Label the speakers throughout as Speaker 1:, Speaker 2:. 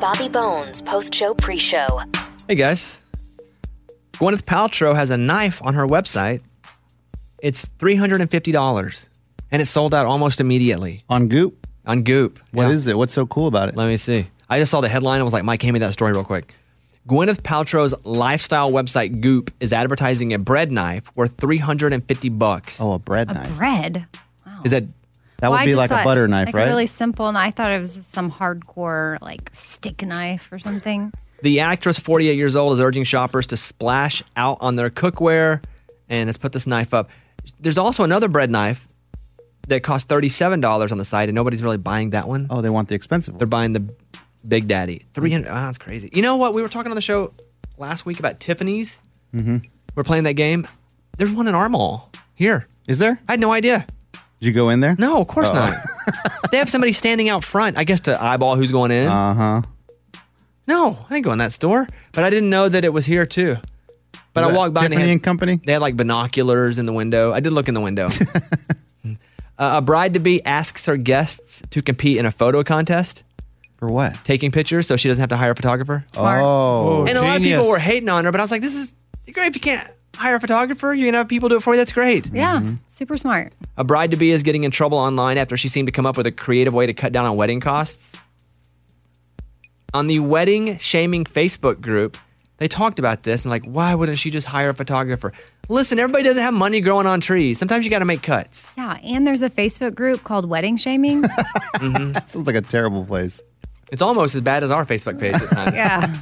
Speaker 1: Bobby Bones post show pre show.
Speaker 2: Hey guys. Gwyneth Paltrow has a knife on her website. It's $350 and it sold out almost immediately
Speaker 3: on Goop.
Speaker 2: on Goop.
Speaker 3: What is
Speaker 2: Yeah.
Speaker 3: it? What's so cool about it?
Speaker 2: Let me see. I just saw the headline and was like, Mike, hand me that story real quick. Gwyneth Paltrow's lifestyle website Goop is advertising a bread knife worth 350 bucks.
Speaker 3: oh, a bread knife.
Speaker 4: Bread.
Speaker 2: Is that
Speaker 3: That
Speaker 4: Well,
Speaker 3: would
Speaker 4: I
Speaker 3: be
Speaker 4: just
Speaker 3: like a
Speaker 4: thought-
Speaker 3: butter knife,
Speaker 4: like
Speaker 3: right?
Speaker 4: A really simple, and I thought it was some hardcore like stick knife or something.
Speaker 2: the actress 48 years old is urging shoppers to splash out on their cookware and has put this knife up. There's also another bread knife that costs $37 on the site and nobody's really buying that one.
Speaker 3: oh, they want the expensive
Speaker 2: They're
Speaker 3: one.
Speaker 2: buying the Big Daddy. 300. Ah, that's crazy. You know what? We were talking on the show last week about Tiffany's. Mm-hmm. We're playing that game. There's one in our mall here.
Speaker 3: Is there?
Speaker 2: I had no idea.
Speaker 3: Did you go in there?
Speaker 2: No, of course
Speaker 3: Uh-oh.
Speaker 2: not. they have somebody standing out front, I guess, to eyeball who's going in.
Speaker 3: Uh huh.
Speaker 2: no, I didn't go in that store, but I didn't know that it was here too. But I walked by
Speaker 3: Tiffany
Speaker 2: and they had,
Speaker 3: and Company.
Speaker 2: They had like binoculars in the window. I did look in the window. uh, a bride to be asks her guests to compete in a photo contest,
Speaker 3: For what?
Speaker 2: taking pictures, so she doesn't have to hire a photographer.
Speaker 4: Smart.
Speaker 3: Oh,
Speaker 2: and a lot of
Speaker 5: genius.
Speaker 2: people were hating on her, but I was like, this is great. If you can't hire a photographer, you can have people do it for you. That's great.
Speaker 4: Yeah, super smart.
Speaker 2: A bride to be is getting in trouble online after she seemed to come up with a creative way to cut down on wedding costs. On the wedding shaming Facebook group, they talked about this and like, why wouldn't she just hire a photographer? Listen, everybody doesn't have money growing on trees. Sometimes you got to make cuts.
Speaker 4: Yeah, and there's a Facebook group called Wedding Shaming.
Speaker 3: that sounds like a terrible place.
Speaker 2: Mm-hmm. It's almost as bad as our Facebook page at times.
Speaker 4: yeah,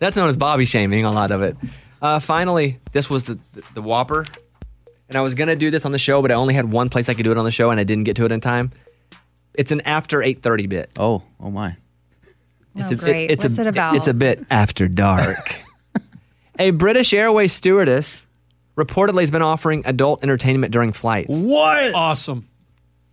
Speaker 2: That's known as bobby shaming, a lot of it. Uh, finally, this was the, the, the Whopper. And I was going to do this on the show, but I only had one place I could do it on the show, and I didn't get to it in time. It's an after 8.30 bit.
Speaker 3: Oh, oh my.
Speaker 4: Oh, great. What's
Speaker 2: a,
Speaker 4: it about?
Speaker 2: It's a bit after dark. a British Airways stewardess reportedly has been offering adult entertainment during flights.
Speaker 3: What?
Speaker 5: Awesome.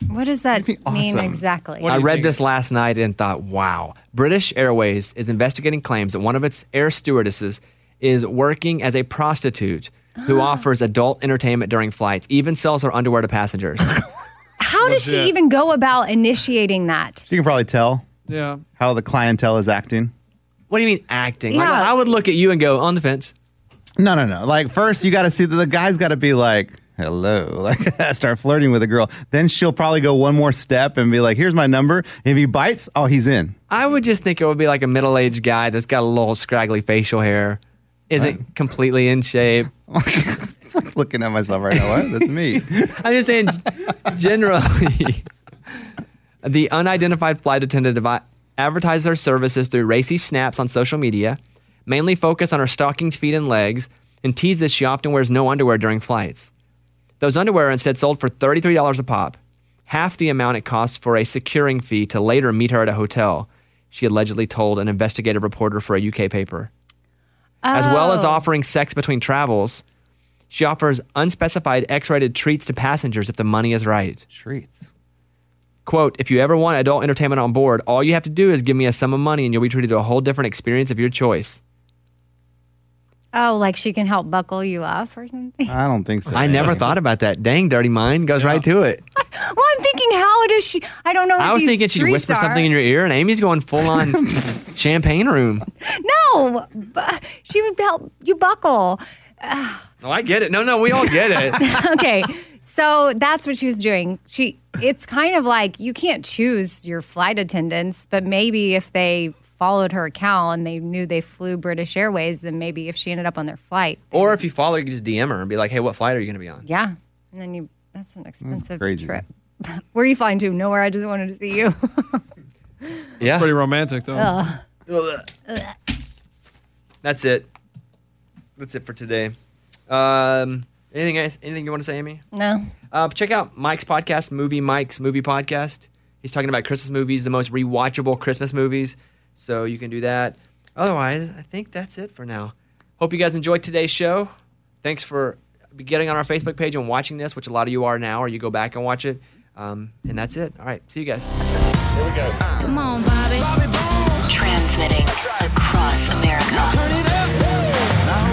Speaker 4: what does that mean
Speaker 3: awesome.
Speaker 4: exactly?
Speaker 5: What
Speaker 2: I
Speaker 5: do you
Speaker 2: read
Speaker 5: think?
Speaker 2: this last night and thought, wow. British Airways is investigating claims that one of its air stewardesses is working as a prostitute who
Speaker 5: Ah.
Speaker 2: offers adult entertainment during flights, even sells her underwear to passengers.
Speaker 4: How does she
Speaker 5: Legit.
Speaker 4: even go about initiating that?
Speaker 3: So you can probably tell
Speaker 5: Yeah.
Speaker 3: how the clientele is acting.
Speaker 2: what do you mean acting? Like,
Speaker 4: Yeah.
Speaker 2: I would look at you and go, on the fence.
Speaker 3: No, no, no. Like first, you got to see that the guy's got to be like, "Hello," like start flirting with a girl. Then she'll probably go one more step and be like, "Here's my number." if he bites, oh, he's in.
Speaker 2: I would just think it would be like a middle aged guy that's got a little scraggly facial hair, isn't completely in shape.
Speaker 3: Looking at myself right now, what? That's me.
Speaker 2: I'm just saying, generally, the unidentified flight attendant devi- advertises her services through racy snaps on social media, mainly focus on her stockings, feet, and legs, and tease that she often wears no underwear during flights. Those underwear are instead sold for $33 a pop, half the amount it costs for a securing fee to later meet her at a hotel, she allegedly told an investigative reporter for a UK paper. As well as
Speaker 4: Oh.
Speaker 2: offering sex between travels, she offers unspecified X rated treats to passengers if the money is right.
Speaker 3: Treats.
Speaker 2: Quote, if you ever want adult entertainment on board, all you have to do is give me a sum of money and you'll be treated to a whole different experience of your choice.
Speaker 4: Oh, like she can help buckle you up or something?
Speaker 3: I don't think so.
Speaker 2: I never
Speaker 3: man.
Speaker 2: thought about that. Dang, dirty mind goes right to it.
Speaker 4: Well, I'm thinking, how does she? I don't know. What
Speaker 2: I was
Speaker 4: Oh, these
Speaker 2: thinking she'd
Speaker 4: streets
Speaker 2: whisper
Speaker 4: are.
Speaker 2: something in your ear, and Amy's going full on champagne room.
Speaker 4: No, bu- she would help you buckle.
Speaker 2: Oh, I get it. No, no, we all get it.
Speaker 4: okay. So that's what she was doing. She it's kind of like you can't choose your flight attendants, but maybe if they followed her account and they knew they flew British Airways, then maybe if she ended up on their flight.
Speaker 2: or if you follow her, you can just DM her and be like, hey, what flight are you going to be on?
Speaker 4: Yeah. And then you that's an expensive
Speaker 3: crazy.
Speaker 4: trip. Where are you flying to? Nowhere. I just wanted to see you.
Speaker 2: Yeah.
Speaker 5: Pretty romantic, though.
Speaker 2: That's it. That's it for today. Um, anything, else- anything you want to say, Amy?
Speaker 4: no.
Speaker 2: Uh, check out Mike's podcast, Movie Mike's Movie Podcast. He's talking about Christmas movies, the most rewatchable Christmas movies. So you can do that. Otherwise, I think that's it for now. Hope you guys enjoyed today's show. Thanks for getting on our Facebook page and watching this, which a lot of you are now, or you go back and watch it. Um, and that's it. All right. See you guys.
Speaker 1: Transmitting across America.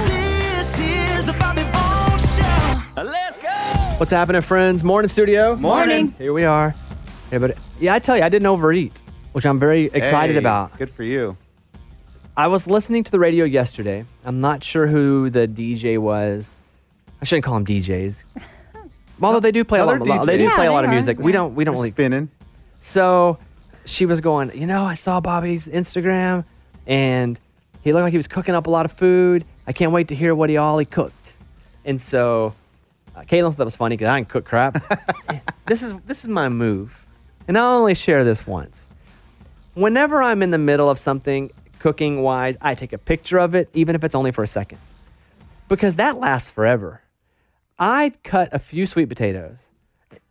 Speaker 6: This is the Bobby Bones Show. Let's go.
Speaker 2: What's happening, friends? Morning, studio.
Speaker 4: Morning.
Speaker 2: Here we are. Yeah, but yeah, I tell you, I didn't overeat, which I'm very excited
Speaker 3: Hey,
Speaker 2: about.
Speaker 3: Good for you.
Speaker 2: I was listening to the radio yesterday. I'm not sure who the DJ was. I shouldn't call them DJs. Although they do play a
Speaker 3: No,
Speaker 2: lot,
Speaker 3: they're
Speaker 2: of- they do
Speaker 3: DJs.
Speaker 2: play
Speaker 4: Yeah,
Speaker 2: a lot of
Speaker 4: they are.
Speaker 2: music. We don't we don't
Speaker 3: They're
Speaker 2: really
Speaker 3: spinning.
Speaker 2: So she was going, you know, I saw Bobby's Instagram and he looked like he was cooking up a lot of food. I can't wait to hear what he all he cooked. And so uh, Caitlin thought that was funny because I didn't cook crap. this is this is my move, and I'll only share this once. Whenever I'm in the middle of something cooking wise, I take a picture of it, even if it's only for a second, because that lasts forever. I cut a few sweet potatoes,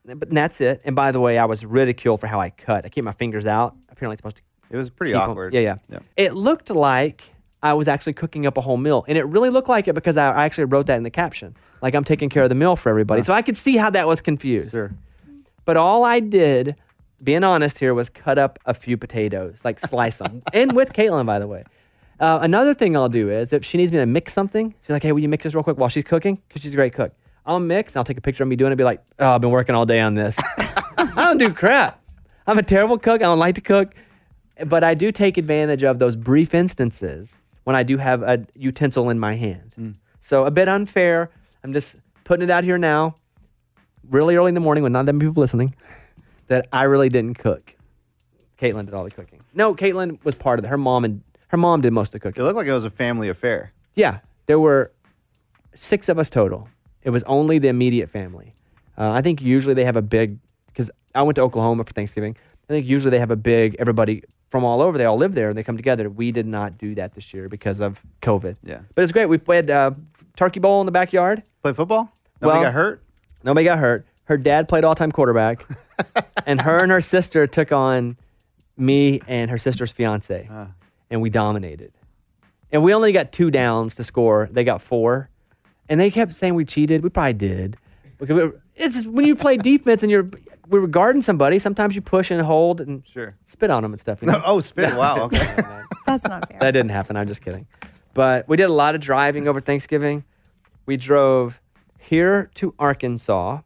Speaker 2: but and that's it. And by the way, I was ridiculed for how I cut. I keep my fingers out. Apparently, it's supposed to
Speaker 3: It was pretty
Speaker 2: keep 'em-
Speaker 3: awkward.
Speaker 2: Yeah, yeah, It looked like I was actually cooking up a whole meal, and it really looked like it because I, I actually wrote that in the caption, like I'm taking care of the meal for everybody. So I could see how that was confused. Sure. But all I did, being honest here, was cut up a few potatoes, like slice them, and with Caitlin, by the way. Uh, another thing I'll do is if she needs me to mix something, she's like, "Hey, will you mix this real quick while she's cooking?" Because she's a great cook. I'll mix and I'll take a picture of me doing it. And be like, "Oh, I've been working all day on this. I don't do crap. I'm a terrible cook. I don't like to cook, but I do take advantage of those brief instances when I do have a utensil in my hand. So a bit unfair. I'm just putting it out here now, really early in the morning when not that many people listening, that I really didn't cook. Caitlin did all the cooking. No, Caitlin was part of it. Her mom and her mom did most of the cooking.
Speaker 3: It looked like it was a family affair.
Speaker 2: Yeah, there were six of us total. It was only the immediate family. Uh, I think usually they have a big because I went to Oklahoma for Thanksgiving. I think usually they have a big everybody from all over. They all live there and they come together. We did not do that this year because of COVID.
Speaker 3: Yeah.
Speaker 2: but it's great. We played uh, turkey bowl in the backyard.
Speaker 3: Play football? Nobody
Speaker 2: Well-
Speaker 3: got hurt?
Speaker 2: Nobody got hurt. Her dad played all time quarterback, and her and her sister took on me and her sister's fiance,
Speaker 3: Uh.
Speaker 2: and we dominated. And we only got two downs to score. They got four, and they kept saying we cheated. We probably did because we, it's just when you play defense and you're we were guarding somebody. Sometimes you push and hold and
Speaker 3: Sure.
Speaker 2: spit on them and stuff. you know?
Speaker 3: Oh, spin. Wow. Okay.
Speaker 4: That's not fair.
Speaker 2: that didn't happen. I'm just kidding. But we did a lot of driving over Thanksgiving. We drove here to Arkansas,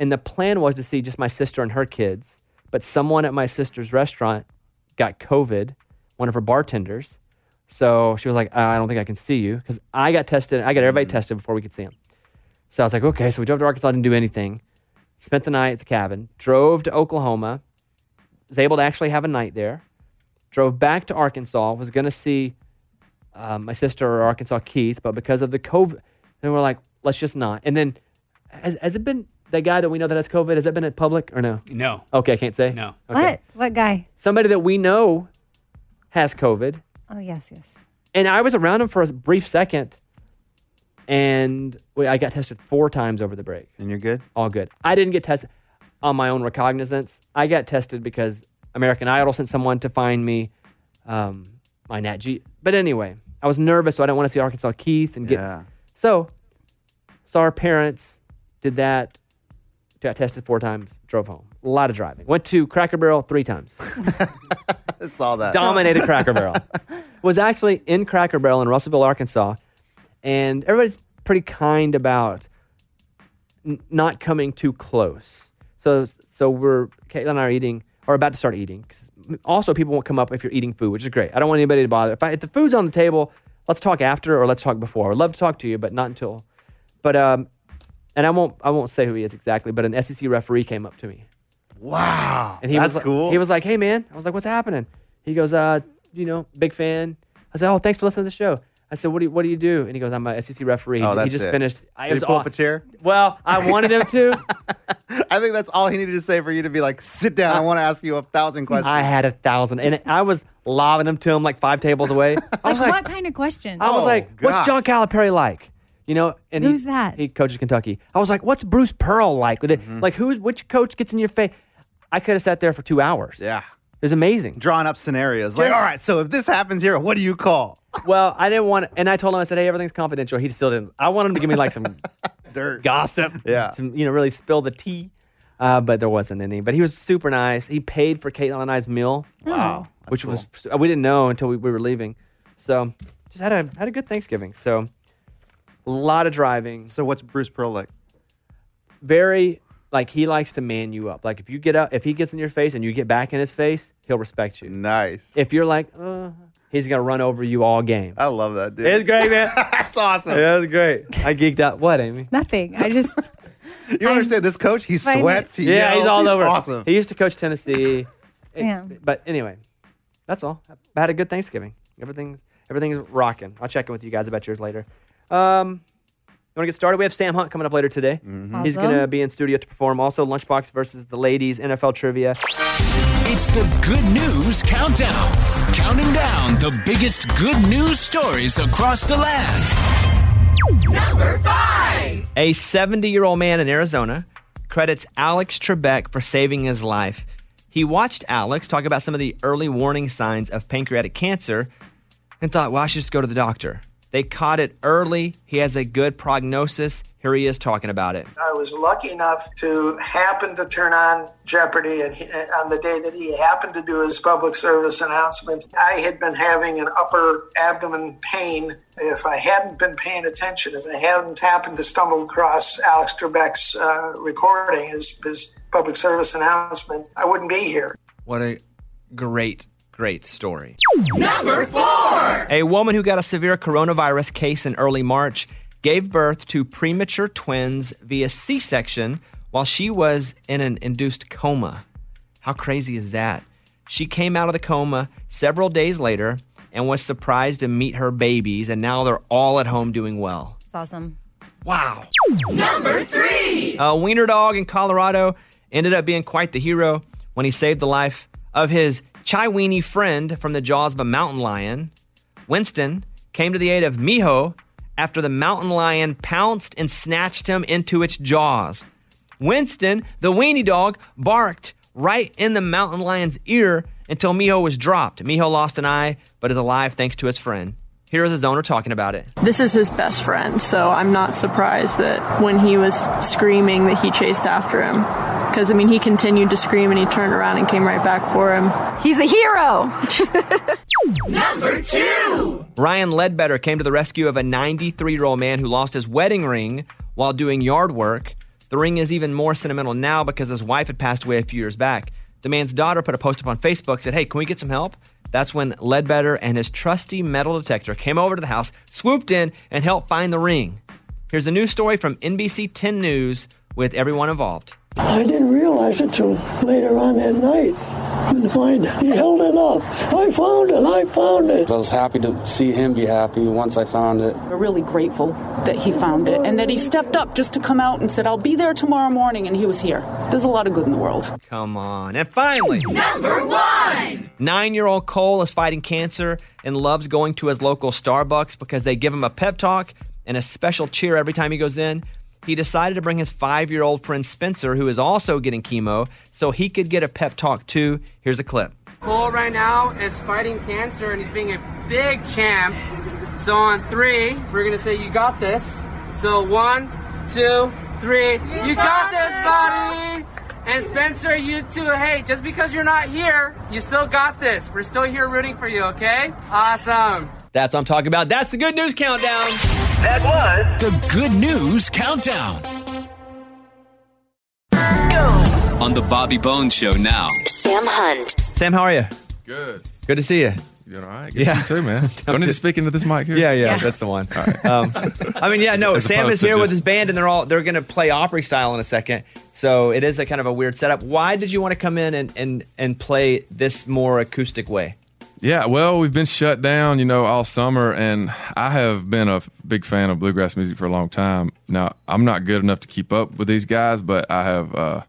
Speaker 2: and the plan was to see just my sister and her kids. But someone at my sister's restaurant got COVID, one of her bartenders. So she was like, "Uh, I don't think I can see you because I got tested. I got
Speaker 7: Mm.
Speaker 2: everybody tested before we could see them. So I was like, okay. So we drove to Arkansas, didn't do anything. Spent the night at the cabin, drove to Oklahoma, was able to actually have a night there drove back to Arkansas, was going to see uh, my sister or Arkansas Keith, but because of the COVID, then we're like, let's just not. And then, has, has it been that guy that we know that has COVID? Has that been at public or no?
Speaker 7: No.
Speaker 2: Okay, I can't say.
Speaker 7: No.
Speaker 2: Okay.
Speaker 4: What? What guy?
Speaker 2: Somebody that we know has COVID,
Speaker 4: Oh yes, yes.
Speaker 2: and I was around him for a brief second, and we, I got tested four times over the break.
Speaker 3: and you're good?
Speaker 2: All good. I didn't get tested on my own recognizance. I got tested because American Idol sent someone to find me um, my Nat G. But anyway, I was nervous, so I didn't want to see Arkansas Keith and get.
Speaker 3: Yeah.
Speaker 2: So, saw our parents, did that, got tested four times, drove home. A lot of driving. Went to Cracker Barrel three times.
Speaker 3: I saw that.
Speaker 2: Dominated Cracker Barrel. Was actually in Cracker Barrel in Russellville, Arkansas, and everybody's pretty kind about n- not coming too close. So, so we're Caitlin and I are eating, or about to start eating. 'Cause Also, people won't come up if you're eating food, which is great. I don't want anybody to bother. If, I, if the food's on the table, let's talk after or let's talk before. I'd love to talk to you, but not until. But um, and I won't, I won't say who he is exactly. But an SEC referee came up to me. Wow, and he
Speaker 3: that's
Speaker 2: was like,
Speaker 3: cool.
Speaker 2: He was like, "Hey, man," I was like, "What's happening?" He goes, "Uh, you know, big fan." I said, "Oh, thanks for listening to the show." I said, "What do you, what do you do?" And he goes, "I'm a SEC referee."
Speaker 3: Oh,
Speaker 2: he
Speaker 3: that's
Speaker 2: just
Speaker 3: it.
Speaker 2: finished. I
Speaker 3: Did he
Speaker 2: was
Speaker 3: pull
Speaker 2: aw-
Speaker 3: up a chair?
Speaker 2: Well, I wanted him to.
Speaker 3: I think that's all he needed to say for you to be like, sit down. I want to ask you a thousand questions.
Speaker 2: I had a thousand, and I was lobbing them to him like five tables away. I
Speaker 4: Like,
Speaker 2: was like,
Speaker 4: what kind of question?
Speaker 2: I was
Speaker 3: Oh,
Speaker 2: like, what's
Speaker 3: gosh.
Speaker 2: John Calipari like? You know, and he-
Speaker 4: Who's that?
Speaker 2: He coaches Kentucky. I was like, what's Bruce Pearl like?
Speaker 3: Mm-hmm.
Speaker 2: Like, who's which coach gets in your face? I could have sat there for two hours.
Speaker 3: yeah.
Speaker 2: it was amazing.
Speaker 3: Drawing up scenarios. Like,
Speaker 2: Just-
Speaker 3: all right, so if this happens here, what do you call?
Speaker 2: well, I didn't want, and I told him, I said, hey, everything's confidential. He still didn't. I want him to give me like some
Speaker 3: Dirt.
Speaker 2: gossip.
Speaker 3: Yeah.
Speaker 2: Some, you know, really spill the tea. Uh, but there wasn't any. But he was super nice. He paid for Caitlin and I's meal.
Speaker 6: Hmm.
Speaker 3: Wow. That's
Speaker 2: which
Speaker 3: cool.
Speaker 2: was uh, we didn't know until we, we were leaving. So just had a had a good Thanksgiving. So a lot of driving.
Speaker 3: So what's Bruce Pearl like?
Speaker 2: Very like he likes to man you up. Like if you get up, if he gets in your face and you get back in his face, he'll respect you.
Speaker 3: Nice.
Speaker 2: If you're like, uh, He's gonna run over you all game.
Speaker 3: I love that dude.
Speaker 2: It's great, man.
Speaker 3: That's awesome.
Speaker 2: Yeah, it was great. I geeked out. What, Amy?
Speaker 4: Nothing. I just
Speaker 3: You don't understand this coach? He
Speaker 4: Find it-
Speaker 3: sweats. He
Speaker 2: Yeah,
Speaker 3: yells,
Speaker 2: he's all over.
Speaker 3: Awesome.
Speaker 2: He used to coach Tennessee. It-
Speaker 4: Yeah.
Speaker 2: But anyway, that's all. I had a good Thanksgiving. Everything's everything's rocking. I'll check in with you guys about yours later. Um, you want to get started? We have Sam Hunt coming up later today. He's
Speaker 4: Awesome.
Speaker 2: going to be in studio to perform. Also, Lunchbox versus the ladies NFL trivia.
Speaker 6: It's the Good News Countdown. Counting down the biggest good news stories across the land.
Speaker 2: A 70 year old man in Arizona credits Alex Trebek for saving his life. He watched Alex talk about some of the early warning signs of pancreatic cancer and thought, well, I should just go to the doctor. They caught it early. He has a good prognosis. Here he is talking about it.
Speaker 7: I was lucky enough to happen to turn on Jeopardy, and he, on the day that he happened to do his public service announcement, I had been having an upper abdomen pain. If I hadn't been paying attention, if I hadn't happened to stumble across Alex Trebek's uh, recording, his, his public service announcement, I wouldn't be here.
Speaker 2: What a great, great story. Number four. A woman who got a severe coronavirus case in early March gave birth to premature twins via C section while she was in an induced coma. How crazy is that? She came out of the coma several days later and was surprised to meet her babies, and now they're all at home doing well.
Speaker 4: it's awesome.
Speaker 2: Wow. Number three. A Uh, wiener dog in Colorado ended up being quite the hero when he saved the life of his Chiweenie friend from the jaws of a mountain lion. Winston came to the aid of Miho after the mountain lion pounced and snatched him into its jaws. Winston, the weenie dog, barked right in the mountain lion's ear until Miho was dropped. Miho lost an eye, but is alive thanks to his friend. Here is his owner talking about it.
Speaker 8: This is his best friend, so I'm not surprised that when he was screaming that he chased after him. Because, I mean, he continued to scream and he turned around and came right back for him.
Speaker 4: He's a hero.
Speaker 2: Ryan Ledbetter came to the rescue of a 93 year old man who lost his wedding ring while doing yard work. The ring is even more sentimental now because his wife had passed away a few years back. The man's daughter put a post up on Facebook, said, Hey, can we get some help? That's when Ledbetter and his trusty metal detector came over to the house, swooped in, and helped find the ring. Here's a news story from NBC 10 News with everyone involved.
Speaker 9: I didn't realize it till later on that night. Couldn't find it. He held it up. I found it. I found it.
Speaker 10: I was happy to see him be happy once I found it.
Speaker 8: We're really grateful that he found it and that he stepped up just to come out and said, I'll be there tomorrow morning, and he was here. There's a lot of good in the world.
Speaker 2: Come on. And finally, number one. Nine year old Cole is fighting cancer and loves going to his local Starbucks because they give him a pep talk and a special cheer every time he goes in. He decided to bring his five year old friend Spencer, who is also getting chemo, so he could get a pep talk too. Here's a clip.
Speaker 11: Cole right now is fighting cancer and he's being a big champ. So on three, we're gonna say you got this. So one, two, three. You, got, this, buddy. And Spencer, you too. Hey, just because you're not here, you still got this. We're still here rooting for you. Okay? Awesome.
Speaker 2: That's what I'm talking about. That's the good news countdown.
Speaker 6: The Good News Countdown. On the Bobby Bones Show now.
Speaker 1: Sam Hunt.
Speaker 2: Sam, how are you?
Speaker 5: Good.
Speaker 2: Good to see you.
Speaker 5: You doing all right? Good
Speaker 2: Yeah.
Speaker 5: yeah. you too, man. Don't need to speak into this mic here.
Speaker 2: Yeah, yeah, that's the one. Um, I mean, yeah, no.
Speaker 5: As
Speaker 2: Sam
Speaker 5: opposed
Speaker 2: is
Speaker 5: to
Speaker 2: here with
Speaker 5: just-
Speaker 2: his band, and they're all they're going to play Opry style in a second. So it is a kind of a weird setup. Why did you want to come in and and and play this more acoustic way?
Speaker 5: Yeah, well, we've been shut down, you know, all summer, and I have been a big fan of bluegrass music for a long time. Now, I'm not good enough to keep up with these guys, but I have uh,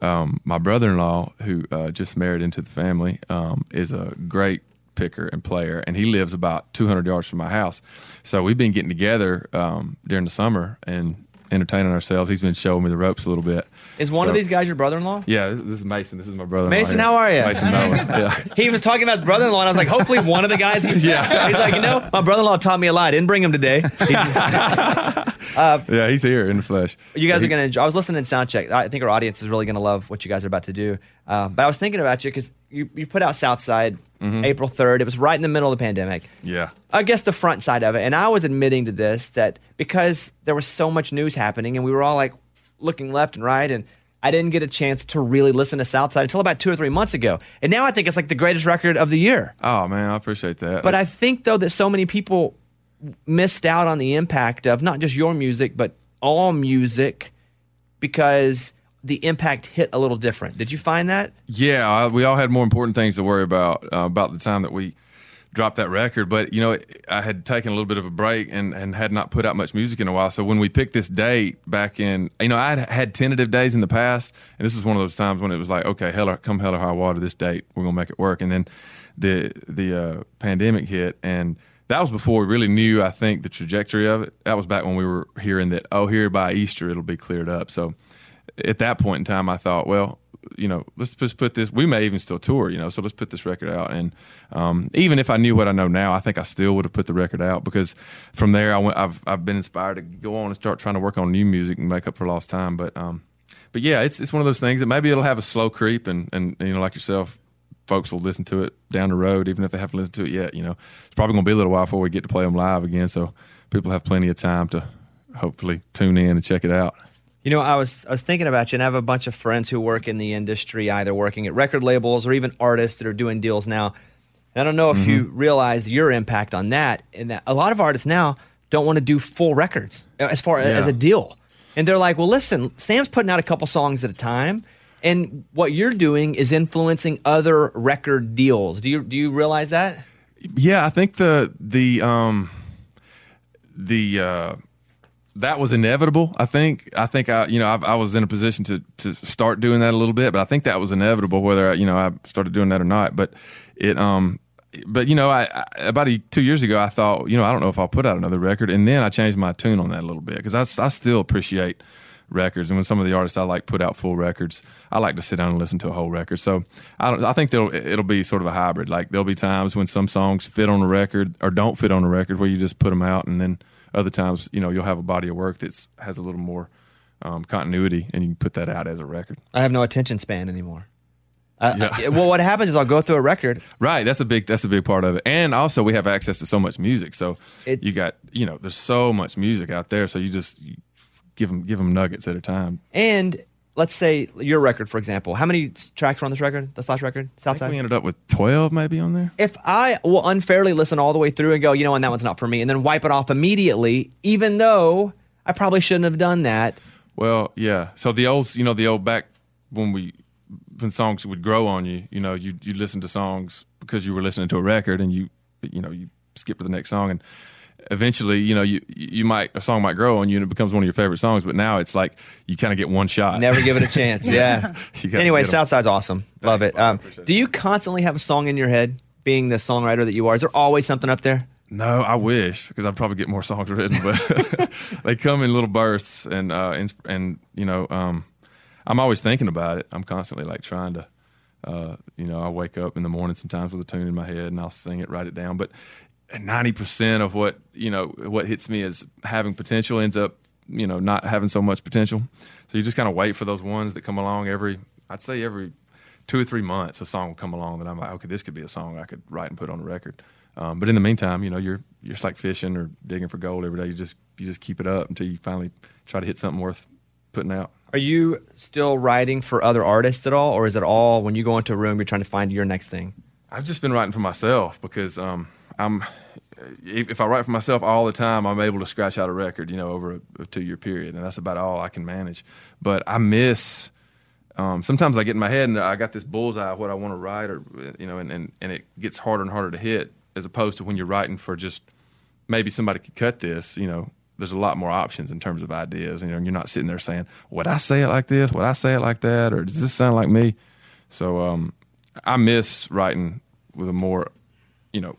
Speaker 5: um, my brother-in-law, who uh, just married into the family, um, is a great picker and player, and he lives about 200 yards from my house. So we've been getting together um, during the summer and entertaining ourselves. He's been showing me the ropes a little bit.
Speaker 2: Is one of
Speaker 5: So-
Speaker 2: these guys your brother-in-law?
Speaker 5: Yeah, this this is Mason. This is my brother.
Speaker 2: Mason, how are ya?
Speaker 5: Mason Bowen. Yeah.
Speaker 2: He was talking about his brother-in-law, and I was like, hopefully one of the guys. He,
Speaker 5: Yeah.
Speaker 2: He's like, you know, my brother-in-law taught me a lot. Didn't bring him today. Uh,
Speaker 5: yeah, he's here in the flesh.
Speaker 2: You guys are gonna. Enjoy. I was listening to Soundcheck. I think our audience is really gonna love what you guys are about to do. Um, but I was thinking about you because you, you put out Southside
Speaker 5: Mm-hmm.
Speaker 2: April third. It was right in the middle of the pandemic.
Speaker 5: Yeah.
Speaker 2: I guess the front side of it, and I was admitting to this that because there was so much news happening, and we were all like looking left and right, and I didn't get a chance to really listen to Southside until about two or three months ago. And now I think it's like the greatest record of the year.
Speaker 5: Oh man, I appreciate that.
Speaker 2: But I think though that so many people missed out on the impact of not just your music, but all music because the impact hit a little different. Did you find that?
Speaker 5: Yeah, I, we all had more important things to worry about uh, about the time that we dropped that record. But you know, it, I had taken a little bit of a break and and had not put out much music in a while. So when we picked this date back in, you know, I had had tentative days in the past, and this was one of those times when it was like, okay, hell or come hell or high water, this date we're gonna make it work. And then the the uh, pandemic hit and. That was before we really knew, I think, the trajectory of it. That was back when we were hearing that, oh, here by Easter it'll be cleared up. So at that point in time, I thought, well, you know, let's just put this. We may even still tour, you know, so let's put this record out. And um, even if I knew what I know now, I think I still would have put the record out because from there, I went, I've I've been inspired to go on and start trying to work on new music and make up for lost time. But um, but yeah, it's it's one of those things that maybe it'll have a slow creep, and and you know, like yourself, folks will listen to it down the road, even if they haven't listened to it yet. You know, it's probably going to be a little while before we get to play them live again, so people have plenty of time to hopefully tune in and check it out.
Speaker 2: You know, I was I was thinking about you, and I have a bunch of friends who work in the industry, either working at record labels or even artists that are doing deals now. And I don't know if you realize your impact on that, and that a lot of artists now don't want to do full records uh, as far as,
Speaker 5: Yeah.
Speaker 2: as a deal, and they're like, "Well, listen, Sam's putting out a couple songs at a time, and what you're doing is influencing other record deals." Do you do you realize that?
Speaker 5: Yeah, I think the the um the uh that was inevitable. I think I think I you know I, I was in a position to to start doing that a little bit, but I think that was inevitable whether I, you know I started doing that or not. But it um but you know I, I about a, two years ago I thought you know I don't know if I'll put out another record, and then I changed my tune on that a little bit because I s- I still appreciate records and when some of the artists I like put out full records, I like to sit down and listen to a whole record. So I don't I think there'll it'll be sort of a hybrid. Like there'll be times when some songs fit on a record or don't fit on a record where you just put them out and then other times, you know, you'll have a body of work that's has a little more um, continuity and you can put that out as a record.
Speaker 2: I have no attention span anymore. Uh, uh, well, what happens is I'll go through a record.
Speaker 5: Right, that's a big that's a big part of it. And also we have access to so much music. So
Speaker 2: It-
Speaker 5: you got, you know, there's so much music out there so you just you give them give them nuggets at a time.
Speaker 2: And let's say your record, for example, how many s- tracks were on this record? This last record,
Speaker 5: I think
Speaker 2: Southside.
Speaker 5: we ended up with 12 maybe on there.
Speaker 2: if I will unfairly listen all the way through and go, you know, and that one's not for me, and then wipe it off immediately, even though I probably shouldn't have done that.
Speaker 5: Well, yeah. So the old, you know, the old back when we when songs would grow on you, you know, you you listen to songs because you were listening to a record, and you you know you skip to the next song, and eventually, you know, you you might a song might grow on you, and it becomes one of your favorite songs. But now it's like you kind of get one shot.
Speaker 2: Never give it a chance. Yeah.
Speaker 5: You gotta
Speaker 2: anyway,
Speaker 5: get 'em.
Speaker 2: Southside's awesome. Love it. Um, do you constantly have a song in your head, being the songwriter that you are? Is there always something up there?
Speaker 5: No, I wish because I'd probably get more songs written, but they come in little bursts, and uh, and, and you know, um, I'm always thinking about it. I'm constantly like trying to, uh, you know, I wake up in the morning sometimes with a tune in my head, and I'll sing it, write it down. But 90 percent of what you know what hits me is having potential ends up you know not having so much potential. So you just kind of wait for those ones that come along every. I'd say every two or three months, a song will come along that I'm like, okay, this could be a song I could write and put on a record. Um, but in the meantime, you know, you're you're just like fishing or digging for gold every day. You just you just keep it up until you finally try to hit something worth putting out.
Speaker 2: Are you still writing for other artists at all, or is it all when you go into a room, you're trying to find your next thing?
Speaker 5: I've just been writing for myself because um, I'm. If if I write for myself all the time, I'm able to scratch out a record, you know, over a, a two year period, and that's about all I can manage. But I miss. Um, sometimes I get in my head and I got this bullseye of what I want to write, or you know, and, and and it gets harder and harder to hit, as opposed to when you're writing for just maybe somebody could cut this, you know, there's a lot more options in terms of ideas. You know, you're not sitting there saying, would I say it like this? Would I say it like that? Or does this sound like me? So um, I miss writing with a more, you know,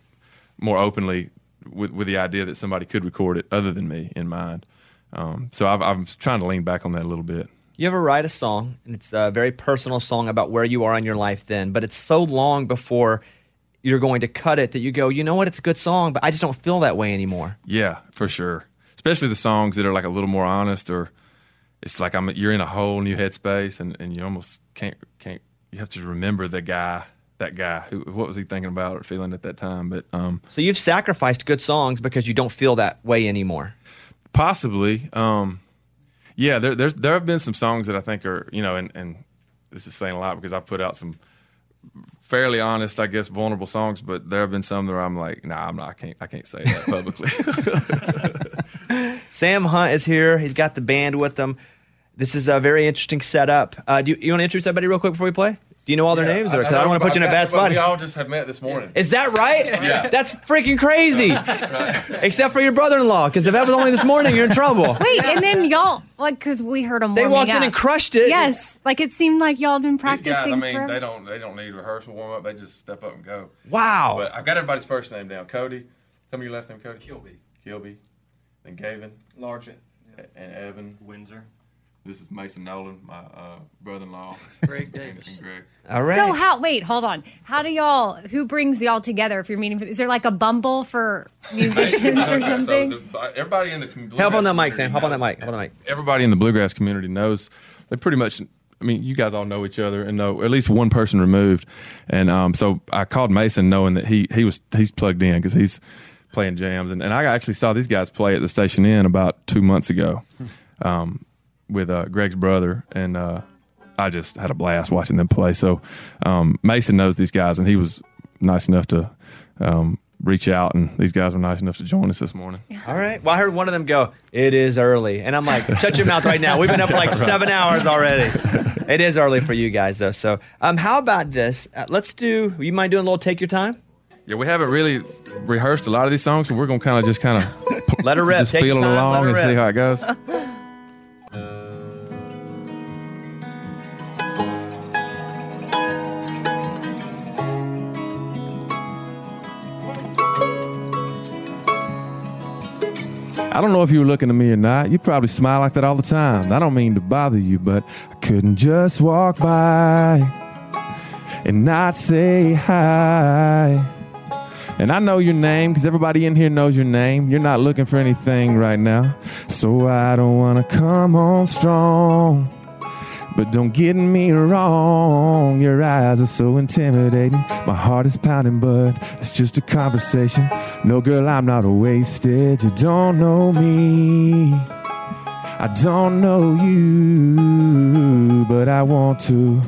Speaker 5: more openly with, with the idea that somebody could record it other than me in mind. Um, so I've, I'm trying to lean back on that a little bit.
Speaker 2: You ever write a song, and it's a very personal song about where you are in your life then, but it's so long before you're going to cut it that you go, you know what, it's a good song, but I just don't feel that way anymore.
Speaker 5: Yeah, for sure. Especially the songs that are like a little more honest, or it's like I'm you're in a whole new headspace, and, and you almost can't can't you have to remember the guy that guy who what was he thinking about or feeling at that time, but um
Speaker 2: So you've sacrificed good songs because you don't feel that way anymore.
Speaker 5: possibly um yeah, there, there's there have been some songs that I think are you know, and and this is saying a lot because I put out some fairly honest, I guess, vulnerable songs, but there have been some where I'm like, nah, I'm not, I can't, I can't say that publicly.
Speaker 2: Sam Hunt is here. He's got the band with him. This is a very interesting setup. Uh, do you, you want to introduce everybody real quick before we play? Do you know all their names? Because I, don't want to put you in a bad spot.
Speaker 5: We all just have met this morning.
Speaker 2: Is that right?
Speaker 5: Yeah.
Speaker 2: That's freaking crazy. Except for your brother-in-law, because if that was only this morning, you're in trouble.
Speaker 4: Wait, and then y'all, like, because we heard them.
Speaker 2: They walked in and crushed it.
Speaker 4: Yes, like it seemed like y'all had been
Speaker 5: These
Speaker 4: practicing.
Speaker 5: guys, I mean,
Speaker 4: forever.
Speaker 5: they don't they don't need rehearsal warm up. They just step up and go.
Speaker 2: Wow.
Speaker 5: But I've got everybody's first name down. Cody. Tell me your last name, Cody. Kilby. Kilby. Then Gavin. Largent. And Evan. Windsor. This is Mason Nolan, my uh, brother-in-law. Greg Davis. And Greg.
Speaker 4: So how? Wait, hold on. How do y'all? Who brings y'all together if you're meeting? For, is there like a bumble for musicians or
Speaker 5: Okay, so
Speaker 4: something?
Speaker 5: the- everybody in the com-
Speaker 2: Help on that mic, Sam. Help on that mic. Help on that mic.
Speaker 5: everybody in the bluegrass community knows they pretty much i mean you guys all know each other and know at least one person removed and um, so i called mason knowing that he he was he's plugged in because he's playing jams and, and i actually saw these guys play at the station inn about two months ago um, with uh, greg's brother and uh, i just had a blast watching them play so um, mason knows these guys and he was nice enough to um, reach out and these guys were nice enough to join us this morning
Speaker 2: All right. Well, I heard one of them go, It is early. And I'm like, Shut your mouth right now. We've been up for like
Speaker 5: Right.
Speaker 2: seven hours already. It is early for you guys, though. So, um, how about this? Uh, let's do, you mind doing a little take your time?
Speaker 5: Yeah, we haven't really rehearsed a lot of these songs, so we're gonna kind of just kind of
Speaker 2: let her rip,
Speaker 5: just
Speaker 2: take
Speaker 5: feel
Speaker 2: your
Speaker 5: it
Speaker 2: time,
Speaker 5: along
Speaker 2: let
Speaker 5: and
Speaker 2: her
Speaker 5: see
Speaker 2: rip.
Speaker 5: how it goes. I don't know if you were looking at me or not. You probably smile like that all the time. I don't mean to bother you, but I couldn't just walk by and not say hi. And I know your name because everybody in here knows your name. You're not looking for anything right now. So I don't want to come on strong. But don't get me wrong, your eyes are so intimidating. My heart is pounding, but it's just a conversation. No, girl, I'm not wasted. You don't know me. I don't know you, but I want to.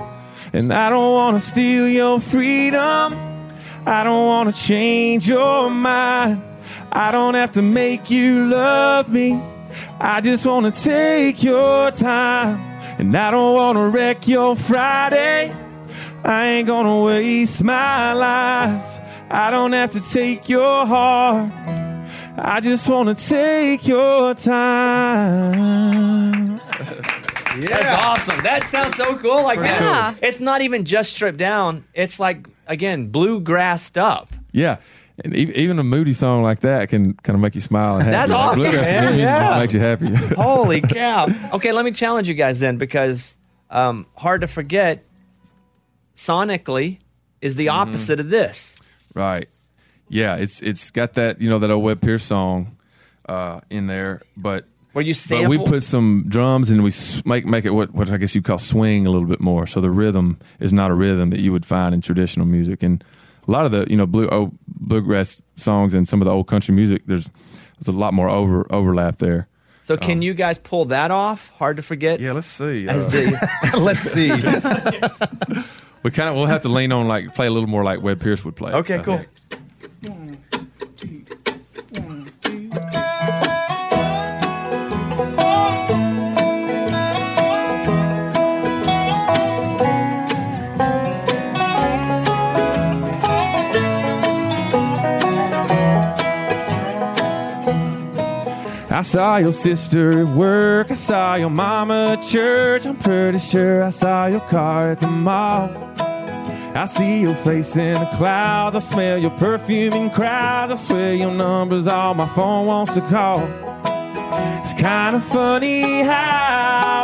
Speaker 5: And I don't want to steal your freedom. I don't want to change your mind. I don't have to make you love me. I just want to take your time. And I don't want to wreck your Friday. I ain't going to waste my life. I don't have to take your heart. I just want to take your time.
Speaker 2: That's awesome. That sounds so cool. Like
Speaker 5: Pretty
Speaker 2: that. It's not even just stripped down. It's like, again, bluegrassed up.
Speaker 5: Yeah. And e- even a moody song like that can kind of make you smile. And happy.
Speaker 2: That's
Speaker 5: Like,
Speaker 2: awesome,
Speaker 5: bluegrass
Speaker 2: man.
Speaker 5: music
Speaker 2: Yeah.
Speaker 5: just makes you happy.
Speaker 2: Holy cow. Okay, let me challenge you guys then because um, hard to forget, sonically is
Speaker 5: Mm-hmm.
Speaker 2: the opposite of this.
Speaker 5: Right. Yeah, it's it's got that you know that old Webb Pierce song uh, in there, but
Speaker 2: where you
Speaker 5: But we
Speaker 2: sample-
Speaker 5: put some drums and we s- make make it what what I guess you call swing a little bit more. So the rhythm is not a rhythm that you would find in traditional music, and a lot of the you know blue old bluegrass songs and some of the old country music. There's there's a lot more over overlap there.
Speaker 2: So can you guys pull that off? Hard to forget.
Speaker 5: Um. Yeah, let's see. uh,
Speaker 2: As the,
Speaker 3: let's see.
Speaker 5: We kind of we'll have to lean on like play a little more like Webb Pierce would play.
Speaker 2: Okay,
Speaker 5: I
Speaker 2: cool.
Speaker 5: think. I saw your sister at work. I saw your mama at church. I'm pretty sure I saw your car at the mall. I see your face in the clouds. I smell your perfume in crowds. I swear your number's all my phone wants to call. It's kind of funny how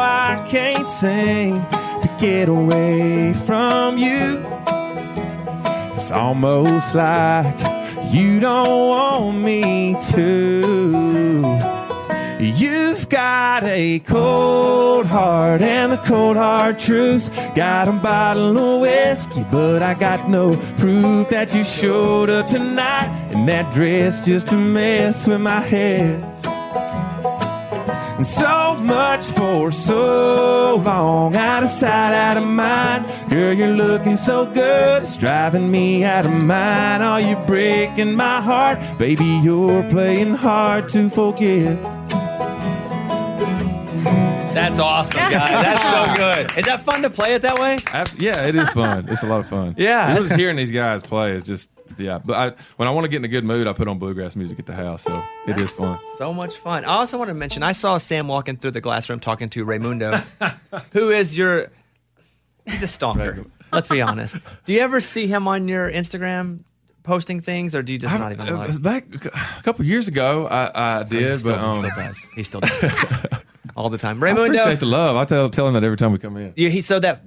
Speaker 5: I can't seem to get away from you. It's almost like you don't want me to. You've got a cold heart, and the cold hard truth's got a bottle of whiskey, but I got no proof that you showed up tonight. And that dress just to mess with my head.
Speaker 12: And so much for so long. Out of sight, out of mind. Girl, you're looking so good. It's driving me out of mind. Are you breaking my heart? Baby, you're playing hard to forget.
Speaker 2: That's awesome, guys. That's so good. Is that fun to play it that way?
Speaker 5: Af- yeah, it is fun. It's a lot of fun.
Speaker 2: Yeah.
Speaker 5: It was hearing these guys play is just yeah. But I, when I want to get in a good mood, I put on bluegrass music at the house, so it is fun.
Speaker 2: So much fun. I also want to mention I saw Sam walking through the glass room talking to Raymundo, who is your he's a stalker. Let's be honest. Do you ever see him on your Instagram posting things or do you just not even
Speaker 5: Uh,
Speaker 2: like
Speaker 5: Back a couple years ago, I, I did,
Speaker 2: still-
Speaker 5: but
Speaker 2: he
Speaker 5: um,
Speaker 2: still does. He still does all the time?
Speaker 5: I appreciate
Speaker 2: Raymundo,
Speaker 5: the love. I tell tell him that every time we come in.
Speaker 2: you, he so that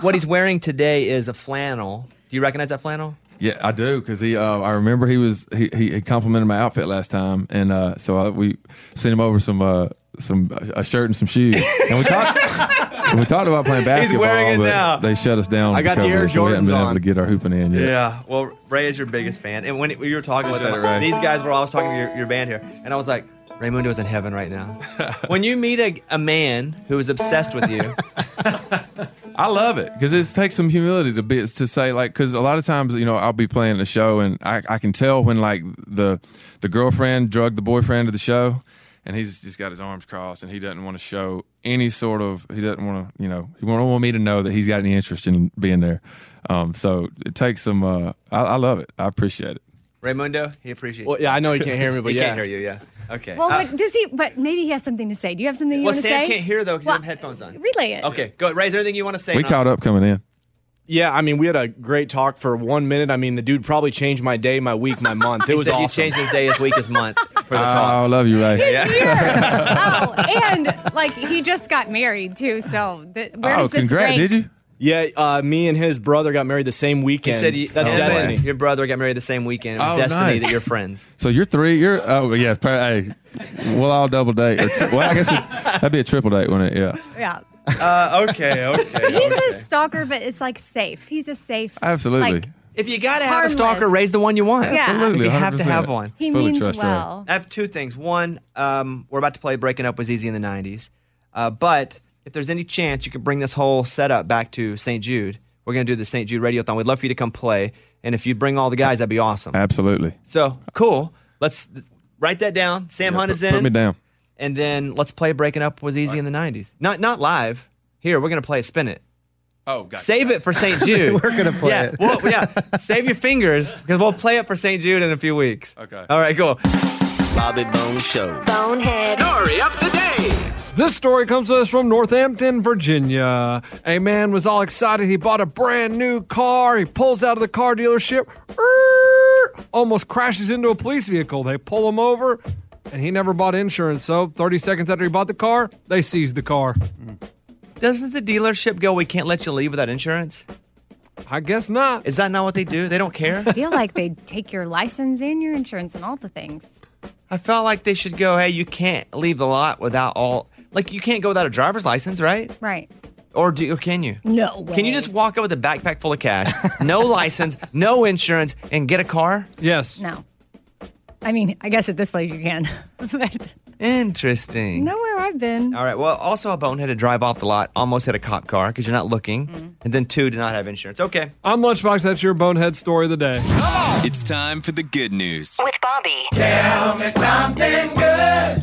Speaker 2: what he's wearing today is a flannel. Do you recognize that flannel?
Speaker 5: Yeah, I do because he. Uh, I remember he was he, he he complimented my outfit last time, and uh, so I, we sent him over some uh, some a shirt and some shoes, and we talked. We talked about playing
Speaker 2: He's
Speaker 5: basketball,
Speaker 2: wearing it
Speaker 5: but
Speaker 2: now.
Speaker 5: they shut us down.
Speaker 2: I got the
Speaker 5: because of
Speaker 2: Air
Speaker 5: this, so we haven't
Speaker 2: Jordans
Speaker 5: been
Speaker 2: on.
Speaker 5: able to get our hooping in yet.
Speaker 2: Well, Ray is your biggest fan, and when we were talking with
Speaker 5: Appreciate
Speaker 2: him,
Speaker 5: it, Ray.
Speaker 2: these guys were. I was talking to your, your band here, and I was like, Raymundo's in heaven right now. when you meet a, a man who is obsessed with you,
Speaker 5: I love it because it takes some humility to be to say like because a lot of times you know I'll be playing a show and I, I can tell when like the the girlfriend drugged the boyfriend to the show and he's just got his arms crossed and he doesn't want to show any sort of he doesn't want to you know he won't want me to know that he's got any interest in being there um, so it takes some uh, I, I love it I appreciate it
Speaker 2: Raymundo, he appreciates.
Speaker 13: Well,
Speaker 2: you.
Speaker 13: yeah, I know he can't hear me, but
Speaker 2: he
Speaker 13: yeah.
Speaker 2: can't hear you. Yeah. Okay.
Speaker 4: Well,
Speaker 2: Uh,
Speaker 4: what, does he? But maybe he has something to say. Do you have something you
Speaker 2: well,
Speaker 4: want to
Speaker 2: Sam
Speaker 4: say?
Speaker 2: can't hear though because
Speaker 4: Well,
Speaker 2: you have headphones on.
Speaker 4: Relay it.
Speaker 2: Okay. Go. Ray, is there anything you want to say?
Speaker 5: we
Speaker 2: No.
Speaker 5: caught up coming in
Speaker 13: Yeah, I mean, we had a great talk for one minute. I mean, the dude probably changed my day, my week, my month.
Speaker 2: He
Speaker 13: It was
Speaker 2: said you
Speaker 13: awesome.
Speaker 2: changed his day, his week, his month for the talk.
Speaker 5: Oh, I love you Ray
Speaker 4: and like he just got married too, so th-
Speaker 2: Oh,
Speaker 4: where does this rank?
Speaker 5: Oh, you?
Speaker 13: Yeah, uh, me and his brother got married the same
Speaker 2: He
Speaker 13: weekend.
Speaker 2: said you,
Speaker 13: that's
Speaker 5: Oh,
Speaker 2: him and
Speaker 13: destiny.
Speaker 2: Your brother got married the same weekend. It was
Speaker 13: Oh,
Speaker 2: destiny
Speaker 13: nice.
Speaker 2: that you're friends.
Speaker 5: so you're three you're oh yeah hey we'll all double date or, well I guess it- that'd be a triple date wouldn't it yeah
Speaker 4: Yeah,
Speaker 2: Uh, okay. Okay.
Speaker 4: he's a stalker, but it's like safe. He's a safe.
Speaker 5: Absolutely.
Speaker 4: Like,
Speaker 2: If you gotta have
Speaker 4: Harmless.
Speaker 2: a stalker, raise the one you want.
Speaker 4: Yeah. Absolutely,
Speaker 2: If you have to
Speaker 5: 100%.
Speaker 2: have one.
Speaker 4: He Fully means trust Ray. well.
Speaker 2: I have two things. One, um, we're about to play "Breaking Up Was Easy in the '90s," uh, but if there's any chance you could bring this whole setup back to St. Jude, we're gonna do the St. Jude Radiothon. We'd love for you to come play, and if you bring all the guys, that'd be awesome.
Speaker 5: absolutely
Speaker 2: So cool. Let's th- write that down. Sam Hunt is in.
Speaker 5: put me down
Speaker 2: And then let's play "Breaking Up Was Easy in the '90s." Not not live. Here we're gonna play "Spin It."
Speaker 5: Oh, gotcha.
Speaker 2: Save it for St. Jude. We're gonna play yeah, it. Well, yeah. Save your fingers because we'll play it for St. Jude in a few weeks. Okay. All right, cool.
Speaker 6: Bobby Bone Show.
Speaker 1: Bonehead.
Speaker 14: Story of the day.
Speaker 15: This story comes to us from Northampton, Virginia. A man was all excited. He bought a brand new car. He pulls out of the car dealership, err, almost crashes into a police vehicle. They pull him over, and he never bought insurance. So, 30 seconds after he bought the car, they seized the car.
Speaker 2: Doesn't the dealership go? We can't let you leave without insurance.
Speaker 15: I guess not.
Speaker 2: Is that not what they do? They don't care.
Speaker 4: I feel like they take your license and your insurance and all the things.
Speaker 2: I felt like they should go. Hey, you can't leave the lot without all. Like you can't go without a driver's license, right?
Speaker 4: Right.
Speaker 2: Or do or can you?
Speaker 4: No
Speaker 2: Can you just walk up with a backpack full of cash, no license, no insurance, and get a car?
Speaker 15: Yes.
Speaker 4: No. I mean, I guess at this place you can, but
Speaker 2: Interesting.
Speaker 4: nowhere I've been.
Speaker 2: All right. Well, also a bonehead to drive off the lot, almost hit a cop car because you're not looking, and then two did not have insurance. Okay.
Speaker 15: I'm Lunchbox. That's your bonehead story of the day.
Speaker 6: It's time for the good news.
Speaker 1: With Bobby.
Speaker 6: Tell
Speaker 1: me something good.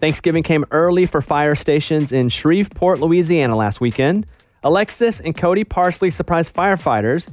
Speaker 2: Thanksgiving came early for fire stations in Shreveport, Louisiana last weekend. Alexis and Cody Parsley surprised firefighters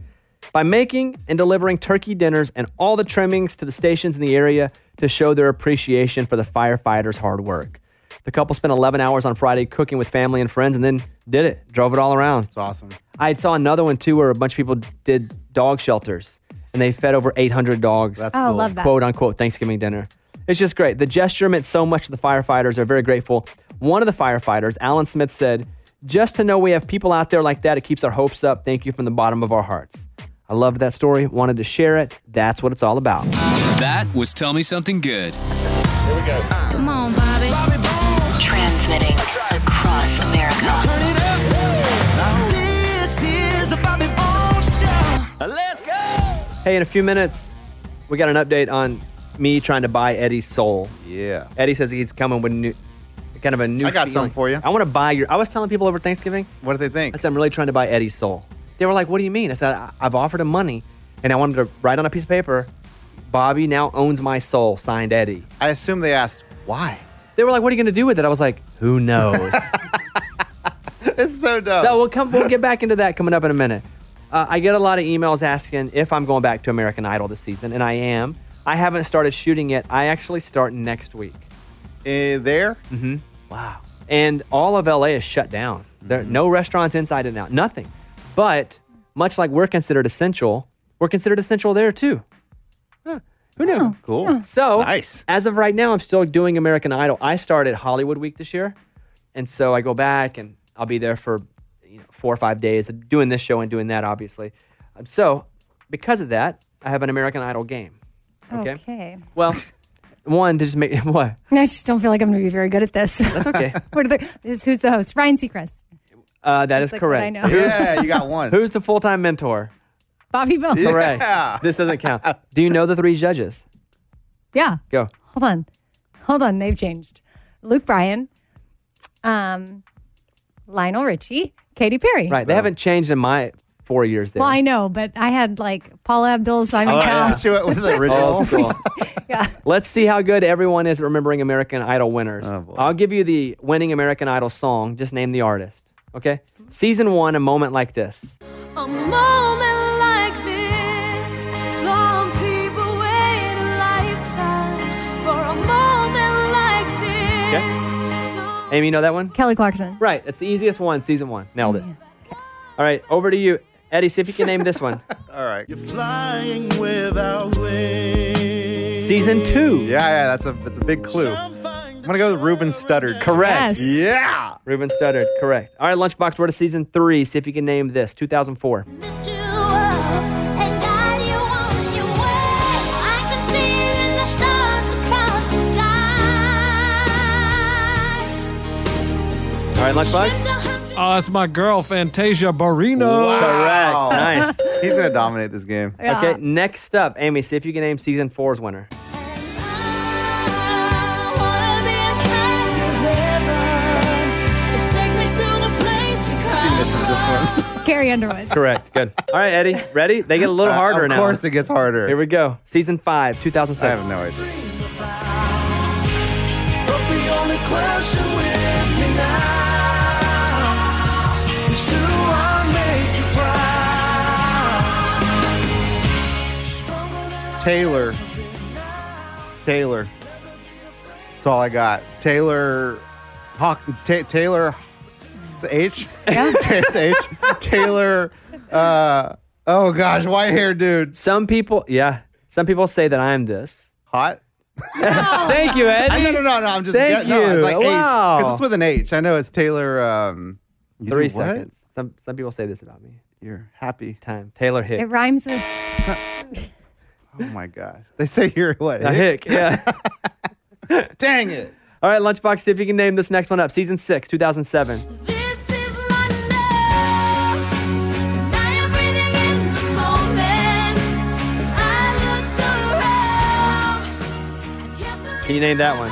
Speaker 2: by making and delivering turkey dinners and all the trimmings to the stations in the area to show their appreciation for the firefighters' hard work. The couple spent 11 hours on Friday cooking with family and friends and then did it, drove it all around. It's
Speaker 13: awesome.
Speaker 2: I saw another one too where a bunch of people did dog shelters and they fed over 800 dogs.
Speaker 4: That's Oh, cool. love that.
Speaker 2: Quote unquote Thanksgiving dinner. It's just great. The gesture meant so much to the firefighters. They're very grateful. One of the firefighters, Alan Smith, said, Just to know we have people out there like that, it keeps our hopes up. Thank you from the bottom of our hearts. I loved that story, wanted to share it. That's what it's all about.
Speaker 6: That was Tell Me Something Good.
Speaker 1: Here we go. Come on, Bobby. Bobby Bones. Transmitting across America. Turn it up. This is the Bobby Bones Show. Let's go.
Speaker 2: Hey, in a few minutes, we got an update on me trying to buy Eddie's soul.
Speaker 3: Yeah.
Speaker 2: Eddie says he's coming with new, kind of a new.
Speaker 3: I got something for
Speaker 2: you. I want to buy your. I was telling people over Thanksgiving.
Speaker 3: What do they think?
Speaker 2: I said I'm really trying to buy Eddie's soul. They were like, "What do you mean?" I said, "I- "I've offered him money, and I wanted to write on a piece of paper, Bobby now owns my soul, signed Eddie."
Speaker 3: I assume they asked why.
Speaker 2: They were like, "What are you going to do with it?" I was like, "Who knows."
Speaker 3: it's so dumb.
Speaker 2: So we'll come. We'll get back into that coming up in a minute. Uh, I get a lot of emails asking if I'm going back to American Idol this season, and I am. I haven't started shooting yet. I actually start next week.
Speaker 3: there?
Speaker 2: Mm-hmm. Wow. And all of LA is shut down. There no restaurants inside and out. Nothing. But much like we're considered essential, we're considered essential there too. Huh. Who knew?
Speaker 3: cool.
Speaker 2: So nice. As of right now, I'm still doing American Idol. I started Hollywood Week this year, and so I go back and I'll be there for you know, four or five days doing this show and doing that, obviously. Um, so because of that, I have an American Idol game. Okay.
Speaker 4: Okay.
Speaker 2: Well, one to just make what
Speaker 4: No, I just don't feel like I'm going to be very good at this. That's
Speaker 2: okay.
Speaker 4: what are the, this, who's the host? Ryan Seacrest,
Speaker 2: uh, that
Speaker 4: That's
Speaker 2: is
Speaker 4: like what I
Speaker 2: correct.
Speaker 4: know. Yeah,
Speaker 3: you got one.
Speaker 2: Who's the full time mentor?
Speaker 4: Bobby Bones.
Speaker 2: Correct. This doesn't count. Do you know the three judges?
Speaker 4: Yeah.
Speaker 2: Go.
Speaker 4: Hold on. Hold on. They've changed. Luke Bryan, um, Lionel Richie, Katy Perry.
Speaker 2: Right. They haven't changed in my four years there.
Speaker 4: Well, I know, but I had like Paula Abdul, Simon
Speaker 2: Oh,
Speaker 4: Cowell.
Speaker 2: yeah. She went with the original. Old school. Let's see how good everyone is at remembering American Idol winners. I'll give you the winning American Idol song. Just name the artist. Okay. Season one, a moment like this.
Speaker 1: A moment like this, some people wait a lifetime for a moment like this.
Speaker 2: Amy, you know that one?
Speaker 4: Kelly Clarkson. Mm-hmm.
Speaker 2: Right. It's the easiest one, season one. Nailed it. All right. Over to you, Eddie. See if you can name this one.
Speaker 3: All right. You're
Speaker 1: flying without wings.
Speaker 2: Season two.
Speaker 3: Yeah, yeah, that's a that's a big clue. I'm gonna go with Ruben Studdard.
Speaker 2: Correct.
Speaker 3: Yeah.
Speaker 2: Ruben Studdard. Correct. All right, Lunchbox, we're to season three. See if you can name this 2004. All right, Lunchbox.
Speaker 15: Oh, that's my girl, Fantasia Barrino.
Speaker 2: Correct. Nice.
Speaker 3: He's gonna dominate this game.
Speaker 15: Yeah.
Speaker 2: Okay, next up, Amy, see if you can name season four's winner.
Speaker 3: She misses this one.
Speaker 4: Carrie Underwood.
Speaker 2: Correct. Good. All right, Eddie. Ready? They get a little
Speaker 3: Uh,
Speaker 2: harder
Speaker 3: of
Speaker 2: now.
Speaker 3: course it gets harder.
Speaker 2: Here we go. Season five, 2006. I have
Speaker 3: no idea.
Speaker 1: But the only question with me now is do I make you proud?
Speaker 3: Taylor. Taylor. That's all I got. Taylor. Hawk. Ta- Taylor. It's a H. Yeah. it's a H. Taylor. Uh, oh gosh, white hair dude.
Speaker 2: Some people, yeah. Some people say that I'm this.
Speaker 3: Hot?
Speaker 2: Thank you, Eddie.
Speaker 3: I, no, no, no, no. I'm just.
Speaker 2: Thank
Speaker 3: no,
Speaker 2: you.
Speaker 3: It's like
Speaker 2: wow.
Speaker 3: Because it's with an H. I know it's Taylor. Um, you
Speaker 2: Three
Speaker 3: do what?
Speaker 2: seconds. Some some people say this about me.
Speaker 3: You're happy.
Speaker 2: Time. Taylor Hicks.
Speaker 4: It rhymes with.
Speaker 3: Oh my gosh. They say you're what?
Speaker 2: A hick. Yeah.
Speaker 3: Dang it.
Speaker 2: All right, Lunchbox, see if you can name this next one up. Season six, 2007. Can you name that one?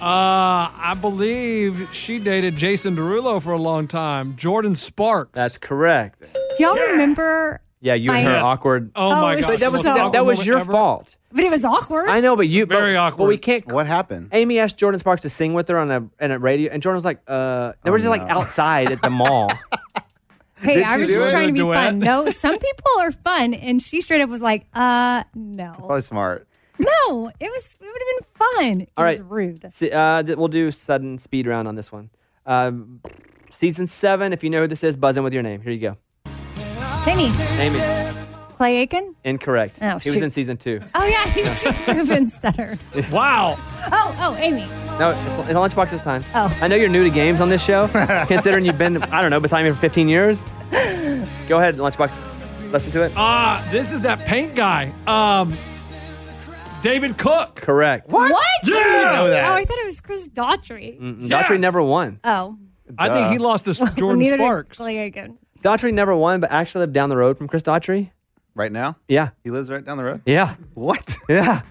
Speaker 15: Uh, I believe she dated Jason Derulo for a long time. Jordan Sparks.
Speaker 2: That's correct.
Speaker 4: Do y'all remember?
Speaker 2: Yeah, you and
Speaker 15: My-
Speaker 2: her
Speaker 15: Yes.
Speaker 2: awkward.
Speaker 15: Oh my Oh, it's
Speaker 2: But That was
Speaker 15: so-
Speaker 2: that, that was your
Speaker 15: Ever.
Speaker 2: fault.
Speaker 4: But it was awkward.
Speaker 2: I know, but you very but, awkward. But we can't.
Speaker 3: What happened?
Speaker 2: Amy asked Jordan Sparks to sing with her on a on a radio, and Jordan was like, "Uh, they were just
Speaker 3: Oh,
Speaker 2: like outside at the mall."
Speaker 4: Hey,
Speaker 2: Did
Speaker 4: I
Speaker 2: she
Speaker 4: was
Speaker 2: do
Speaker 4: just
Speaker 2: it?
Speaker 4: trying to be
Speaker 2: Duet?
Speaker 4: fun. No, some people are fun, and she straight up was like, "Uh, no,
Speaker 3: Probably smart.
Speaker 4: no." It was. It would have been fun. It
Speaker 2: All right,
Speaker 4: was rude.
Speaker 2: See, uh, th- we'll do sudden speed round on this one. Um, season seven. If you know who this is, buzz in with your name. Here you go.
Speaker 4: Timmy,
Speaker 2: Amy.
Speaker 4: Clay Aiken.
Speaker 2: Incorrect.
Speaker 4: Oh,
Speaker 2: he was
Speaker 4: shoot.
Speaker 2: in season two.
Speaker 4: Oh yeah, he was just Ruben Stutter.
Speaker 15: Wow.
Speaker 4: Oh, oh, Amy.
Speaker 2: No, it's, it's lunchbox this time.
Speaker 4: Oh.
Speaker 2: I know you're new to games on this show, considering you've been I don't know beside me for 15 years. Go ahead, lunchbox. Listen to it.
Speaker 15: Ah, this is that paint guy. Um, David Cook.
Speaker 2: Correct.
Speaker 4: What?
Speaker 15: Yeah.
Speaker 4: Oh, I thought it was Chris Daughtry.
Speaker 2: Mm, Daughtry never won.
Speaker 4: Oh.
Speaker 2: I think he lost to
Speaker 4: Well,
Speaker 2: Jordan
Speaker 4: neither did
Speaker 2: Sparks.
Speaker 4: Clay Aiken.
Speaker 2: Daughtry never won, but actually lived down the road from Chris Daughtry.
Speaker 3: Right now?
Speaker 2: Yeah.
Speaker 3: He lives right down the road?
Speaker 2: Yeah.
Speaker 3: What?
Speaker 2: Yeah.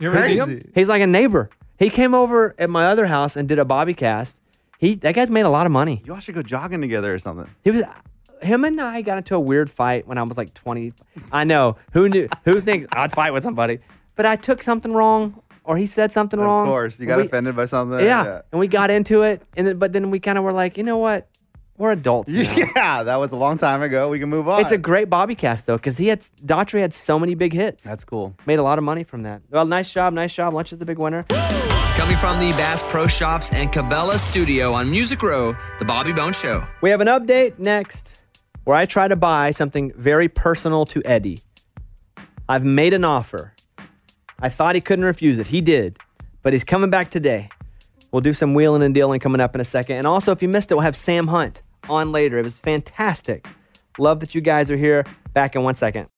Speaker 3: You ever see him? Crazy.
Speaker 2: He's like a neighbor. He came over at my other house and did a bobby cast. He that guy's made a lot of money.
Speaker 3: Y'all should go jogging together or something.
Speaker 2: He was him and I got into a weird fight when I was like 20. I know. Who knew who thinks I'd fight with somebody? But I took something wrong or he said something wrong.
Speaker 3: Of course. You got
Speaker 2: We-
Speaker 3: offended by something.
Speaker 2: yeah, And we got into it and then, but then we kind of were like, "You know what? We're adults." now."
Speaker 3: Yeah. Yeah, that was a long time ago. We can move on.
Speaker 2: It's a great bobby cast though cuz he had Daughtry had so many big hits. That's
Speaker 3: cool.
Speaker 2: Made a lot of money from that. Well, nice job, nice job. Lunch is the big winner.
Speaker 6: Coming from the Bass Pro Shops and Cabela Studio on Music Row, The Bobby Bone Show.
Speaker 2: We have an update next where I try to buy something very personal to Eddie. I've made an offer. I thought he couldn't refuse it. He did, but he's coming back today. We'll do some wheeling and dealing coming up in a second. And also, if you missed it, we'll have Sam Hunt on later. It was fantastic. Love that you guys are here. Back in one second.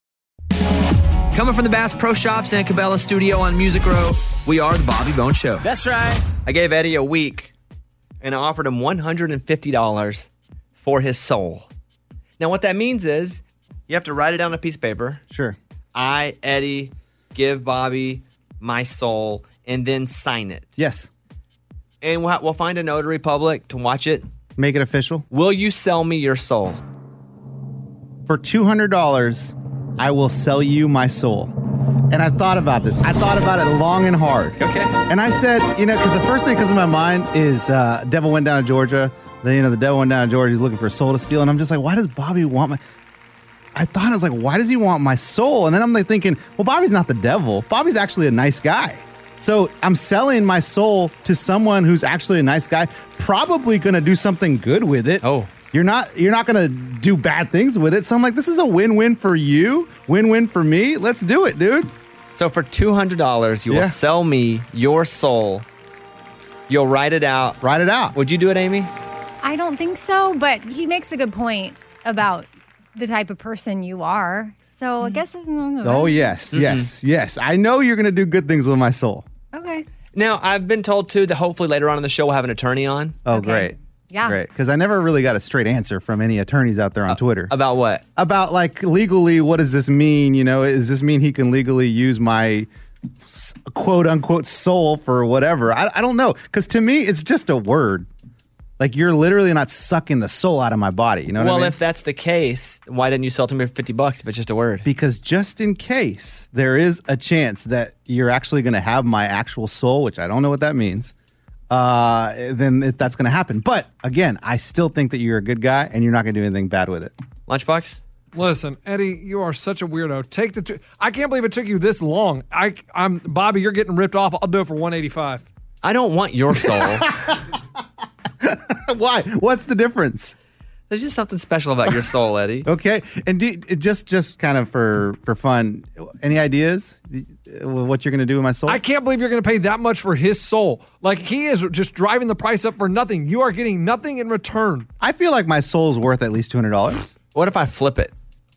Speaker 6: Coming from the Bass Pro Shops and Cabela Studio on Music Row, we are The Bobby Bone Show.
Speaker 2: That's right. I gave Eddie a week and I offered him $150 for his soul. Now, what that means is you have to write it down on a piece of paper.
Speaker 3: Sure.
Speaker 2: I, Eddie, give Bobby my soul and then sign it.
Speaker 3: Yes.
Speaker 2: And we'll, ha- we'll find a notary public to watch it.
Speaker 3: Make it official.
Speaker 2: Will you sell me your soul?
Speaker 3: For $200, I will sell you my soul. And I thought about this. I thought about it long and hard. Okay. And I said, you know, because the first thing that comes to my mind is uh, Devil Went Down to Georgia. The, you know, the Devil Went Down to Georgia. He's looking for a soul to steal. And I'm just like, why does Bobby want my. I thought, I was like, why does he want my soul? And then I'm like thinking, well, Bobby's not the devil. Bobby's actually a nice guy. So I'm selling my soul to someone who's actually a nice guy, probably gonna do something good with it. Oh. You're not you're not gonna do bad things with it. So I'm like, this is a win-win for you, win-win for me. Let's do it, dude.
Speaker 2: So for $200, you will sell me your soul. You'll write it out.
Speaker 3: Write it out.
Speaker 2: Would you do it, Amy?
Speaker 4: I don't think so, but he makes a good point about the type of person you are. So I guess it's
Speaker 3: Oh yes,
Speaker 4: Mm-hmm.
Speaker 3: yes, yes. I know you're gonna do good things with my soul.
Speaker 4: Okay.
Speaker 2: Now, I've been told too that hopefully later on in the show we'll have an attorney on.
Speaker 3: Oh great.
Speaker 4: Yeah.
Speaker 3: Great. Because I never really got a straight answer from any attorneys out there on Twitter.
Speaker 2: Uh, About what?
Speaker 3: About like legally, what does this mean? You know, does this mean he can legally use my s- quote unquote soul for whatever? I, I don't know. Because to me, it's just a word. Like you're literally not sucking the soul out of my body. You know what
Speaker 2: well,
Speaker 3: I mean?
Speaker 2: if that's the case, why didn't you sell it to me for 50 bucks if it's just a word?
Speaker 3: because just in case there is a chance that you're actually going to have my actual soul, which I don't know what that means, uh, then it, that's going to happen. But again, I still think that you're a good guy and you're not going to do anything bad with it.
Speaker 2: Lunchbox?
Speaker 15: Listen, Eddie, you are such a weirdo. Take the. Two- I can't believe it took you this long. I, I'm Bobby. You're getting ripped off. I'll do it for 185.
Speaker 2: I don't want your soul.
Speaker 3: Why? What's the difference?
Speaker 2: There's just something special about your soul, Eddie.
Speaker 3: Okay, and do, just just kind of for for fun, any ideas uh, what you're going to do with my soul?
Speaker 15: I can't believe you're going to pay that much for his soul. Like he is just driving the price up for nothing. You are getting nothing in return.
Speaker 3: I feel like my soul's worth at least two hundred dollars.
Speaker 2: What if I flip it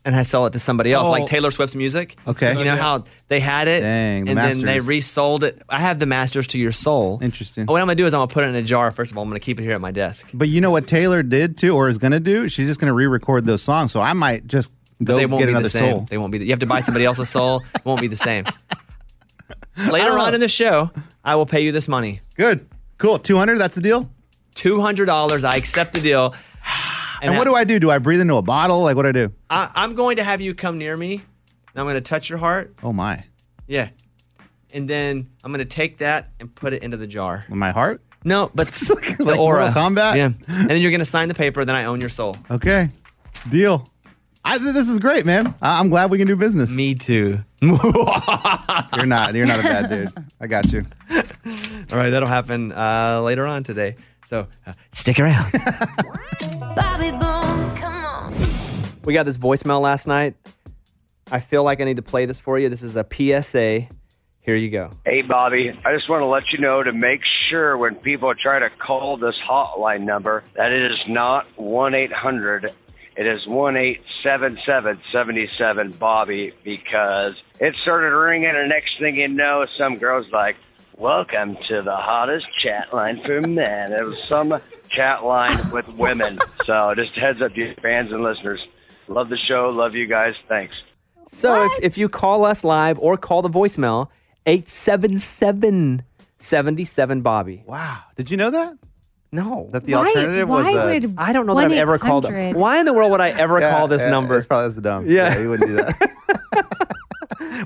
Speaker 2: and I sell it to somebody else, like
Speaker 3: Oh.
Speaker 2: Taylor Swift's music?
Speaker 3: Okay.
Speaker 2: You know how they had it
Speaker 3: Dang, the
Speaker 2: and then they
Speaker 3: masters.
Speaker 2: resold it. I have the masters to your soul. Interesting. What I'm going to do is I'm going to put it in a jar, first of all. I'm going to keep it here at my desk.
Speaker 3: But you know what Taylor did too, or is going to do? She's just going to re-record those songs. So I might just
Speaker 2: But
Speaker 3: go
Speaker 2: they won't
Speaker 3: get
Speaker 2: be
Speaker 3: another
Speaker 2: the same.
Speaker 3: soul.
Speaker 2: They won't be. The, you have to buy somebody else's soul. It won't be the same. Later on in the show, I will pay you this money.
Speaker 3: Good. Cool. 200, that's the deal?
Speaker 2: $200. I accept the deal.
Speaker 3: And, what do I do? Do I breathe into a bottle? Like what do I do?
Speaker 2: I, I'm going to have you come near me. And I'm going to touch your heart.
Speaker 3: Oh my,
Speaker 2: Yeah. And then I'm going to take that and put it into the jar.
Speaker 3: my heart.
Speaker 2: No, but the
Speaker 3: like
Speaker 2: aura.
Speaker 3: Mortal Kombat?
Speaker 2: Yeah. And then you're going to sign the paper, then I own your soul.
Speaker 3: Okay, deal. I think this is great, man. I, I'm glad we can do business.
Speaker 2: Me too.
Speaker 3: you're not. You're not a bad dude. I got you.
Speaker 2: All right, that'll happen uh, later on today. So uh, stick around.
Speaker 1: Bobby Bone, come on.
Speaker 2: We got this voicemail last night. I feel like I need to play this for you. This is a PSA. Here you go.
Speaker 14: Hey, Bobby, I just want to let you know to make sure when people try to call this hotline number that it is not 1 800. It is 1 877 Bobby because it started ringing, and next thing you know, some girl's like, Welcome to the hottest chat line for men. It was some chat line with women. So just a heads up, you fans and listeners. Love the show. Love you guys. Thanks.
Speaker 2: So if, if you call us live or call the voicemail, 877 77 Bobby. Wow.
Speaker 3: Did you know that?
Speaker 2: No.
Speaker 3: That the alternative was a-
Speaker 2: I don't know that I've ever called it. Why in the world would I ever
Speaker 3: Yeah,
Speaker 2: call this
Speaker 3: yeah,
Speaker 2: number?
Speaker 3: It's probably that's the dumb.
Speaker 2: Yeah.
Speaker 3: Yeah, you wouldn't do that.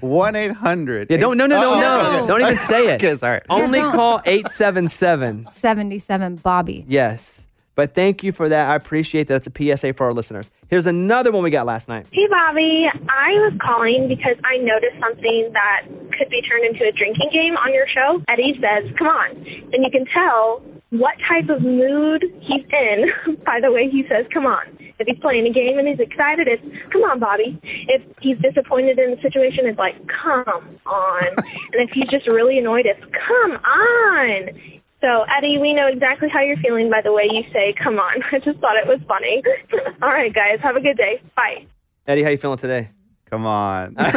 Speaker 3: One eight hundred. Oh,
Speaker 2: Yeah, don't, no, no, no, no. Don't even say it.
Speaker 3: okay, sorry.
Speaker 2: Only
Speaker 4: Don't.
Speaker 2: call 877.
Speaker 4: 77 Bobby.
Speaker 2: Yes. But thank you for that. I appreciate that. It's a PSA for our listeners. Here's another one we got last night.
Speaker 16: Hey, Bobby. I was calling because I noticed something that could be turned into a drinking game on your show. Eddie says, come on. And you can tell what type of mood he's in by the way he says, come on. If he's playing a game and he's excited, it's, come on, Bobby. If he's disappointed in the situation, it's like, come on. and if he's just really annoyed, it's, come on. So, Eddie, we know exactly how you're feeling by the way you say, come on. I just thought it was funny. All right, guys. Have a good day. Bye.
Speaker 2: Eddie, how you feeling today?
Speaker 3: Come on.
Speaker 2: That's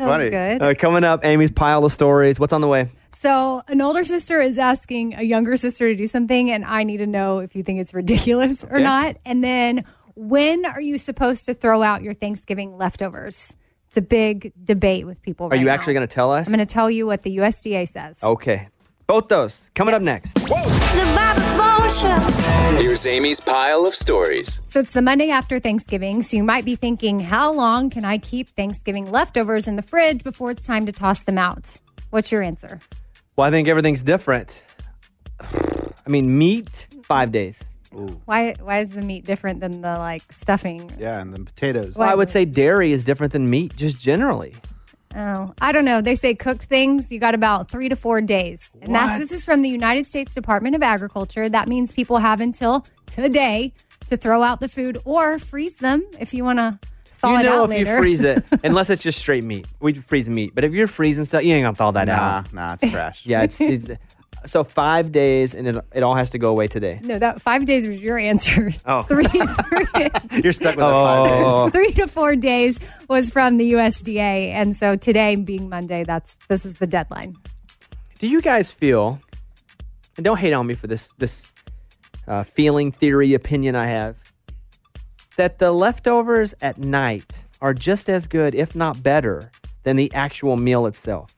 Speaker 4: funny. good.
Speaker 2: Uh, coming up, Amy's pile of stories. What's on the way?
Speaker 4: So, an older sister is asking a younger sister to do something, and I need to know if you think it's ridiculous or
Speaker 2: Okay.
Speaker 4: not. And then, when are you supposed to throw out your Thanksgiving leftovers? It's a big debate with people.
Speaker 2: Are
Speaker 4: right
Speaker 2: you
Speaker 4: now.
Speaker 2: actually Oh. going to tell us?
Speaker 4: I'm going to tell you what the USDA says.
Speaker 2: Okay. Both those coming up next.
Speaker 17: Here's Amy's pile of stories.
Speaker 4: So it's the Monday after Thanksgiving. So you might be thinking, how long can I keep Thanksgiving leftovers in the fridge before it's time to toss them out? What's your answer?
Speaker 2: Well, I think everything's different. I mean, meat, five days.
Speaker 4: Why why is the meat different than the like stuffing?
Speaker 2: Yeah, and then potatoes.
Speaker 4: Well,
Speaker 2: I would say dairy is different than meat, just generally.
Speaker 4: Oh, I don't know. They say cooked things, you got about three to four days. And that's this is from the United States Department of Agriculture. That means people have until today to throw out the food or freeze them if you want to thaw
Speaker 2: you
Speaker 4: it
Speaker 2: know
Speaker 4: out
Speaker 2: if
Speaker 4: later.
Speaker 2: you freeze it, unless it's just straight meat. We freeze meat, but if you're freezing stuff, you ain't gonna thaw that out.
Speaker 3: Nah, nah, it's trash.
Speaker 2: yeah, it's, it's so five days, and it, it all has to go away today.
Speaker 4: no, that five days was your answer.
Speaker 2: Oh,
Speaker 4: Three
Speaker 2: you're stuck with oh.
Speaker 4: three to four days was from the USDA, and so today being Monday, that's this is the deadline.
Speaker 2: Do you guys feel? And don't hate on me for this this uh, feeling, theory, opinion I have that the leftovers at night are just as good, if not better, than the actual meal itself.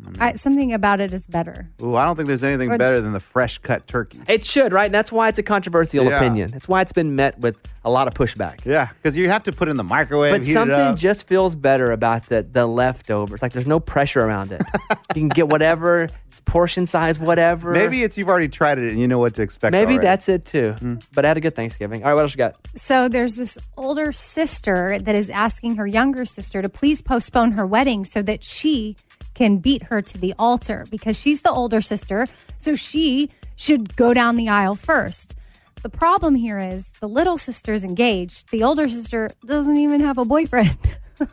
Speaker 2: Mm.
Speaker 4: I, something about it is better.
Speaker 2: Ooh, I don't think there's anything
Speaker 4: Or- better
Speaker 2: than the fresh cut turkey. It should, right? And that's why it's a controversial
Speaker 3: Yeah.
Speaker 2: opinion. That's why it's been met with a lot of pushback.
Speaker 3: Yeah, because you have to put it in the microwave.
Speaker 2: But
Speaker 3: heat it
Speaker 2: something
Speaker 3: up.
Speaker 2: just feels better about the the leftovers. Like there's no pressure around it. you can get whatever, it's portion size, whatever.
Speaker 3: Maybe it's you've already tried it and you know what to expect.
Speaker 2: Maybe
Speaker 3: already. Mm.
Speaker 2: that's it too. But I had a good Thanksgiving. All right, what else you got?
Speaker 4: So there's this older sister that is asking her younger sister to please postpone her wedding so that she can beat her to the altar because she's the older sister, so she should go down the aisle first. The problem here is the little sister's engaged. The older sister doesn't even have a boyfriend.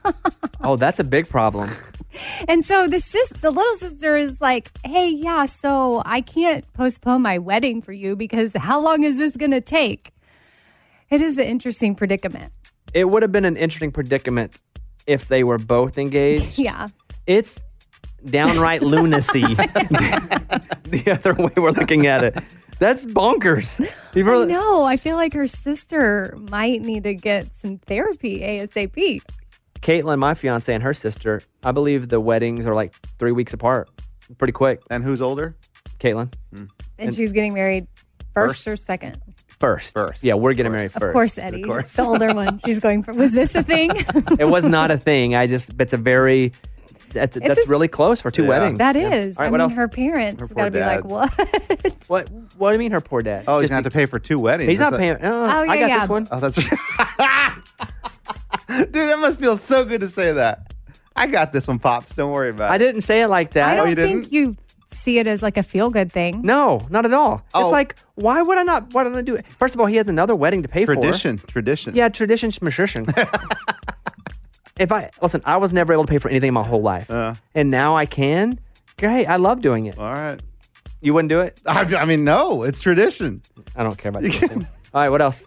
Speaker 2: Oh, that's a big problem.
Speaker 4: And so the sis, the little sister is like, "Hey, yeah, so I can't postpone my wedding for you because how long is this going to take?" It is an interesting predicament.
Speaker 2: It would have been an interesting predicament if they were both engaged.
Speaker 4: Yeah.
Speaker 2: It's downright lunacy. the other way we're looking at it. That's bonkers. You've
Speaker 4: I
Speaker 2: really-
Speaker 4: know. I feel like her sister might need to get some therapy ASAP.
Speaker 2: Caitlin, my fiance, and her sister, I believe the weddings are like three weeks apart. Pretty quick.
Speaker 3: And who's older? Hmm.
Speaker 2: Caitlin.
Speaker 4: And,
Speaker 2: And-
Speaker 4: she's getting married first, or second.
Speaker 2: First. First. Yeah, we're getting married first.
Speaker 4: Of course, Eddie. The older one. She's going for. Was this a thing?
Speaker 2: it was not a thing. I just, it's a very, that's,
Speaker 4: It's
Speaker 2: that's
Speaker 4: a-
Speaker 2: really close for two weddings.
Speaker 4: That
Speaker 2: Yeah.
Speaker 4: is.
Speaker 2: All right,
Speaker 4: I
Speaker 2: what
Speaker 4: mean,
Speaker 2: else?
Speaker 4: her parents
Speaker 2: Her
Speaker 4: got
Speaker 2: poor
Speaker 4: to be like,
Speaker 2: dad.
Speaker 4: what?
Speaker 2: What, what do you mean her poor dad?
Speaker 3: Oh, he's
Speaker 2: Just
Speaker 3: gonna have to pay for two weddings.
Speaker 2: He's not
Speaker 3: That's
Speaker 2: paying.
Speaker 3: a-
Speaker 2: Oh, I got this one.
Speaker 3: Oh, that's dude. That must feel so good to say that. I got this one, pops. Don't worry about it.
Speaker 2: I didn't say it like that.
Speaker 4: I
Speaker 3: Oh,
Speaker 4: don't
Speaker 3: you didn't?
Speaker 4: think you see it as like a feel good thing.
Speaker 2: No, not at all.
Speaker 4: Oh.
Speaker 2: It's like, why would I not? Why don't I do it? First of all, he has another wedding to pay
Speaker 3: Tradition,
Speaker 2: for.
Speaker 3: tradition.
Speaker 2: Yeah, tradition, tradition. if I listen, I was never able to pay for anything my whole life, and now I can. Great, I love doing it.
Speaker 3: Uh. All right,
Speaker 2: you wouldn't do it?
Speaker 3: I, I mean, no, it's tradition.
Speaker 2: I don't care about that. all right, what else?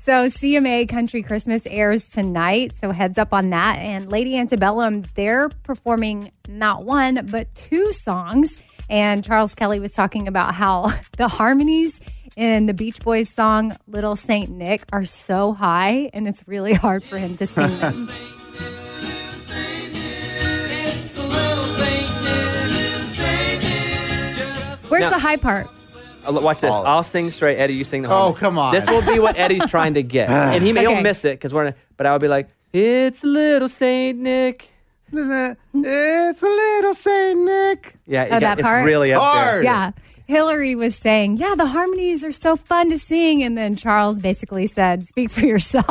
Speaker 4: So CMA Country Christmas airs tonight. So heads up on that. And Lady Antebellum, they're performing not one, but two songs. And Charles Kelly was talking about how the harmonies in the Beach Boys song Little Saint Nick are so high, and it's really hard for him to sing them. Where's
Speaker 2: Now-
Speaker 4: the high part?
Speaker 2: Uh, look, Watch this.
Speaker 4: All of
Speaker 2: I'll sing straight. Eddie, you sing the
Speaker 4: Oh,
Speaker 2: whole.
Speaker 4: come on.
Speaker 2: This will be what Eddie's trying to get, and he may
Speaker 4: Okay.
Speaker 2: will miss it because we're. In a, but I'll be like, it's a little Saint Nick.
Speaker 3: It's a little Saint Nick.
Speaker 2: Yeah, it got-
Speaker 4: Oh, that
Speaker 2: it's
Speaker 4: part?
Speaker 2: really up there.
Speaker 4: Yeah. Hillary was saying, yeah, the harmonies are so fun to sing. And then Charles basically said, speak for yourself.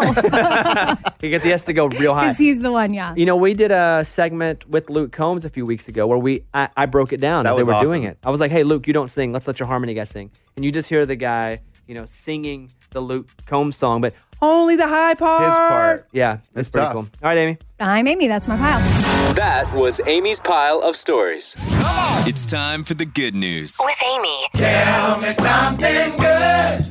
Speaker 2: He gets he has to go real high.
Speaker 4: Because he's the one, yeah.
Speaker 2: You know, we did a segment with Luke Combs a few weeks ago where we I, I broke it down
Speaker 3: That
Speaker 2: as they
Speaker 3: was
Speaker 2: were
Speaker 3: awesome.
Speaker 2: doing it. I was like, "Hey, Luke, you don't sing. Let's let your harmony guy sing." And you just hear the guy, you know, singing the Luke Combs song, but only the high part. His part. Yeah, that's pretty
Speaker 17: tough.
Speaker 2: cool. All right, Amy.
Speaker 4: I'm Amy. That's my pile.
Speaker 17: That was Amy's pile of stories.
Speaker 6: It's time for the good news.
Speaker 17: With Amy.
Speaker 6: Tell me something good.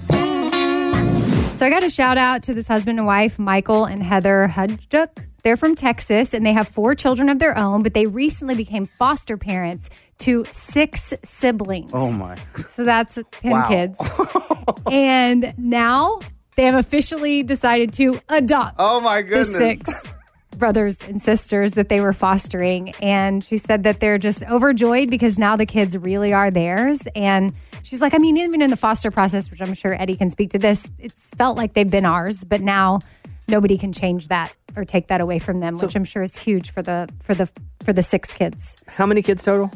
Speaker 4: So I got a shout out to this husband and wife, Michael and Heather Hudjuk. They're from Texas and they have four children of their own, but they recently became foster parents to six siblings.
Speaker 3: Oh my.
Speaker 4: So that's 10
Speaker 3: Wow.
Speaker 4: kids. and now they have officially decided to adopt.
Speaker 3: Oh my goodness.
Speaker 4: The six brothers and sisters that they were fostering. And she said that they're just overjoyed because now the kids really are theirs. And she's like, I mean, even in the foster process, which I'm sure Eddie can speak to this, it's felt like they've been ours, but now nobody can change that or take that away from them, which I'm sure is huge for the for the for the six kids.
Speaker 2: How many kids total?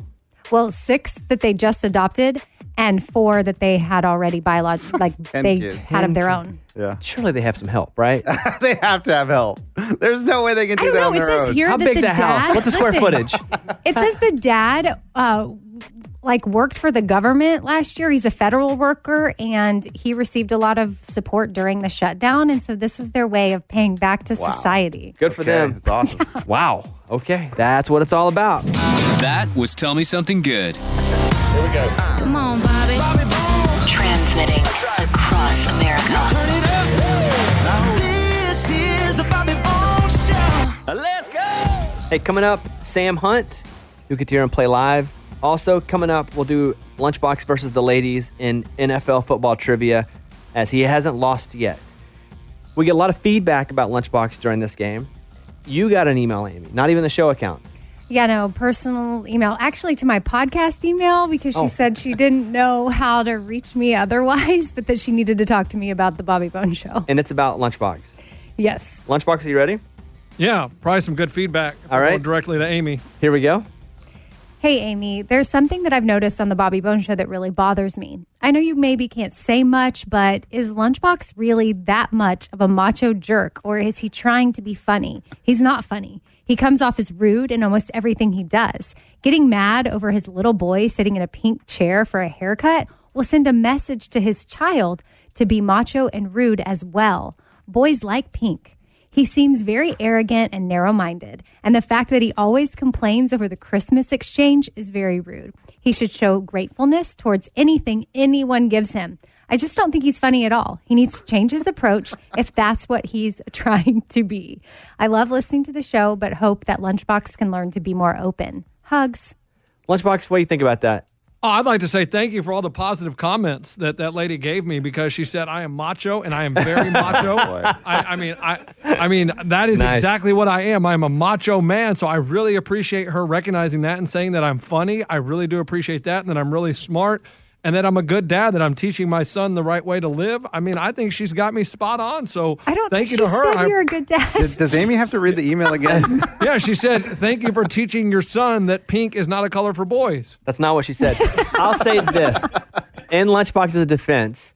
Speaker 4: Well, six that they just adopted and four that they had already bylaws like they
Speaker 3: kids.
Speaker 4: had of their own.
Speaker 3: Yeah.
Speaker 2: Surely they have some help, right?
Speaker 3: they have to have help. There's no way they can do
Speaker 4: I don't
Speaker 3: that
Speaker 4: know.
Speaker 3: on
Speaker 4: It
Speaker 3: their
Speaker 4: says
Speaker 3: own.
Speaker 4: here How that big's the the house? dad- What's the square Listen. footage? It says the dad uh like worked for the government last year. He's a federal worker and he received a lot of support during the shutdown and so this was their way of paying back to
Speaker 2: Wow.
Speaker 4: society.
Speaker 2: Good for them. It's
Speaker 3: awesome.
Speaker 2: wow. Okay, that's what it's all about.
Speaker 6: That was Tell Me Something Good.
Speaker 17: Here we go.
Speaker 18: Come on, Bobby. Transmitting across America. Turn it up. This is the Bobby Bones Show. Let's go.
Speaker 2: Hey, coming up, Sam Hunt. You could hear him play live. Also, coming up, we'll do Lunchbox versus the ladies in NFL football trivia, as he hasn't lost yet. We get a lot of feedback about Lunchbox during this game. You got an email, Amy, not even the show account.
Speaker 4: Yeah, no, personal email. Actually, to my podcast email because she
Speaker 2: Oh.
Speaker 4: said she didn't know how to reach me otherwise, but that she needed to talk to me about the Bobby Bone Show.
Speaker 2: And it's about Lunchbox.
Speaker 4: Yes.
Speaker 2: Lunchbox, are you ready?
Speaker 15: Yeah, probably some good feedback.
Speaker 2: All
Speaker 15: Go
Speaker 2: right.
Speaker 15: directly to Amy.
Speaker 2: Here we go.
Speaker 4: Hey, Amy, there's something that I've noticed on the Bobby Bone Show that really bothers me. I know you maybe can't say much, but is Lunchbox really that much of a macho jerk, or is he trying to be funny? He's not funny. He comes off as rude in almost everything he does. Getting mad over his little boy sitting in a pink chair for a haircut will send a message to his child to be macho and rude as well. Boys like pink. He seems very arrogant and narrow minded, and the fact that he always complains over the Christmas exchange is very rude. He should show gratefulness towards anything anyone gives him. I just don't think he's funny at all. He needs to change his approach if that's what he's trying to be. I love listening to the show, but hope that Lunchbox can learn to be more open. Hugs.
Speaker 2: Lunchbox, what do you think about that?
Speaker 15: Oh, I'd like to say thank you for all the positive comments that that lady gave me because she said I am macho and I am very macho. I, I mean, I, I mean that is
Speaker 12: Nice.
Speaker 15: exactly what I am. I'm a macho man, so I really appreciate her recognizing that and saying that I'm funny. I really do appreciate that, and that I'm really smart, and that I'm a good dad. That I'm teaching my son the right way to live. I mean, I think she's got me spot on. So I don't thank you to her. I-
Speaker 4: a good dad.
Speaker 3: Does Amy have to read the email again?
Speaker 15: yeah, she said thank you for teaching your son that pink is not a color for boys.
Speaker 2: That's not what she said. I'll say this in Lunchbox's defense,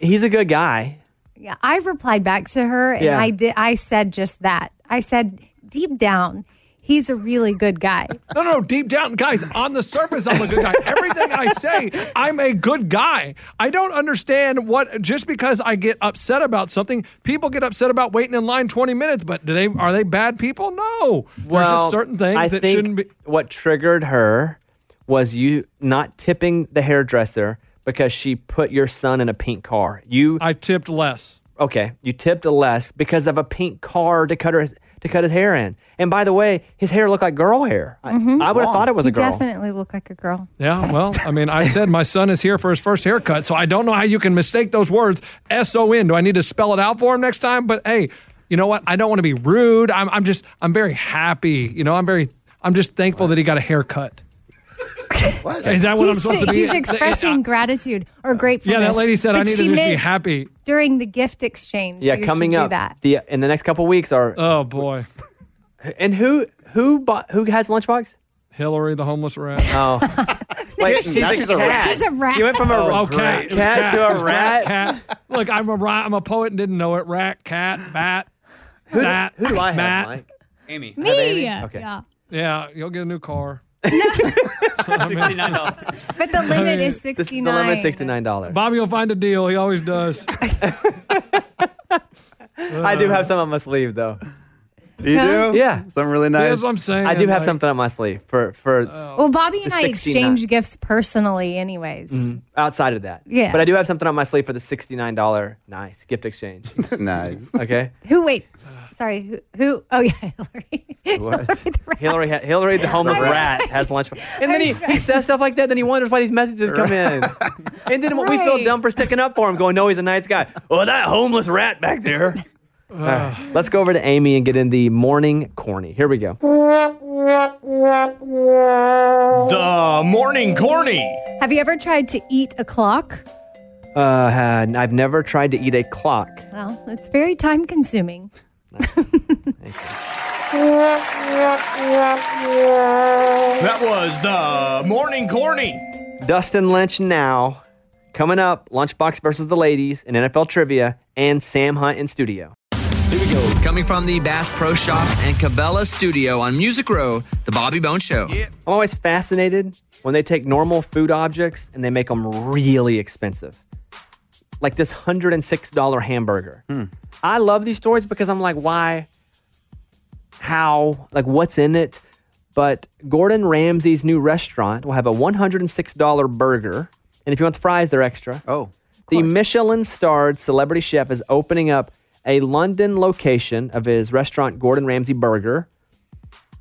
Speaker 2: he's a good guy.
Speaker 4: Yeah, I replied back to her, and
Speaker 2: Yeah.
Speaker 4: I did. I said just that. I said deep down, he's a really good guy.
Speaker 15: No, no, deep down, guys, on the surface, I'm a good guy. Everything I say, I'm a good guy. I don't understand what just because I get upset about something, people get upset about waiting in line 20 minutes. But do they are they bad people? No. There's just certain things
Speaker 2: I
Speaker 15: that
Speaker 2: think
Speaker 15: shouldn't be.
Speaker 2: What triggered her was you not tipping the hairdresser because she put your son in a pink car. You
Speaker 15: I tipped less.
Speaker 2: Okay, you tipped a less because of a pink car to cut her to cut his hair in. And by the way, his hair looked like girl hair. I-
Speaker 4: Mm-hmm.
Speaker 2: I, would have thought it was
Speaker 4: You
Speaker 2: a girl.
Speaker 4: Definitely look like a girl.
Speaker 15: Yeah, well, I mean, I said my son is here for his first haircut, so I don't know how you can mistake those words S O N. Do I need to spell it out for him next time? But hey, you know what? I don't want to be rude. I'm, I'm just, I'm very happy. You know, I'm very, I'm just thankful that he got a haircut. What? Is that what
Speaker 4: he's
Speaker 15: I'm supposed
Speaker 4: ju-
Speaker 15: to be?
Speaker 4: He's expressing gratitude or
Speaker 15: Yeah,
Speaker 4: gratefulness.
Speaker 15: that lady said I
Speaker 4: But
Speaker 15: need to
Speaker 4: she
Speaker 15: just be
Speaker 4: meant
Speaker 15: happy.
Speaker 4: during the gift exchange.
Speaker 2: Yeah,
Speaker 4: you should
Speaker 2: coming
Speaker 4: do
Speaker 2: up
Speaker 4: That.
Speaker 2: the in the next couple weeks are
Speaker 15: Oh boy.
Speaker 2: And who who bought who has lunchbox?
Speaker 15: Hillary the homeless rat.
Speaker 2: Oh. Wait, she's,
Speaker 15: Now
Speaker 2: a
Speaker 15: she's a
Speaker 2: cat.
Speaker 15: rat. She's a
Speaker 2: She went from a
Speaker 15: Oh, cat.
Speaker 2: cat,
Speaker 15: It was cat. It
Speaker 2: to
Speaker 15: was
Speaker 2: a rat.
Speaker 15: Cat. Look, I'm a rat. I'm a poet and didn't know it. Rat, cat, bat,
Speaker 2: Who do-
Speaker 15: sat.
Speaker 2: who do I have,
Speaker 15: mat.
Speaker 2: Mike?
Speaker 15: Amy.
Speaker 4: Me. Okay. Yeah.
Speaker 15: Yeah, you'll get a new car.
Speaker 4: But the limit is sixty nine.
Speaker 2: $69.
Speaker 15: Bobby will find a deal. He always does.
Speaker 2: I do have some on my sleeve though.
Speaker 3: You
Speaker 4: Huh?
Speaker 3: do?
Speaker 2: Yeah.
Speaker 3: Something really
Speaker 2: See,
Speaker 3: nice.
Speaker 2: that's what I'm saying, I do have
Speaker 3: like-
Speaker 2: something on my sleeve for
Speaker 15: Oh.
Speaker 2: for
Speaker 4: Well, Bobby and
Speaker 2: The
Speaker 4: I
Speaker 2: 69.
Speaker 4: exchange gifts personally, anyways.
Speaker 2: Mhm. outside of that.
Speaker 4: Yeah.
Speaker 2: But I do have something on my sleeve for the $69 nice gift exchange.
Speaker 3: nice.
Speaker 2: Okay.
Speaker 4: Who? Wait, sorry. Who? who oh yeah, Hillary.
Speaker 2: What?
Speaker 4: the rat.
Speaker 2: Hillary, ha- Hillary, the homeless
Speaker 4: The
Speaker 2: rat,
Speaker 4: rat.
Speaker 2: has lunch. And then he, he says stuff like that. Then he wonders why these messages come in. And then we feel
Speaker 4: Right.
Speaker 2: dumb for sticking up for him, going, "No, he's a nice guy." Oh, that homeless rat back there. All right, let's go over to Amy and get in the morning corny. Here we go.
Speaker 1: The
Speaker 4: Have you ever tried to eat a clock?
Speaker 2: Uh, uh, I've never tried to eat a clock.
Speaker 4: Well, it's very time consuming.
Speaker 1: That
Speaker 2: was the morning corny. Dustin Lynch now. Coming up, Lunchbox versus the Ladies in NFL Trivia and Sam Hunt in studio. Here we go. Coming from the Bass Pro Shops and Cabela Studio on Music Row, the Bobby Bone Show. I'm always fascinated when they take normal food objects and they make them really expensive. Like this $106 hamburger.
Speaker 1: Hmm.
Speaker 2: I love these stories because I'm like, why? How? Like, what's in it? But Gordon Ramsay's new restaurant will have a $106 burger. And if you want the fries, they're extra. Oh. The Michelin starred celebrity chef is opening up a London location of his restaurant, Gordon Ramsay Burger.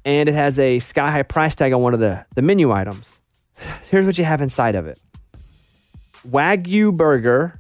Speaker 2: And it has a sky high price tag on one of the, the menu items. Here's what you have inside of it Wagyu burger,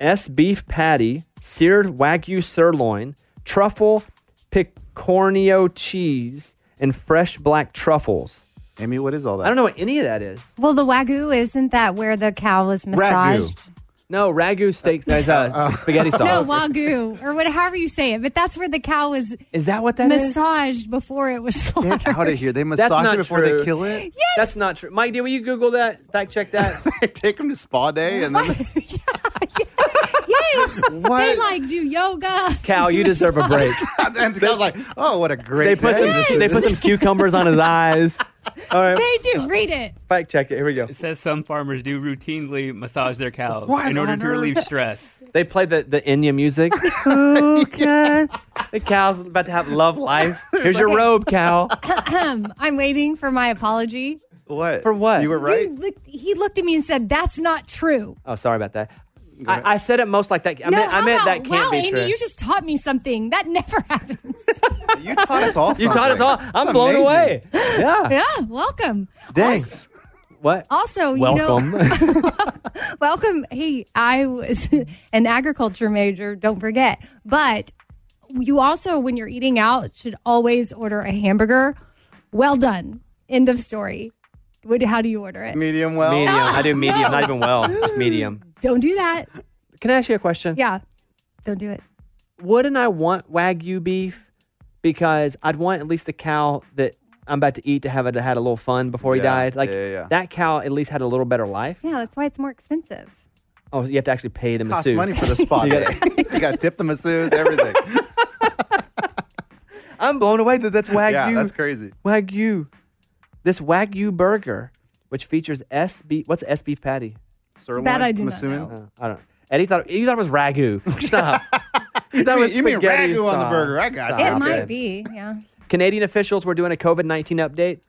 Speaker 2: S beef patty, seared Wagyu sirloin, truffle picornio cheese, and fresh black truffles. Amy, what is all that? I don't know what any of that is.
Speaker 4: Well, the wagyu isn't that where the cow was massaged?
Speaker 2: No, ragu steak is
Speaker 3: Oh.
Speaker 2: uh, spaghetti sauce.
Speaker 4: No, wagyu or whatever however you say it, but that's where the cow was
Speaker 2: is that what that is?
Speaker 4: massaged before it was slaughtered.
Speaker 2: That's not true.
Speaker 3: it?
Speaker 2: Yes. That's not true. Mike, D, will you Google that? Fact check that.
Speaker 3: Take him to spa day and then
Speaker 4: yes. They like do yoga.
Speaker 2: Cal, you deserve a break.
Speaker 3: and the guy's like, "Oh, what a great
Speaker 2: they put
Speaker 3: day
Speaker 2: some
Speaker 3: this
Speaker 2: they
Speaker 3: is."
Speaker 2: put some cucumbers on his eyes. All right.
Speaker 4: They do. Read it.
Speaker 2: Fact check it. Here we go. It
Speaker 19: says some farmers do routinely massage their cows
Speaker 2: What
Speaker 19: in order
Speaker 2: on
Speaker 19: to relieve
Speaker 2: earth?
Speaker 19: stress.
Speaker 2: They play the the Enya music. Who can- The cow's about to have love life. Here's your robe, cow.
Speaker 4: I'm waiting for my apology.
Speaker 2: What? For what? You were
Speaker 4: He looked, he looked at me and said, "That's not true."
Speaker 2: Oh, sorry about that. I, I said it most like that. I meant, I
Speaker 4: how
Speaker 2: meant
Speaker 4: about-
Speaker 2: that can't
Speaker 4: wow,
Speaker 2: be
Speaker 4: Amy,
Speaker 2: true.
Speaker 4: you just taught me something that never happened.
Speaker 3: you taught us all.
Speaker 2: You taught us all.
Speaker 3: something.
Speaker 2: I'm
Speaker 3: That's
Speaker 2: blown
Speaker 3: amazing.
Speaker 2: away. Yeah.
Speaker 4: yeah, welcome.
Speaker 2: Thanks. What?
Speaker 4: Also, you
Speaker 2: Welcome.
Speaker 4: know, welcome. Hey, I was an agriculture major. Don't forget, but you also, when you're eating out, should always order a hamburger. Well done. End of story. What, how do you order it?
Speaker 3: Medium well.
Speaker 2: Medium. I do medium,
Speaker 4: No.
Speaker 2: not even well. Just medium.
Speaker 4: Don't do that.
Speaker 2: Can I ask you a question?
Speaker 4: Yeah, don't do it.
Speaker 2: Wouldn't I want Wagyu beef because I'd want at least the cow that I'm about to eat to have it had a little fun before he
Speaker 4: Yeah,
Speaker 2: died? Like
Speaker 4: yeah, yeah.
Speaker 2: that cow at least had a little better life.
Speaker 4: Yeah, that's why it's more expensive.
Speaker 2: Oh, you have to actually pay the
Speaker 3: Costs
Speaker 2: masseuse.
Speaker 3: money for the spa
Speaker 2: You gotta-
Speaker 3: day. you got to tip the masseuse, everything.
Speaker 2: I'm blown away that that's Wagyu.
Speaker 3: Yeah, that's crazy.
Speaker 2: Wagyu. This Wagyu burger, which features S beef. What's S beef patty?
Speaker 3: Sirloin, That I do I'm not assuming.
Speaker 2: Oh, I don't. Eddie thought you thought it was ragu. Stop. you thought it was
Speaker 3: You mean
Speaker 2: spaghetti
Speaker 3: ragu on the
Speaker 2: sauce.
Speaker 3: burger. I got
Speaker 2: Stop
Speaker 3: you.
Speaker 4: it might
Speaker 2: it.
Speaker 4: be. Yeah.
Speaker 2: Canadian officials were doing a COVID 19 update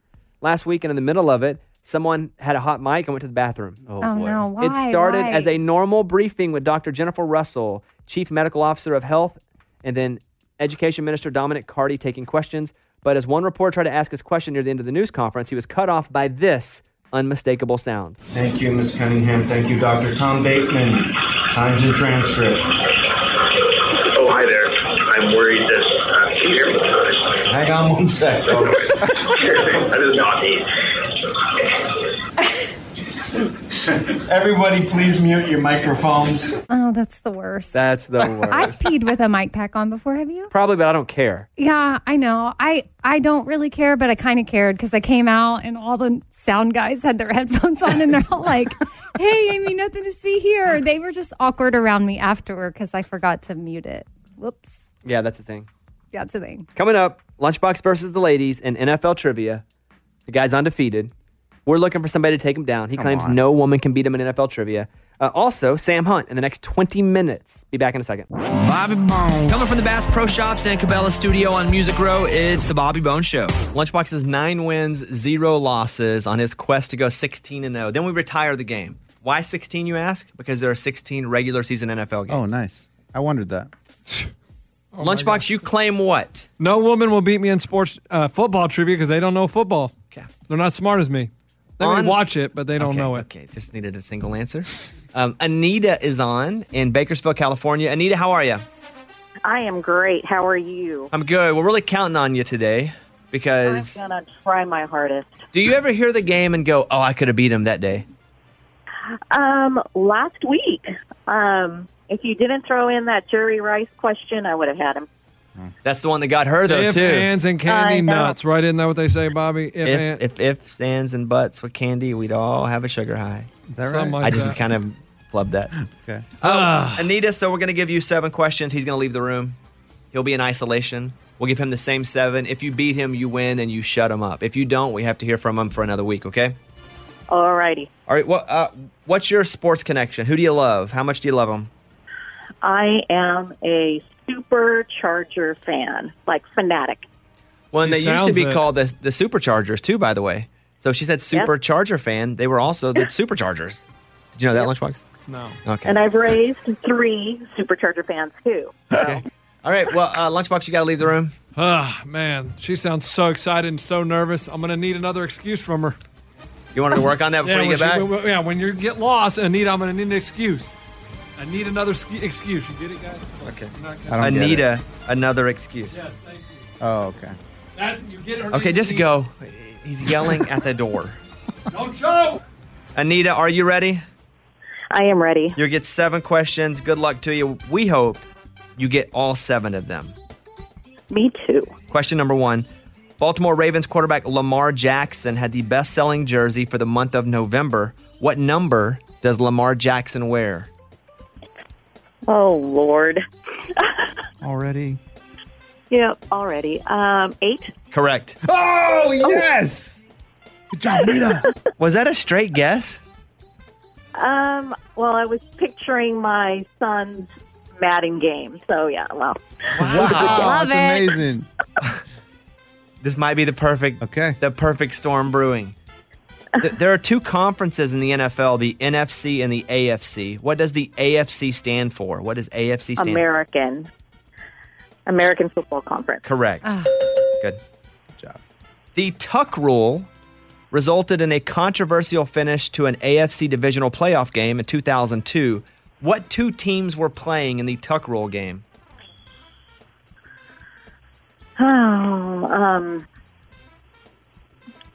Speaker 2: last week, and in the middle of it, someone had a hot mic and went to the bathroom.
Speaker 4: Oh, no! Why?
Speaker 2: It started
Speaker 4: Why?
Speaker 2: as a normal briefing with Dr. Jennifer Russell, Chief Medical Officer of Health, and then Education Minister Dominic Carty taking questions. But as one reporter tried to ask his question near the end of the news conference, he was cut off by this unmistakable sound.
Speaker 20: Thank you, Ms. Cunningham. Thank you, Dr. Tom Bateman. Times and transcript.
Speaker 21: Oh, hi there. I'm worried that uh, can you hear me?
Speaker 20: Hang on one sec. folks.
Speaker 21: that is not me.
Speaker 20: Everybody, please mute your microphones.
Speaker 4: Oh, that's the worst.
Speaker 2: That's the worst.
Speaker 4: I've peed with a mic pack on before, have you?
Speaker 2: Probably, but I don't care.
Speaker 4: Yeah, I know. I I don't really care, but I kind of cared because I came out and all the sound guys had their headphones on, and they're all like, "Hey, Amy, nothing to see here." They were just awkward around me afterward because I forgot to mute it. Whoops,
Speaker 2: Yeah, that's the thing.
Speaker 4: that's a thing.
Speaker 2: Coming up, Lunchbox versus the ladies in NFL trivia. The guy's undefeated. We're looking for somebody to take him down. He
Speaker 4: Come
Speaker 2: claims
Speaker 4: on.
Speaker 2: no woman can beat him in NFL trivia. Uh, also, Sam Hunt in the next 20 minutes. Be back in a second.
Speaker 22: Bobby Bone. Coming from the Bass Pro Shops and Cabela Studio on Music Row, it's the Bobby Bone Show.
Speaker 2: Lunchbox has nine wins, zero losses on his quest to go 16 and 0. Then we retire the game. Why 16, you ask? Because there are 16 regular season NFL games.
Speaker 23: Oh, nice. I wondered that.
Speaker 2: Lunchbox, you claim what?
Speaker 15: No woman will beat me in sports uh, football trivia because they don't know football.
Speaker 2: Okay.
Speaker 15: They're not smart as me. They may
Speaker 2: On-
Speaker 15: watch it, but they don't
Speaker 2: Okay,
Speaker 15: know it.
Speaker 2: Okay, just needed a single answer. Um, Anita is on in Bakersfield, California. Anita, how are you?
Speaker 24: I am great. How are you?
Speaker 2: I'm good. We're really counting on you today
Speaker 24: I'm
Speaker 2: because
Speaker 24: gonna try my hardest.
Speaker 2: do you ever hear the game and go, "Oh, I could have beat him that day"?
Speaker 24: Um, last week, um, if you didn't throw in that Jerry Rice question, I would have had him.
Speaker 2: That's the one that got her though
Speaker 15: if,
Speaker 2: too.
Speaker 15: ands, and candy
Speaker 24: I know.
Speaker 15: nuts. Right in there, what they say, Bobby. If,
Speaker 2: If,
Speaker 15: and-
Speaker 2: if ifs, ands, and buts were candy, we'd all have a sugar high. Is
Speaker 15: that Something right? like
Speaker 2: I just
Speaker 15: that. Ah.
Speaker 2: kind of flubbed that.
Speaker 23: Okay.
Speaker 2: Oh, Anita, so we're going to give you seven questions. He's going to leave the room. He'll be in isolation. We'll give him the same seven. If you beat him, you win and you shut him up. If you don't, we have to hear from him for another week, okay?
Speaker 24: Alrighty,
Speaker 2: All right, what uh, what's your sports connection? Who do you love? How much do you love him?
Speaker 24: I am a supercharger fan, like fanatic.
Speaker 2: Well, and
Speaker 24: She
Speaker 2: they used to
Speaker 24: sounds
Speaker 2: be
Speaker 24: it.
Speaker 2: called the, the Superchargers, too, by the way. So she said
Speaker 24: Yep.
Speaker 2: Supercharger fan. They were also the Superchargers. Did you know that, Lunchbox?
Speaker 15: No.
Speaker 2: Okay.
Speaker 24: And I've raised three supercharger fans too.
Speaker 2: All right, well, uh, Lunchbox, you got to leave the room.
Speaker 15: Ah, man, she sounds so excited and so nervous. I'm gonna need another excuse from her.
Speaker 2: You wanted to work on that before
Speaker 15: yeah,
Speaker 2: you
Speaker 15: when
Speaker 2: get back?
Speaker 15: she- when- yeah, when you get lost, Anita, I'm gonna need an excuse. I need another sk- excuse. You get it, guys?
Speaker 2: Okay.
Speaker 15: I'm not gonna-
Speaker 2: Anita, another excuse.
Speaker 15: Yes, thank you.
Speaker 23: Oh, okay.
Speaker 15: That's, you get her
Speaker 2: Okay,
Speaker 15: name,
Speaker 2: just
Speaker 15: Anita.
Speaker 2: go. He's yelling at the door.
Speaker 15: Don't show.
Speaker 2: Anita, are you ready?
Speaker 24: I am ready.
Speaker 2: You'll get seven questions. Good luck to you. We hope you get all seven of them.
Speaker 24: Me too.
Speaker 2: Question number one Baltimore Ravens quarterback Lamar Jackson had the best selling jersey for the month of November. What number does Lamar Jackson wear?
Speaker 24: Oh Lord.
Speaker 23: Already.
Speaker 24: Yep, already. Um, eight.
Speaker 2: Correct.
Speaker 23: Oh, yes. Good job, Anita.
Speaker 2: Was that a straight guess?
Speaker 24: Um, well, I was picturing my son's Madden game, so yeah. Well,
Speaker 23: Wow,
Speaker 24: Love it.
Speaker 23: that's amazing.
Speaker 2: This might be the perfect okay. the perfect storm brewing. Th- there are two conferences in the NFL, the NFC and the AFC. What does the AFC stand for? What does AFC stand for?
Speaker 24: American, American Football Conference.
Speaker 2: Correct. Good. Good job. The tuck rule resulted in a controversial finish to an AFC divisional playoff game in 2002. What two teams were playing in the tuck rule game?
Speaker 24: Oh, um,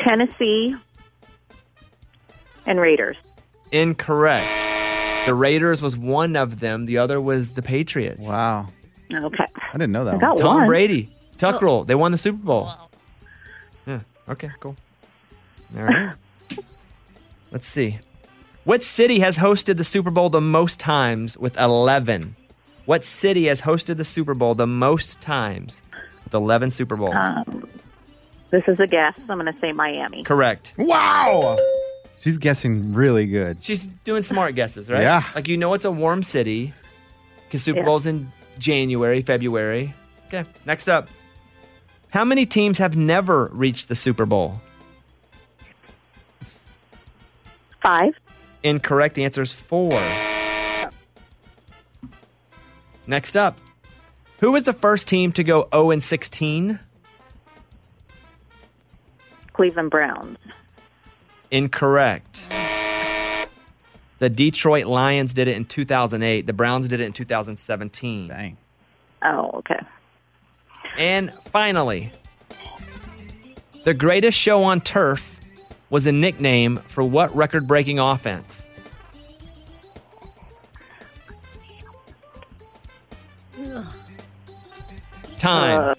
Speaker 24: Tennessee and Raiders.
Speaker 2: Incorrect. The Raiders was one of them. The other was the Patriots. Wow.
Speaker 24: Okay.
Speaker 2: I didn't know
Speaker 24: I got
Speaker 2: Tom
Speaker 24: one. Oh.
Speaker 2: Brady. Tuck rule. They won the Super Bowl. Yeah. Okay, cool. All right. Let's see. What city has hosted the Super Bowl the most times with 11? What city has hosted the Super Bowl the most times with 11 Super Bowls?
Speaker 24: Um, this is a guess. I'm going to say Miami.
Speaker 2: Correct.
Speaker 23: Wow. She's guessing really good.
Speaker 2: She's doing smart guesses, right?
Speaker 23: Yeah.
Speaker 2: Like you know it's a warm city because Super
Speaker 23: Yeah.
Speaker 2: Bowl's in January, February. Okay, next up. How many teams have never reached the Super Bowl?
Speaker 24: Five.
Speaker 2: Incorrect. The answer is four. Next up, who was the first team to go 0 and 16?
Speaker 24: Cleveland Browns.
Speaker 2: Incorrect. The Detroit Lions did it in 2008. The Browns did it in 2017. Dang.
Speaker 24: Oh, okay.
Speaker 2: And finally, the greatest show on turf was a nickname for what record breaking offense? Time.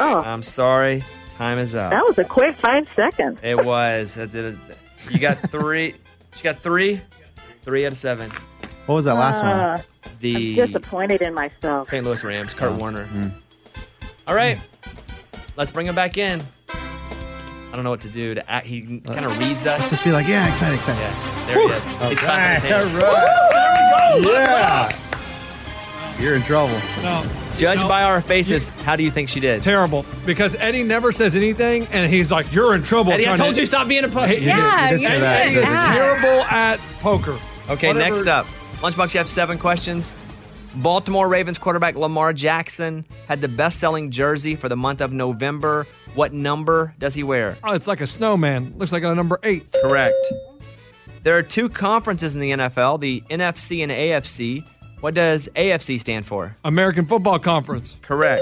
Speaker 2: I'm sorry. Time is
Speaker 3: Ah.
Speaker 2: up.
Speaker 24: Oh, That was a quick five seconds.
Speaker 2: It was. That did it. You got three. she got three. Three out of seven.
Speaker 3: What was that last
Speaker 24: Uh,
Speaker 3: one?
Speaker 2: The
Speaker 24: I'm disappointed in myself.
Speaker 2: St. Louis Rams, Kurt Warner. All right, let's bring him back in. I don't know what to do. To act, he kind of reads us.
Speaker 23: Just be like, yeah, excited, excited.
Speaker 2: There he is. He's clapping his hands.
Speaker 23: Yeah.
Speaker 2: You're in trouble.
Speaker 15: No.
Speaker 2: Judged by our faces, how do you think she did?
Speaker 15: Terrible. Because Eddie never says anything, and he's like, "You're in trouble."
Speaker 2: Eddie, I
Speaker 15: trying to-
Speaker 2: told you stop being a puppy.
Speaker 15: Hey,
Speaker 2: Yeah,
Speaker 15: Eddie,
Speaker 2: you did say
Speaker 15: Eddie is
Speaker 2: that.
Speaker 15: terrible at poker.
Speaker 2: Okay,
Speaker 15: Whatever-
Speaker 2: next up, Lunchbox. You have seven questions. Baltimore Ravens quarterback Lamar Jackson had the best-selling jersey for the month of November. What number does he wear?
Speaker 15: Oh, it's like a snowman. Looks like a number eight.
Speaker 2: Correct. There are two conferences in the NFL, the NFC and AFC. What does AFC stand for?
Speaker 15: American Football Conference.
Speaker 2: Correct.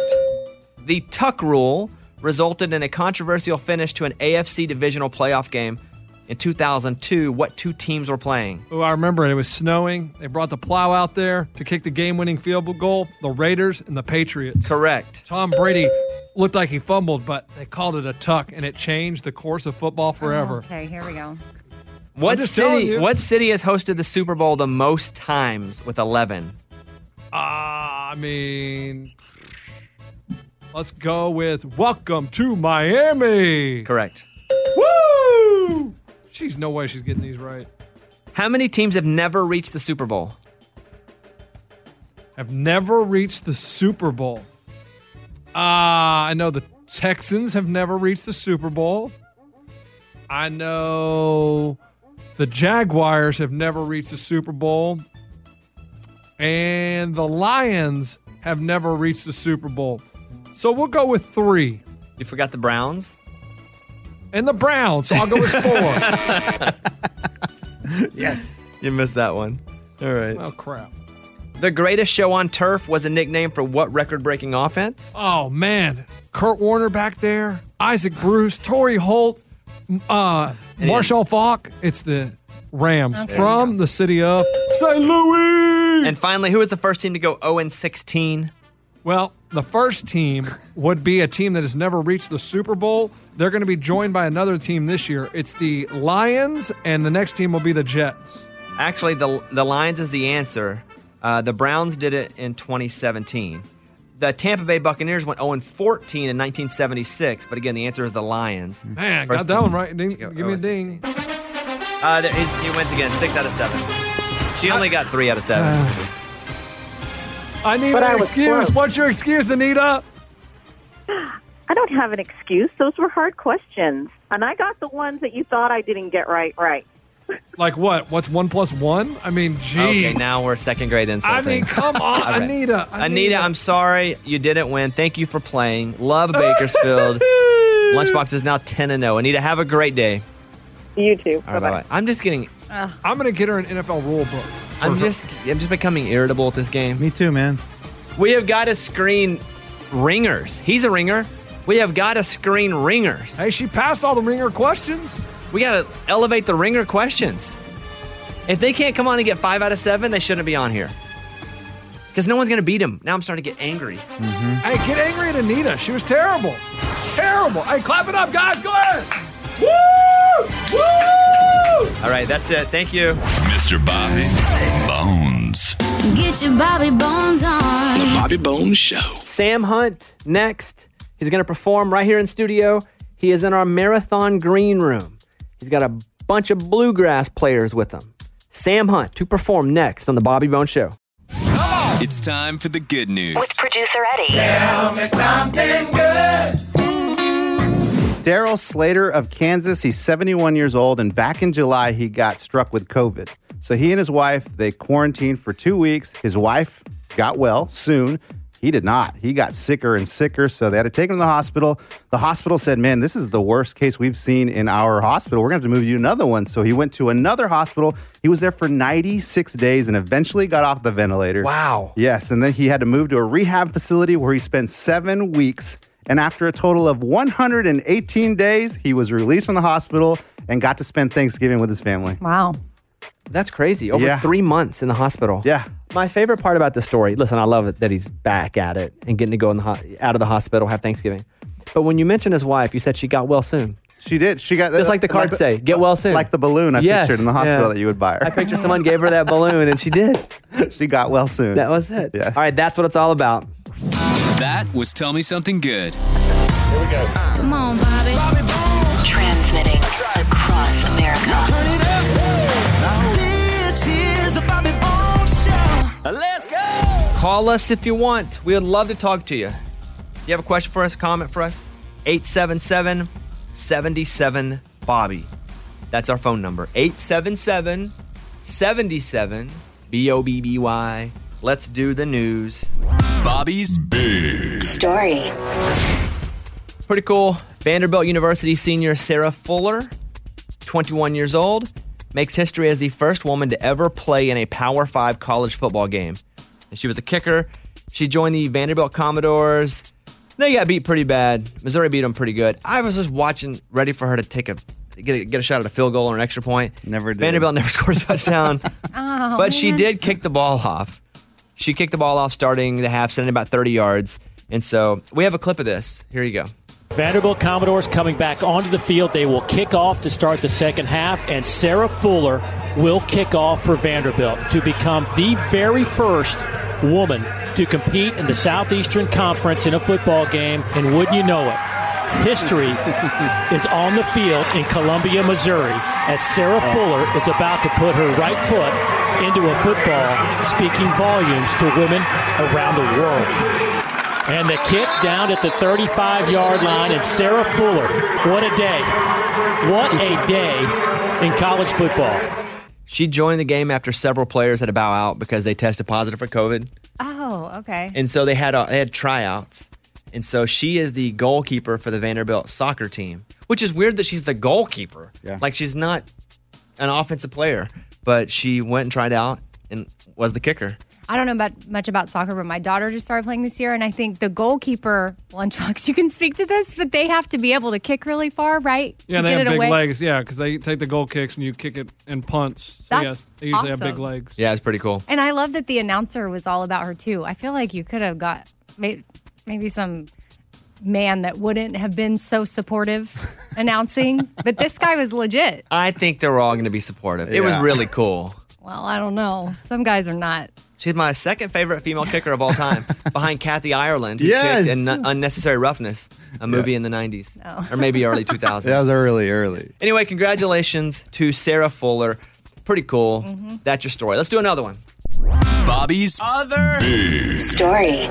Speaker 2: The Tuck Rule resulted in a controversial finish to an AFC divisional playoff game in 2002. What two teams were playing?
Speaker 15: Oh, I remember it. It was snowing. They brought the plow out there to kick the game-winning field goal. The Raiders and the Patriots.
Speaker 2: Correct.
Speaker 15: Tom Brady looked like he fumbled, but they called it a tuck, and it changed the course of football forever.
Speaker 4: Oh, Okay, here we go.
Speaker 2: What
Speaker 15: just telling
Speaker 2: city?
Speaker 15: you.
Speaker 2: What city has hosted the Super Bowl the most times with 11?
Speaker 15: Ah, I mean, let's go with "Welcome to Miami."
Speaker 2: Correct.
Speaker 15: Woo! She's no way she's getting these right.
Speaker 2: How many teams have never reached the Super Bowl?
Speaker 15: Have never reached the Super Bowl. Ah, I know the Texans have never reached the Super Bowl. I know the Jaguars have never reached the Super Bowl. And the Lions have never reached the Super Bowl. So we'll go with three.
Speaker 2: You forgot the Browns?
Speaker 15: And the Browns. So I'll go with four.
Speaker 2: Yes. You missed that one. All right.
Speaker 15: oh, crap.
Speaker 2: The greatest show on turf was a nickname for what record-breaking offense?
Speaker 15: Oh man, Kurt Warner back there, Isaac Bruce, Torrey Holt, m- uh, Marshall Falk. It's the Rams
Speaker 2: Okay.
Speaker 15: from the city of St. Louis.
Speaker 2: And finally, who was the first team to go 0 and 16?
Speaker 15: Well, the first team would be a team that has never reached the Super Bowl. They're going to be joined by another team this year. It's the Lions, and the next team will be the Jets.
Speaker 2: Actually, the the Lions is the answer. Uh, the Browns did it in 2017. The Tampa Bay Buccaneers went 0 and 14 in 1976, but again, the answer is the Lions.
Speaker 15: Man, got
Speaker 2: First
Speaker 15: that
Speaker 2: team.
Speaker 15: one right. Ding, give me a
Speaker 2: 0 and
Speaker 15: ding.
Speaker 2: Uh, there, he's, he wins again, six out of seven. She only got three out of seven.
Speaker 15: I need
Speaker 24: But
Speaker 15: an
Speaker 24: I was
Speaker 15: excuse.
Speaker 24: close.
Speaker 15: What's your excuse, Anita?
Speaker 24: I don't have an excuse. Those were hard questions. And I got the ones that you thought I didn't get right, right.
Speaker 15: Like what? What's one plus one? I mean, gee.
Speaker 2: Okay, now we're second grade insulting.
Speaker 15: I mean, come on,
Speaker 2: All right.
Speaker 15: Anita,
Speaker 2: Anita. I'm sorry you didn't win. Thank you for playing. Love Bakersfield. Lunchbox is now 10 and 0. Anita, have a great day.
Speaker 24: You too.
Speaker 2: All right, bye-bye. I'm just getting
Speaker 15: I'm gonna get her an NFL rule book.
Speaker 2: I'm just I'm just becoming irritable at this game. Me
Speaker 23: too, man.
Speaker 2: We have got to screen ringers. He's a ringer. We have got to screen ringers.
Speaker 15: Hey, she passed all the ringer questions.
Speaker 2: We got to elevate the ringer questions. If they can't come on and get five out of seven, they shouldn't be on here. Because no one's going to beat him. Now I'm starting to get angry.
Speaker 23: Mm-hmm.
Speaker 15: Hey, get angry at Anita. She was terrible. Terrible. Hey, clap it up, guys. Go ahead. Woo! Woo!
Speaker 2: All right, that's it. Thank you.
Speaker 6: Mr. Bobby Bones.
Speaker 1: Get your Bobby Bones on.
Speaker 6: Bobby Bones Show.
Speaker 2: Sam Hunt next. He's going to perform right here in studio. He is in our marathon green room. He's got a bunch of bluegrass players with him. Sam Hunt to perform next on the Bobby Bone Show.
Speaker 6: It's time for the good news.
Speaker 18: With producer Eddie. Tell me something good.
Speaker 3: Daryl Slater of Kansas. He's 71 years old, and back in July, he got struck with COVID. So he and his wife they quarantined for two weeks. His wife got well soon. He did not. He got sicker and sicker, so they had to take him to the hospital. The hospital said, Man, this is the worst case we've seen in our hospital. We're going to have to move you to another one. So he went to another hospital. He was there for 96 days and eventually got off the ventilator.
Speaker 15: Wow.
Speaker 3: Yes, and then he had to move to a rehab facility where he spent seven weeks. And after a total of 118 days, he was released from the hospital and got to spend Thanksgiving with his family.
Speaker 4: Wow.
Speaker 2: That's crazy. Over
Speaker 3: Yeah.
Speaker 2: three months in the hospital.
Speaker 3: Yeah.
Speaker 2: My favorite part about the story, listen, I love it that he's back at it and getting to go in the ho- out of the hospital, have Thanksgiving. But when you mentioned his wife, you said she got well soon.
Speaker 3: She did. She got
Speaker 2: just like the cards say, get well soon.
Speaker 3: Like the balloon I
Speaker 2: Yes,
Speaker 3: pictured in the hospital
Speaker 2: yeah.
Speaker 3: that you would buy her.
Speaker 2: I picture someone gave her that balloon and she did.
Speaker 3: she got well soon.
Speaker 2: That was it.
Speaker 3: Yes.
Speaker 2: All right, that's what it's all about.
Speaker 6: That was Tell Me Something Good.
Speaker 17: Here we go.
Speaker 18: Come on, Bobby. Transmitting across America. turn it up. This is the Bobby Bones Show. Let's go.
Speaker 2: Call us if you want. We would love to talk to you. If you have a question for us, comment for us, 877 77 Bobby. That's our phone number, 877 77 B O B B Y. Let's do the news.
Speaker 6: Bobby's Big
Speaker 2: Story. Pretty cool. Vanderbilt University senior Sarah Fuller, 21 years old, makes history as the first woman to ever play in a Power 5 college football game. And she was a kicker. She joined the Vanderbilt Commodores. They got beat pretty bad. Missouri beat them pretty good. I was just watching, ready for her to take a get a, get a shot at a field goal or an extra point. Never did. Vanderbilt never scored a touchdown.
Speaker 4: Oh,
Speaker 2: but she
Speaker 4: man.
Speaker 2: did kick the ball off. She kicked the ball off starting the half, sending about 30 yards. And so we have a clip of this. Here you go.
Speaker 7: Vanderbilt Commodores coming back onto the field. They will kick off to start the second half, and Sarah Fuller will kick off for Vanderbilt to become the very first woman to compete in the Southeastern Conference in a football game. And wouldn't you know it, history is on the field in Columbia, Missouri, as Sarah Fuller is about to put her right foot into a football, speaking volumes to women around the world. And the kick down at the 35 yard line, and Sarah Fuller. What a day. What a day in college football.
Speaker 2: She joined the game after several players had to bow out because they tested positive for COVID.
Speaker 4: Oh, okay.
Speaker 2: And so they had uh they had tryouts. And so she is the goalkeeper for the Vanderbilt soccer team, which is weird that she's the goalkeeper.
Speaker 3: Yeah.
Speaker 2: Like she's not an offensive player, but she went and tried out and was the kicker.
Speaker 4: I don't know about much about soccer, but my daughter just started playing this year, and I think the goalkeeper, Lunchbox, you can speak to this, but they have to be able to kick really far, right?
Speaker 15: Yeah,
Speaker 4: to
Speaker 15: they
Speaker 4: get
Speaker 15: have
Speaker 4: it
Speaker 15: big
Speaker 4: away.
Speaker 15: legs. Yeah, because they take the goal kicks and you kick it in punts. So
Speaker 4: That's
Speaker 15: yes, they usually have big
Speaker 4: awesome.
Speaker 15: legs.
Speaker 2: Yeah, it's pretty cool.
Speaker 4: And I love that the announcer was all about her too. I feel like you could have got may- maybe some man that wouldn't have been so supportive announcing, but this guy was legit.
Speaker 2: I think they were all going to be supportive. It was
Speaker 4: Yeah.
Speaker 2: really cool.
Speaker 4: Well, I don't know. Some guys are not.
Speaker 2: She's my second favorite female kicker of all time, behind Kathy Ireland, who
Speaker 4: Yes.
Speaker 2: kicked in Unnecessary Roughness, a movie in the 90s, or maybe early 2000s.
Speaker 3: That was early, early.
Speaker 2: Anyway, congratulations to Sarah Fuller. Pretty cool. That's your story. Let's do another one.
Speaker 6: Bobby's
Speaker 2: Other
Speaker 6: Story.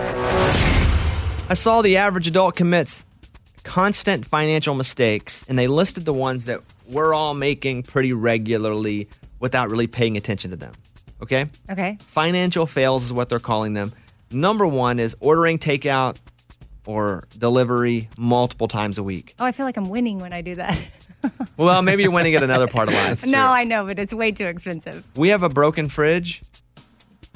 Speaker 2: I saw the average adult commits constant financial mistakes, and they listed the ones that we're all making pretty regularly without really paying attention to them. Okay?
Speaker 4: Okay.
Speaker 2: Financial fails is what they're calling them. Number one is ordering takeout or delivery multiple times a week.
Speaker 4: Oh, I feel like I'm winning when I do that.
Speaker 2: Well, maybe you're winning at another part of life.
Speaker 4: no, I know, but it's way too expensive.
Speaker 2: We have a broken fridge.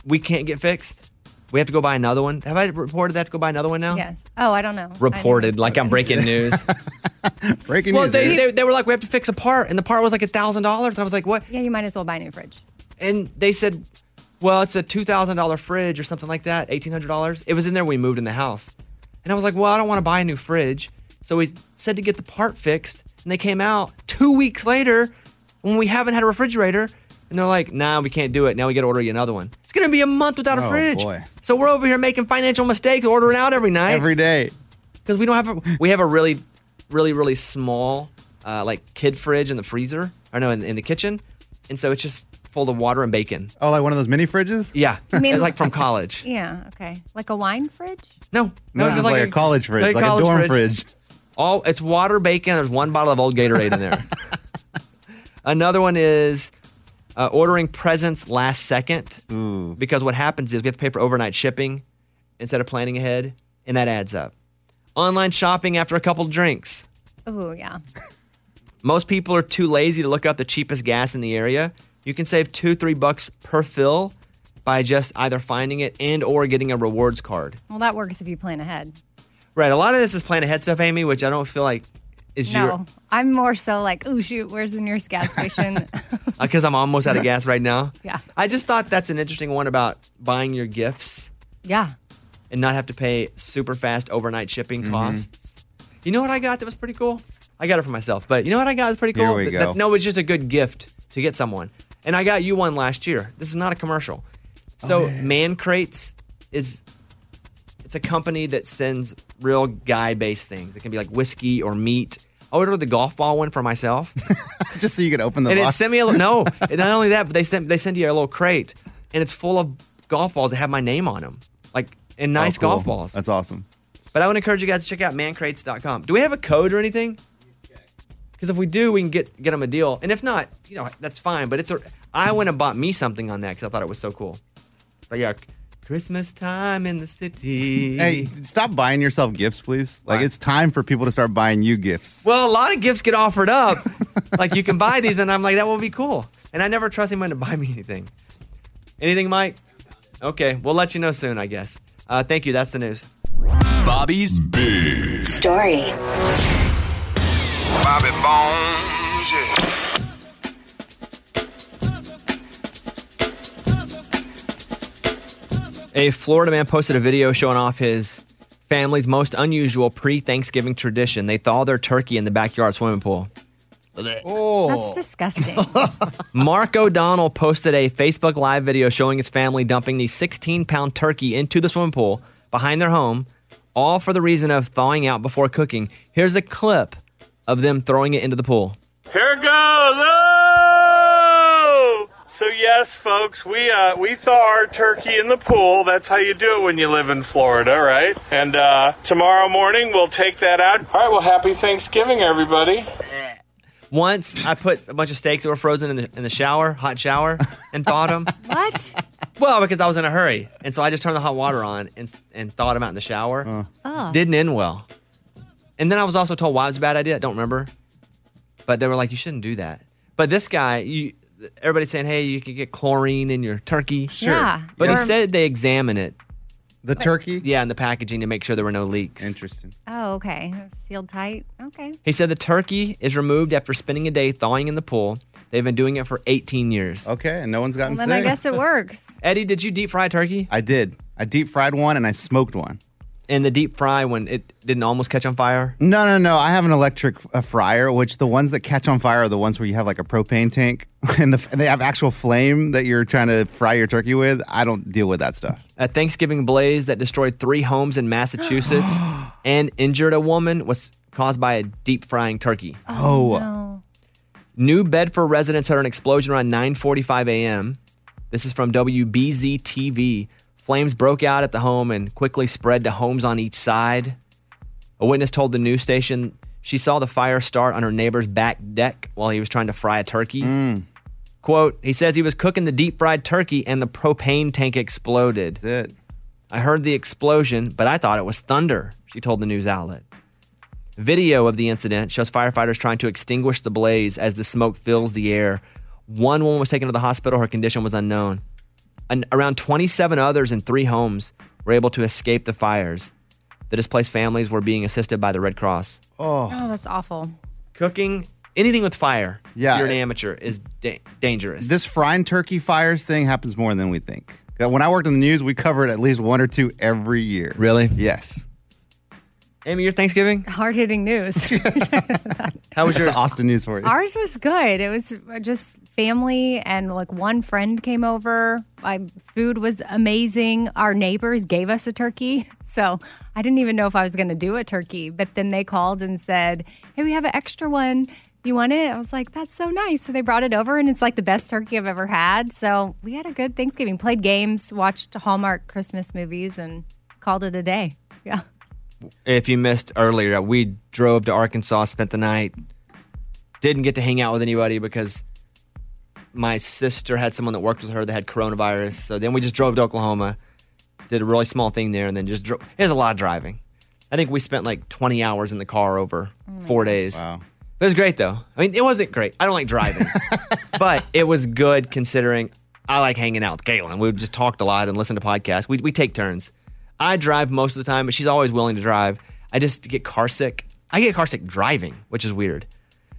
Speaker 2: We can't get fixed. We have to go buy another one. Have I reported that to go buy another one now?
Speaker 4: Yes. Oh, I don't know.
Speaker 2: Reported like I'm breaking news. breaking well,
Speaker 4: news,
Speaker 2: They,
Speaker 4: eh?
Speaker 2: they, they were like, we have to fix a part, and the part was like a thousand dollars, and I was like, what?
Speaker 4: Yeah, you might as well buy a new fridge.
Speaker 2: And they said, well, it's a two thousand dollar fridge or something like that, eighteen hundred dollars. It was in there. when We moved in the house, and I was like, well, I don't want to buy a new fridge, so we said to get the part fixed, and they came out two weeks later when we haven't had a refrigerator, and they're like, nah, we can't do it. Now we got to order you another one. It's gonna be a month without a
Speaker 3: Oh,
Speaker 2: fridge.
Speaker 3: boy.
Speaker 2: So we're over here making financial mistakes, ordering out every night, every
Speaker 3: day,
Speaker 2: because we don't have a, we have a really, really, really small uh, like kid fridge in the freezer, or no, in, in the kitchen, and so it's just full of water and bacon.
Speaker 3: Oh, like one of those mini fridges?
Speaker 2: Yeah,
Speaker 4: You mean-
Speaker 2: it's like from college.
Speaker 4: Yeah, okay. Like a wine fridge?
Speaker 2: No,
Speaker 3: No,
Speaker 2: it's
Speaker 3: just like a college fridge, like a dorm fridge.
Speaker 2: All it's water, bacon. There's one bottle of old Gatorade in there. Another one is uh, ordering presents last second because what happens is we have to pay for overnight shipping instead of planning ahead, and that adds up. Online shopping after a couple drinks.
Speaker 4: Oh yeah.
Speaker 2: Most people are too lazy to look up the cheapest gas in the area. You can save two, three bucks per fill by just either finding it and or getting a rewards card.
Speaker 4: Well, that works if you plan ahead.
Speaker 2: Right. A lot of this is plan ahead stuff, Amy, which I don't feel like is
Speaker 4: no, I'm more so like, oh shoot, where's the nearest gas station?
Speaker 2: your because uh, I'm almost out of gas right now.
Speaker 4: yeah,
Speaker 2: I just thought that's an interesting one about buying your gifts
Speaker 4: yeah.
Speaker 2: and not have to pay super fast overnight shipping
Speaker 3: Mm-hmm.
Speaker 2: costs. You know what I got that was pretty cool? I got it for myself, but you know what I got is pretty cool.
Speaker 3: Here we
Speaker 2: Th-
Speaker 3: go.
Speaker 2: th- no, it's just a good gift to get someone. And I got you one last year. This is not a commercial.
Speaker 3: Oh,
Speaker 2: So Man Crates is it's a company that sends real guy based things. It can be like whiskey or meat. I ordered the golf ball one for myself.
Speaker 3: Just so you could open the
Speaker 2: and
Speaker 3: box.
Speaker 2: it sent me a no. and not only that, but they sent they send you a little crate, and it's full of golf balls that have my name on them, like and
Speaker 3: Oh,
Speaker 2: nice
Speaker 3: cool.
Speaker 2: golf balls.
Speaker 3: That's awesome.
Speaker 2: But I would encourage you guys to check out mancrates.com. Do we have a code or anything? Because if we do, we can get get them a deal. And if not, you know that's fine. But it's a I went and bought me something on that because I thought it was so cool. But yeah, Christmas time in the city.
Speaker 3: Hey, stop buying yourself gifts, please. Like it's time for people to start buying you gifts.
Speaker 2: Well, a lot of gifts get offered up. like you can buy these, and I'm like, that will be cool. And I never trust anyone to buy me anything. Anything, Mike? Okay, we'll let you know soon, I guess. Uh, thank you. That's the news.
Speaker 6: Bobby's big
Speaker 2: story.
Speaker 6: Bobby Bones.
Speaker 2: A Florida man posted a video showing off his family's most unusual pre-Thanksgiving tradition. They thaw their turkey in the backyard swimming pool.
Speaker 4: Oh, that's disgusting.
Speaker 2: Mark O'Donnell posted a Facebook Live video showing his family dumping the 16 pound turkey into the swimming pool behind their home, all for the reason of thawing out before cooking. Here's a clip of them throwing it into the pool.
Speaker 8: Here goes. Oh! So yes, folks, we uh, we thaw our turkey in the pool. That's how you do it when you live in Florida, right? And uh, tomorrow morning we'll take that out. All right. Well, happy Thanksgiving, everybody.
Speaker 2: Once I put a bunch of steaks that were frozen in the, in the shower, hot shower, and thawed them.
Speaker 4: what?
Speaker 2: Well, because I was in a hurry. And so I just turned the hot water on and, s- and thawed them out in the shower.
Speaker 4: Oh.
Speaker 2: Didn't end well. And then I was also told why it was a bad idea. I don't remember. But they were like, you shouldn't do that. But this guy, you, everybody's saying, hey, you could get chlorine in your turkey.
Speaker 4: Sure. Yeah.
Speaker 2: But he
Speaker 4: Or-
Speaker 2: said they examine it.
Speaker 3: The turkey?
Speaker 2: Yeah, and the packaging to make sure there were no leaks. Interesting.
Speaker 4: Oh, okay. Sealed tight. Okay.
Speaker 2: He said the turkey is removed after spending a day thawing in the pool. They've been doing it for 18 years.
Speaker 3: Okay, and no one's gotten
Speaker 4: Well, then I guess it works.
Speaker 2: Eddie, did you deep fry turkey?
Speaker 3: I did. I deep fried one and I smoked one.
Speaker 2: And the deep fry when it didn't almost catch on fire?
Speaker 3: No, no, no. I have an electric uh, fryer, which the ones that catch on fire are the ones where you have like a propane tank and, the, and they have actual flame that you're trying to fry your turkey with. I don't deal with that stuff.
Speaker 2: A Thanksgiving blaze that destroyed three homes in Massachusetts and injured a woman was caused by a deep frying turkey.
Speaker 3: Oh.
Speaker 2: New Bedford residents heard an explosion around 9:45 a.m. This is from WBZ TV. Flames broke out at the home and quickly spread to homes on each side. A witness told the news station she saw the fire start on her neighbor's back deck while he was trying to fry a turkey. Quote, he says he was cooking the deep fried turkey and the propane tank exploded.
Speaker 3: That's it.
Speaker 2: I heard the explosion, but I thought it was thunder, she told the news outlet. Video of the incident shows firefighters trying to extinguish the blaze as the smoke fills the air. One woman was taken to the hospital. Her condition was unknown. An, around 27 others in three homes were able to escape the fires. The displaced families were being assisted by the Red Cross.
Speaker 4: Oh. that's awful.
Speaker 2: Cooking anything with fire,
Speaker 3: Yeah.
Speaker 2: if you're an amateur, is da- dangerous.
Speaker 3: This frying turkey fires thing happens more than we think. Uh, When I worked in the news, we covered at least one or two every year.
Speaker 2: Really?
Speaker 3: Yes.
Speaker 2: Amy, your Thanksgiving?
Speaker 4: Hard hitting news.
Speaker 2: How was
Speaker 3: That's
Speaker 2: yours?
Speaker 3: Austin news for you.
Speaker 4: Ours was good. It was just family and like one friend came over. My food was amazing. Our neighbors gave us a turkey. So I didn't even know if I was going to do a turkey, but then they called and said, Hey, we have an extra one. You want it? I was like, That's so nice. So they brought it over and it's like the best turkey I've ever had. So we had a good Thanksgiving, played games, watched Hallmark Christmas movies, and called it a day. Yeah.
Speaker 2: if you missed earlier, uh, we drove to Arkansas, spent the night, didn't get to hang out with anybody because my sister had someone that worked with her that had coronavirus. So then we just drove to Oklahoma, did a really small thing there, and then just drove. It was a lot of driving. I think we spent like 20 hours in the car over four days. Wow. It was great though. I mean, it wasn't great. I don't like driving, but it was good considering I like hanging out with Galen. We just talked a lot and listened to podcasts. We, we take turns. I drive most of the time, but she's always willing to drive. I just get car sick. I get car sick driving, which is weird.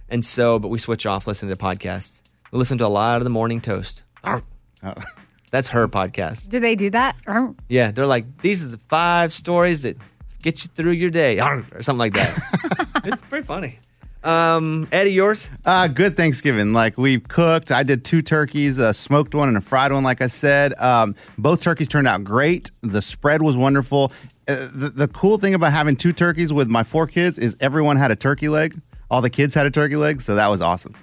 Speaker 2: And so, but we switch off listening to podcasts. We listen to a lot of the Morning Toast. Arr. That's her podcast.
Speaker 4: Do they do that? Or-
Speaker 2: Yeah, they're like, these are the five stories that get you through your day, Arr, or something like that. it's pretty funny. Um, Eddie, yours?
Speaker 3: Uh, good Thanksgiving. Like we cooked. I did two turkeys, a smoked one and a fried one. Like I said, um, both turkeys turned out great. The spread was wonderful. Uh, the, the cool thing about having two turkeys with my four kids is everyone had a turkey leg. All the kids had a turkey leg, so that was awesome.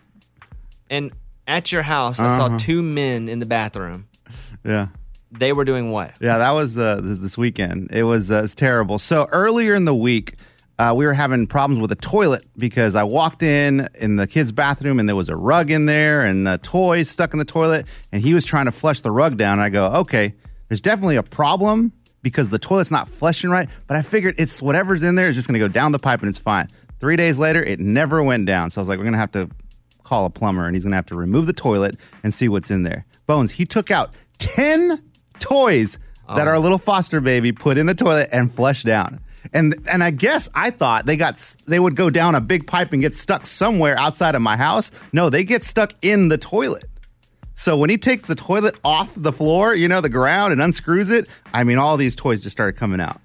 Speaker 2: and at your house, I saw
Speaker 3: Uh-huh.
Speaker 2: two men in the bathroom.
Speaker 3: Yeah.
Speaker 2: They were doing what?
Speaker 3: Yeah, that was uh, th- this weekend. It was uh, it's terrible. So earlier in the week, uh, we were having problems with a toilet because I walked in in the kids' bathroom and there was a rug in there and a toy stuck in the toilet, and he was trying to flush the rug down. And I go, okay, there's definitely a problem because the toilet's not flushing right. But I figured it's whatever's in there is just going to go down the pipe and it's fine. Three days later, it never went down. So I was like, we're going to have to call a plumber and he's gonna have to remove the toilet and see what's in there. Bones, he took out 10 toys that our little foster baby put in the toilet and flushed down. And and I guess I thought they got s- they would go down a big pipe and get stuck somewhere outside of my house. No, they get stuck in the toilet. So when he takes the toilet off the floor, you know, the ground and unscrews it, I mean all these toys just started coming out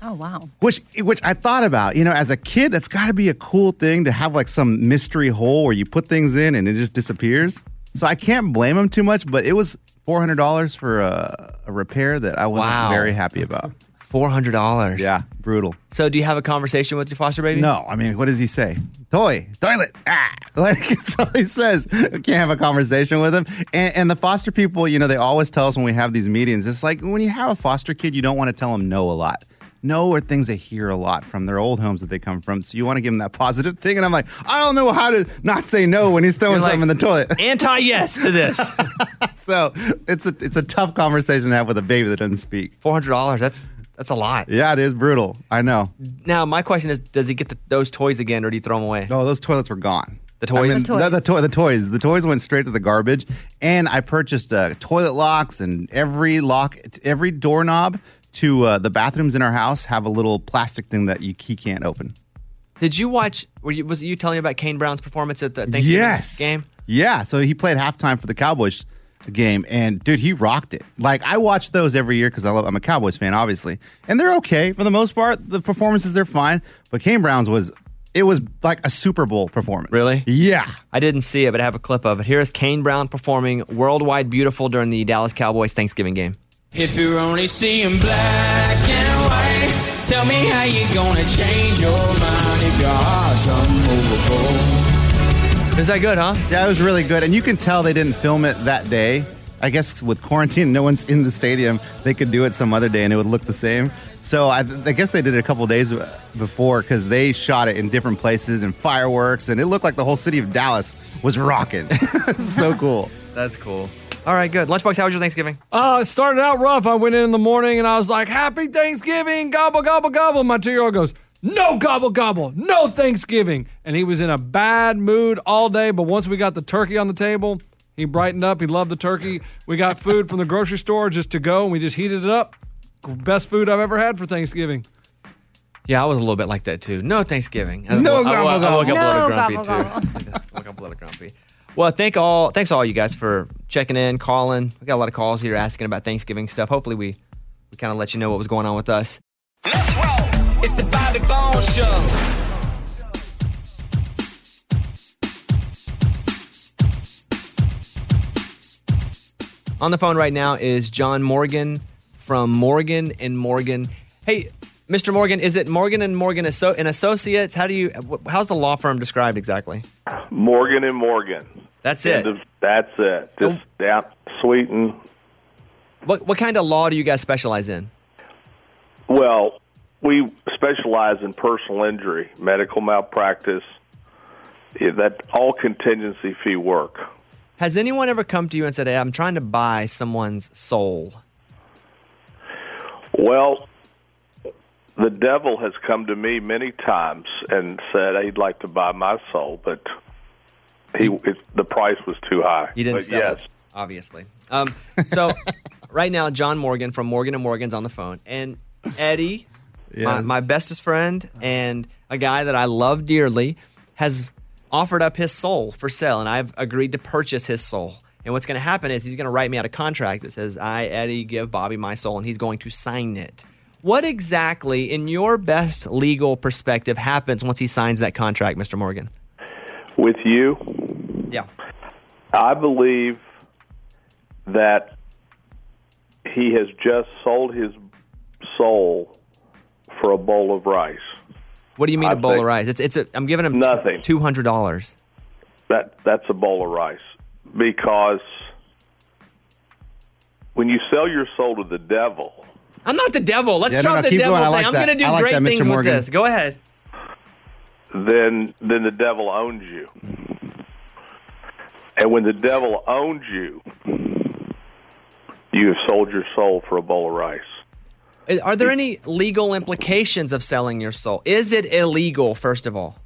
Speaker 4: oh, wow.
Speaker 3: which which I thought about. You know, as a kid, that's got to be a cool thing to have like some mystery hole where you put things in and it just disappears. So I can't blame him too much, but it was four hundred dollars for a, a repair that I wasn't
Speaker 2: Wow.
Speaker 3: very happy about.
Speaker 2: Four hundred dollars.
Speaker 3: Yeah, brutal.
Speaker 2: So, do you have a conversation with your foster baby?
Speaker 3: No, I mean, what does he say? Toy, toilet, ah! Like it's all he says. We can't have a conversation with him. And, and the foster people, you know, they always tell us when we have these meetings. It's like when you have a foster kid, you don't want to tell them no a lot. No are things they hear a lot from their old homes that they come from. So you want to give them that positive thing. And I'm like, I don't know how to not say no when he's throwing
Speaker 2: You're like,
Speaker 3: something in the toilet.
Speaker 2: Anti yes to this.
Speaker 3: so it's a it's a tough conversation to have with a baby that doesn't speak.
Speaker 2: Four hundred dollars. That's that's a lot.
Speaker 3: Yeah, it is brutal. I know.
Speaker 2: Now, Uh, my question is, does he get the, those toys again, or do you throw them away?
Speaker 3: No, those toilets were gone.
Speaker 2: The toys? The toys.
Speaker 3: The, the, toy, the toys. The toys went straight to the garbage. And I purchased uh, toilet locks and every lock, every doorknob to uh, the bathrooms in our house have a little plastic thing that you key can't open.
Speaker 2: Did you watch? Were you was it you telling me about Kane Brown's performance at the Thanksgiving
Speaker 3: Yes.
Speaker 2: game?
Speaker 3: Yeah, so he played halftime for the Cowboys game, and dude, he rocked it. Like I watch those every year because I love. I'm a Cowboys fan, obviously, and they're okay for the most part. The performances they're fine, but Kane Brown's was it was like a Super Bowl performance. Really? Yeah.
Speaker 2: I didn't see it, but I have a clip of it. Here is Kane Brown performing "Worldwide Beautiful" during the Dallas Cowboys Thanksgiving game.
Speaker 18: If you're only seeing black and white, tell me how you gonna change your mind if your heart's unmovable.
Speaker 2: Is that good, huh?
Speaker 3: Yeah, it was really good, and you can tell they didn't film it that day. I guess with quarantine, no one's in the stadium. They could do it some other day, and it would look the same. So I, I guess they did it a couple days uh, before because they shot it in different places and fireworks, and it looked like the whole city of Dallas was rocking. so cool.
Speaker 2: That's cool. All right, good. Lunchbox, how was your Thanksgiving?
Speaker 15: Uh, it started out rough. I went in in the morning and I was like, Happy Thanksgiving, gobble, gobble, gobble. My two year old goes, No gobble, gobble, no Thanksgiving. And he was in a bad mood all day. But once we got the turkey on the table, he brightened up. He loved the turkey. We got food from the grocery store just to go and we just heated it up. Best food I've ever had for Thanksgiving.
Speaker 2: Yeah, I was a little bit like that too. No Thanksgiving. I-
Speaker 15: No
Speaker 2: I, I-
Speaker 15: gobble,
Speaker 2: Oh, I woke up a
Speaker 15: gobble.
Speaker 2: little
Speaker 15: No
Speaker 2: grumpy
Speaker 15: gobble,
Speaker 2: too. woke up a little grumpy. Well, thank all. Thanks all you guys for checking in, calling. We got a lot of calls here asking about Thanksgiving stuff. Hopefully, we we kind of let you know what was going on with us.
Speaker 18: It's the Bobby Bones Show.
Speaker 2: On the phone right now is John Morgan from Morgan and Morgan. Hey, Mr. Morgan, is it Morgan and Morgan Asso- and Associates? How do you? wh- How's the law firm described exactly?
Speaker 5: Morgan and Morgan.
Speaker 2: That's
Speaker 5: End
Speaker 2: it.
Speaker 5: of- that's it. Just yeah, sweet and
Speaker 2: What what kind of law do you guys specialize in?
Speaker 5: well. We specialize in personal injury, medical malpractice, yeah, that all contingency fee work.
Speaker 2: Has anyone ever come to you and said, hey, I'm trying to buy someone's soul?
Speaker 23: Well, the devil has come to me many times and said he'd like to buy my soul, but he it, the price was too high.
Speaker 2: You didn't
Speaker 23: but
Speaker 2: sell
Speaker 23: yes,
Speaker 2: it, obviously. Um, so right now, John Morgan from Morgan and Morgan's on the phone, and Eddie, my,
Speaker 23: Yes.
Speaker 2: my bestest friend, and a guy that I love dearly, has offered up his soul for sale, and I've agreed to purchase his soul. And what's going to happen is he's going to write me out a contract that says, "I, Eddie, give Bobby my soul," and he's going to sign it. What exactly, in your best legal perspective, happens once he signs that contract, Mr. Morgan?
Speaker 23: with you,
Speaker 2: Yeah.
Speaker 23: I believe that he has just sold his soul for a bowl of rice.
Speaker 2: What do you mean a
Speaker 23: I
Speaker 2: bowl of
Speaker 23: think-
Speaker 2: rice? It's it's a, I'm giving him
Speaker 23: Nothing.
Speaker 2: two hundred dollars.
Speaker 23: That that's a bowl of rice because when you sell your soul to the devil,
Speaker 2: I'm not the devil. Let's
Speaker 23: Yeah, no,
Speaker 2: drop
Speaker 23: no,
Speaker 2: the
Speaker 23: keep
Speaker 2: devil
Speaker 23: going. I
Speaker 2: thing.
Speaker 23: like
Speaker 2: I'm
Speaker 23: that.
Speaker 2: going to do
Speaker 23: I like
Speaker 2: great
Speaker 23: that, Mr.
Speaker 2: things with
Speaker 23: Morgan.
Speaker 2: this. Go ahead.
Speaker 23: then then the devil owns you. And when the devil owns you, you have sold your soul for a bowl of rice.
Speaker 2: Uh, Are there any legal implications of selling your soul? Is it illegal? First of all,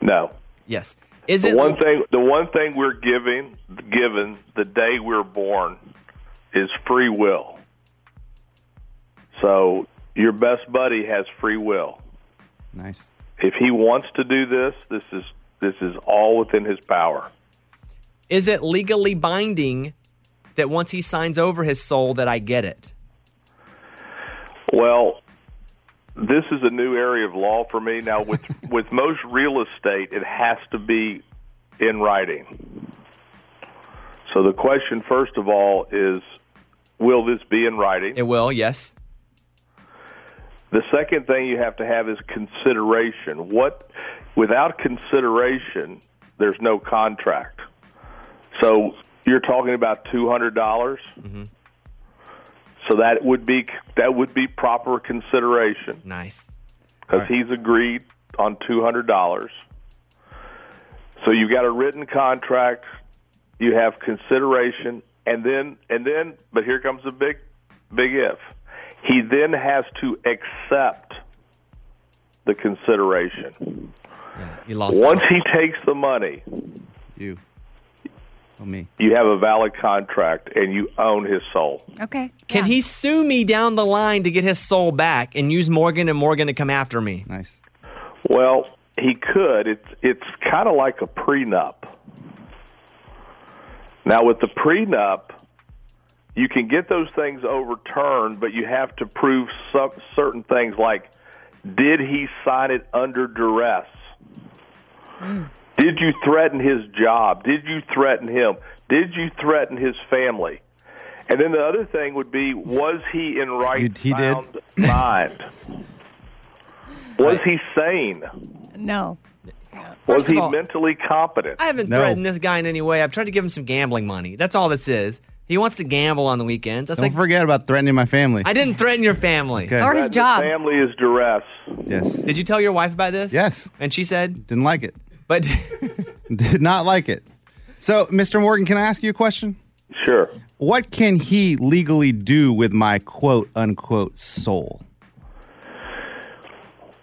Speaker 23: No.
Speaker 2: yes. Is
Speaker 23: the
Speaker 2: it
Speaker 23: one thing the one thing we're giving given the day we're born is free will. So your best buddy has free will.
Speaker 25: Nice.
Speaker 23: If he wants to do this, this is this is all within his power.
Speaker 2: is it legally binding that once he signs over his soul that I get it?
Speaker 23: Well, this is a new area of law for me. Now, with with most real estate, it has to be in writing. So the question, first of all, is will this be in writing? It
Speaker 2: will, yes.
Speaker 23: The second thing you have to have is consideration. What without consideration, there's no contract. So you're talking about two hundred dollars. So that would be that would be proper consideration.
Speaker 2: Nice.
Speaker 23: Because he's agreed on two hundred dollars. So you've got a written contract, you have consideration, and then and then but here comes the big big if. He then has to accept the consideration.
Speaker 2: You
Speaker 23: Once he takes the money,
Speaker 3: you me.
Speaker 23: you have a valid contract and you own his soul.
Speaker 4: Okay.
Speaker 2: Can he sue me down the line to get his soul back and use Morgan and Morgan to come after me?
Speaker 3: Nice.
Speaker 23: Well, he could. It's it's kind of like a prenup. Now with the prenup, you can get those things overturned, but you have to prove some, certain things like did he sign it under duress? Did you threaten his job? Did you threaten him? Did you threaten his family? And then the other thing would be was he in right
Speaker 3: he did.
Speaker 23: sound mind? Was he sane?
Speaker 4: No.
Speaker 23: Was
Speaker 2: First of
Speaker 23: he
Speaker 2: all-
Speaker 23: mentally competent?
Speaker 2: I haven't threatened this guy in any way. I've tried to give him some gambling money. That's all this is. He wants to gamble on the weekends. That's
Speaker 3: Don't
Speaker 2: like
Speaker 3: forget about threatening my family.
Speaker 2: I didn't threaten your family
Speaker 3: Okay. Or his Threaten job.
Speaker 23: Family is duress.
Speaker 3: Yes.
Speaker 2: Did you tell your wife about this?
Speaker 3: Yes.
Speaker 2: And she said
Speaker 3: didn't like it.
Speaker 2: But
Speaker 3: did not like it. So, Mr. Morgan, can I ask you a question?
Speaker 23: Sure.
Speaker 3: What can he legally do with my quote unquote soul?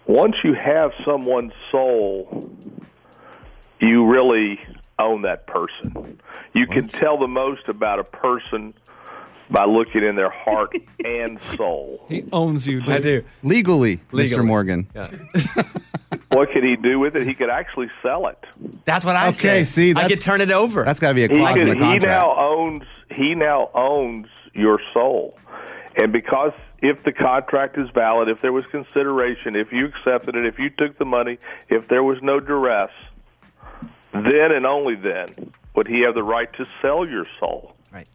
Speaker 23: Once you have someone's soul, you really own that person. You can tell the most about a person by looking in their heart and soul.
Speaker 3: He owns you. I do legally,
Speaker 23: Legally.
Speaker 3: Mr. Morgan.
Speaker 23: What could he do with it? He could actually sell it.
Speaker 2: That's what I
Speaker 3: okay,
Speaker 2: said.
Speaker 3: see, that's,
Speaker 2: I could turn it over.
Speaker 3: That's got to be a
Speaker 23: He,
Speaker 3: clause in the
Speaker 23: could- he
Speaker 3: contract.
Speaker 23: now owns he now owns your soul. And because if the contract is valid, if there was consideration, if you accepted it, if you took the money, if there was no duress, then and only then would he have the right to sell your soul.
Speaker 2: Right.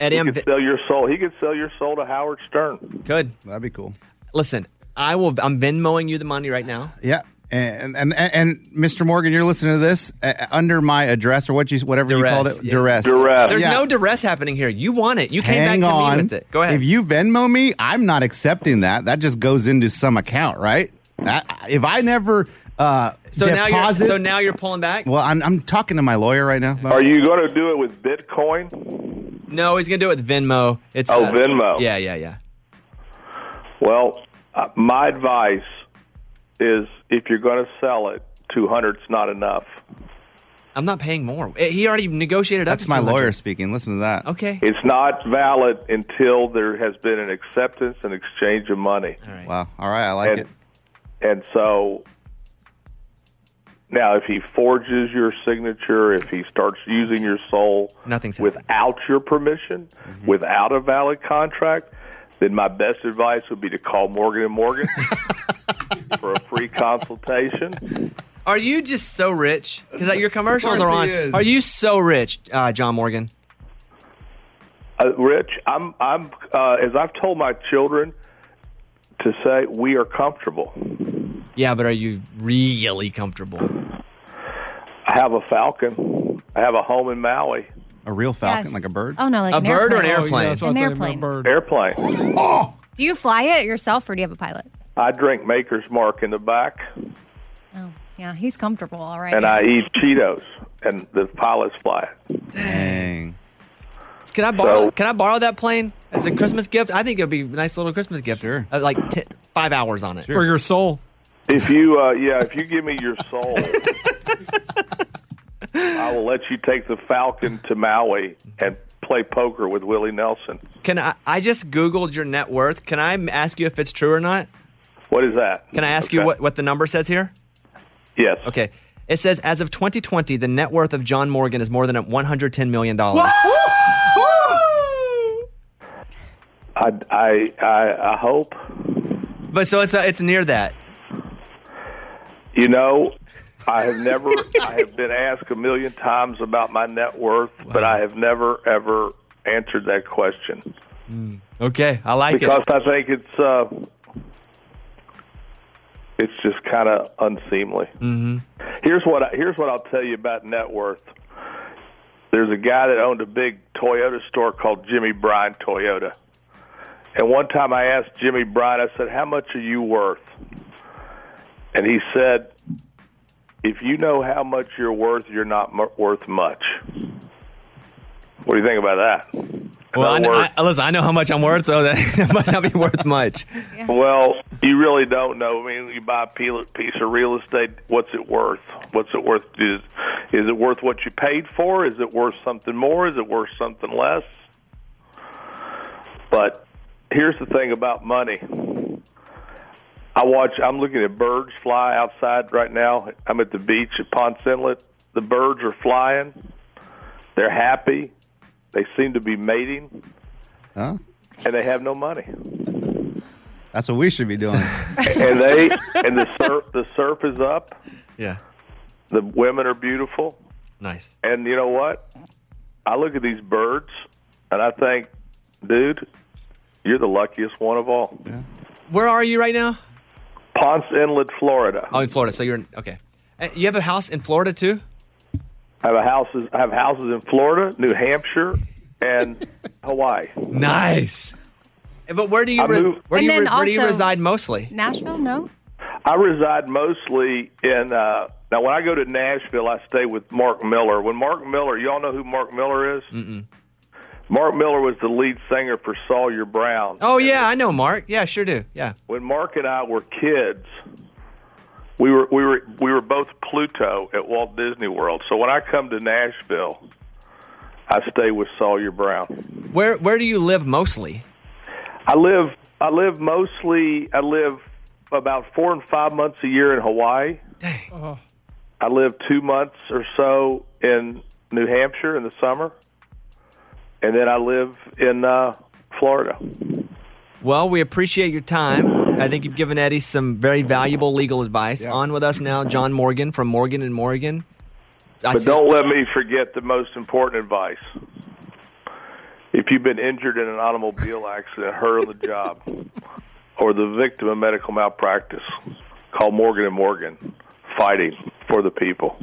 Speaker 23: he could sell your soul. He could sell your soul to Howard Stern.
Speaker 2: Good.
Speaker 3: That'd be cool.
Speaker 2: Listen, I will. I'm Venmoing you the money right now.
Speaker 3: Yeah. And, and and and Mr. Morgan, you're listening to this uh, uh, under my address or what you whatever you called it, duress.
Speaker 2: There's
Speaker 3: Yeah.
Speaker 2: no duress happening here. You want it. You came
Speaker 3: Hang
Speaker 2: back to
Speaker 3: on.
Speaker 2: me with it. Go ahead.
Speaker 3: If you Venmo me, I'm not accepting that. That just goes into some account, right? That, if I never Uh,
Speaker 2: Hmm. So now you're
Speaker 3: deposit-
Speaker 2: so now you're pulling back.
Speaker 3: well, I'm, I'm talking to my lawyer right now.
Speaker 23: Are you going to do it with Bitcoin?
Speaker 2: No, he's gonna do it with Venmo. It's uh,
Speaker 23: Oh,
Speaker 3: uh,
Speaker 23: Venmo.
Speaker 2: Yeah, yeah, yeah.
Speaker 23: Well, uh, my advice is if you're going to sell it, 200's not enough.
Speaker 2: I'm not paying more. Eh, He already negotiated up.
Speaker 23: That's my lawyer
Speaker 3: speaking. Listen to that.
Speaker 2: Okay.
Speaker 23: It's not valid until there has been an acceptance and exchange of money.
Speaker 3: Wow. All right. I like
Speaker 23: and, it. And so now, if he forges your signature, if he starts using your soul
Speaker 2: Nothing's Mm-hmm.
Speaker 23: without your permission, without a valid contract, then my best advice would be to call Morgan and Morgan for a free consultation.
Speaker 2: Are you just so rich? Because your commercials
Speaker 23: Of
Speaker 2: are
Speaker 23: course
Speaker 2: on.
Speaker 23: he is.
Speaker 2: Are you so rich, uh, John Morgan?
Speaker 23: Uh, Rich, I'm, I'm, uh, as I've told my children to say, we are comfortable.
Speaker 2: Yeah, but are you really comfortable?
Speaker 23: I have a falcon. I have a home in Maui.
Speaker 3: A real
Speaker 4: falcon, Yes. like
Speaker 3: a bird?
Speaker 4: Oh, no, like
Speaker 23: a
Speaker 4: an
Speaker 23: bird or an
Speaker 4: airplane. Oh,
Speaker 23: airplane? Oh!
Speaker 4: yeah, that's what An I thought you meant, airplane.
Speaker 23: Airplane.
Speaker 4: Do you fly it yourself or do you have a pilot?
Speaker 23: I drink Maker's Mark in the back,
Speaker 4: Yeah, he's comfortable. All right.
Speaker 23: and I eat Cheetos, and the pilots fly.
Speaker 3: Dang.
Speaker 2: Can I borrow? can I borrow that plane as a Christmas gift? I think it'd be a nice little Christmas gift. Sure. like t- five hours on it
Speaker 23: For your
Speaker 2: soul.
Speaker 23: If you, uh, yeah, if you give me your soul, I will let you take the falcon to Maui and play poker with Willie Nelson.
Speaker 2: Can I? I just googled your net worth. Can I m- ask you if it's true or not?
Speaker 23: What is that?
Speaker 2: Can I ask you
Speaker 23: Okay.
Speaker 2: what, what the number says here?
Speaker 23: Yes.
Speaker 2: Okay. It says as of 2020, the net worth of John Morgan is more than 110 million dollars.
Speaker 23: I, I, I, I hope.
Speaker 2: But so it's uh, it's near that.
Speaker 23: You know, I have never, I have been asked a million times about my net worth, but I have never ever answered that question.
Speaker 2: Okay, I like
Speaker 23: Hmm. because
Speaker 2: it.
Speaker 23: I think it's uh, it's just kind of unseemly.
Speaker 2: Mm-hmm.
Speaker 23: Here's what I, here's what I'll tell you about net worth. There's a guy that owned a big Toyota store called Jimmy Bryan Toyota, and one time I asked Jimmy Bryan, I said, "How much are you worth?" And he said, "If you know how much you're worth, you're not mu worth much." What do you think about that?
Speaker 2: Well, I, know, I, Uh, listen, I know how much I'm worth, so that it must not be worth much.
Speaker 23: Well, you really don't know. I mean, you buy a pe- piece of real estate, what's it worth? What's it worth? Is, is it worth what you paid for? Is it worth something more? Is it worth something less? But here's the thing about money. I watch, I'm looking at birds fly outside right now. I'm at the beach at Ponce Inlet. The birds are flying. They're happy. They seem to be mating,
Speaker 3: Huh?
Speaker 23: and they have no money.
Speaker 3: That's what we should be doing.
Speaker 23: and they and the surf the surf is up.
Speaker 2: Yeah.
Speaker 23: The women are beautiful,
Speaker 2: Nice.
Speaker 23: and you know what? I look at these birds, and I think, dude, you're the luckiest one of all.
Speaker 2: Where are you right now?
Speaker 23: Ponce Inlet, Florida.
Speaker 2: Oh, in Florida. So you're in, okay. Uh, You have a house in Florida too?
Speaker 23: I have a houses I have houses in Florida, New Hampshire, and Hawaii.
Speaker 2: Nice. Eh, But where do you
Speaker 23: I
Speaker 2: re-
Speaker 23: moved-
Speaker 2: where do you,
Speaker 4: And
Speaker 2: re-
Speaker 4: then
Speaker 2: where do you
Speaker 4: also-
Speaker 2: reside mostly?
Speaker 4: Nashville? No.
Speaker 23: I reside mostly in. Uh, now, when I go to Nashville, I stay with Mark Miller. When Mark Miller, y'all know who Mark Miller is?
Speaker 2: Mm-mm.
Speaker 23: Mark Miller was the lead singer for Sawyer Brown.
Speaker 2: Oh yeah, I know Mark. Yeah, sure do. Yeah.
Speaker 23: When Mark and I were kids, we were we were we were both Pluto at Walt Disney World. So when I come to Nashville, I stay with Sawyer Brown.
Speaker 2: Where where do you live mostly?
Speaker 23: I live I live mostly I live about four and five months a year in Hawaii.
Speaker 1: Oh.
Speaker 23: I live two months or so in New Hampshire in the summer, and then I live in uh, Florida.
Speaker 2: Well, we appreciate your time. I think you've given Eddie some very valuable legal advice. On with us now, John Morgan from Morgan and Morgan. I
Speaker 23: but
Speaker 2: see-
Speaker 23: don't let me forget the most important advice. If you've been injured in an automobile accident, hurt on the job, or the victim of medical malpractice, call Morgan and Morgan, fighting for the people.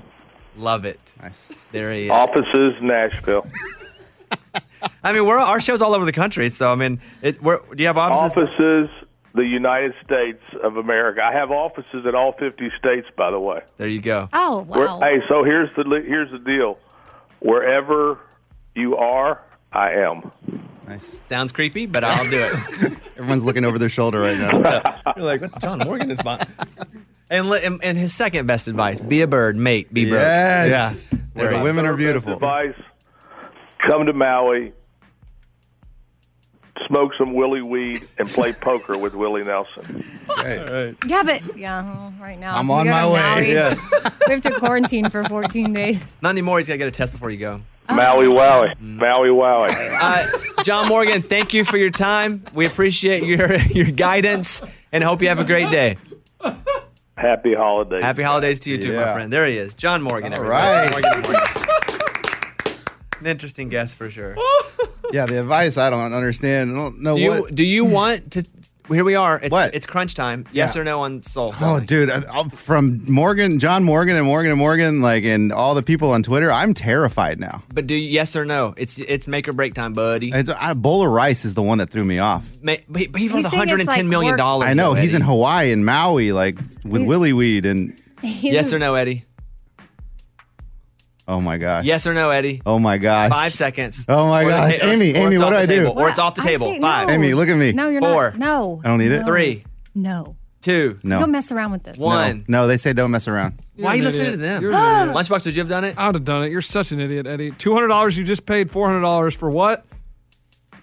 Speaker 2: Love it. Nice. There he is.
Speaker 23: Offices Nashville.
Speaker 2: I mean, we're our show's all over the country, so I mean, it, where, do you have offices?
Speaker 23: Offices the United States of America. I have offices in all 50 states, by the way.
Speaker 2: There you go.
Speaker 4: Oh,
Speaker 23: Where-
Speaker 4: wow.
Speaker 23: hey, so here's the li- here's the deal. Wherever you are, I am.
Speaker 3: Nice.
Speaker 2: Sounds creepy, but I'll do it.
Speaker 3: Everyone's looking over their shoulder right now.
Speaker 2: You're like, what? John Morgan is my. And, li- and and his second best advice: be a bird, mate, be broke.
Speaker 3: Yes.
Speaker 2: Yeah,
Speaker 3: Where the women are beautiful.
Speaker 23: Advice: Come to Maui, smoke some Willie weed, and play poker with Willie Nelson.
Speaker 4: Yeah, but yeah, well, right now
Speaker 2: I'm
Speaker 4: we
Speaker 2: on
Speaker 4: go
Speaker 2: my
Speaker 4: to
Speaker 2: way,
Speaker 4: Maui.
Speaker 2: yeah.
Speaker 4: we have to quarantine for 14 days.
Speaker 2: Not anymore. He's got to get a test before you go.
Speaker 23: Maui Wowie,
Speaker 2: Mm.
Speaker 23: Maui Wowie.
Speaker 2: Uh, John Morgan, thank you for your time. We appreciate your your guidance and hope you have a great day.
Speaker 23: Happy holidays.
Speaker 2: Happy holidays to you too, my friend. There he is, John Morgan. All
Speaker 3: right.
Speaker 2: An interesting guest for sure.
Speaker 3: yeah, the advice I don't understand. I don't know
Speaker 2: do you,
Speaker 3: what. Hmm.
Speaker 2: do you want to? Here we are. It's,
Speaker 3: What?
Speaker 2: It's crunch time. Yes
Speaker 3: Yeah.
Speaker 2: or no on Soul.
Speaker 3: Oh, dude! I, I'm from Morgan, John Morgan, and Morgan and Morgan, like, and all the people on Twitter, I'm terrified now.
Speaker 2: But do you, yes or no? It's it's make or break time, buddy.
Speaker 3: It's, I, bowl of rice is the one that threw me off.
Speaker 2: Ma- but he, but he owns
Speaker 4: saying it's
Speaker 2: 110
Speaker 4: like
Speaker 2: million
Speaker 4: work-
Speaker 2: dollars.
Speaker 3: I know
Speaker 2: though,
Speaker 3: he's in
Speaker 2: Eddie.
Speaker 3: Hawaii and Maui, like with
Speaker 4: He's-
Speaker 3: willy weed, and
Speaker 4: He's
Speaker 2: Yes
Speaker 4: a-
Speaker 2: or no, Eddie?
Speaker 3: oh my gosh,
Speaker 2: Yes or no, Eddie?
Speaker 3: oh my gosh,
Speaker 2: Five seconds.
Speaker 3: Oh my
Speaker 2: Or the
Speaker 3: gosh,
Speaker 2: ta- or
Speaker 3: Amy,
Speaker 2: it's- or
Speaker 3: Amy,
Speaker 2: it's
Speaker 3: what
Speaker 2: off
Speaker 3: do
Speaker 2: the
Speaker 3: I do?
Speaker 2: table. Or it's off the
Speaker 4: I
Speaker 2: table.
Speaker 4: say
Speaker 2: Five.
Speaker 4: no.
Speaker 3: Amy, look at me.
Speaker 4: No, you're
Speaker 3: Four.
Speaker 4: not. No,
Speaker 3: I don't need it.
Speaker 4: No.
Speaker 3: Three.
Speaker 4: No,
Speaker 2: Two.
Speaker 3: No.
Speaker 4: don't mess around with this.
Speaker 3: No. No, they say don't mess around.
Speaker 2: Why are you
Speaker 15: an idiot.
Speaker 2: listening to them?
Speaker 15: You're an idiot.
Speaker 2: Lunchbox, would you have done it?
Speaker 15: I'd have done it. You're such an idiot, Eddie. Two hundred dollars you just paid. Four hundred dollars for what?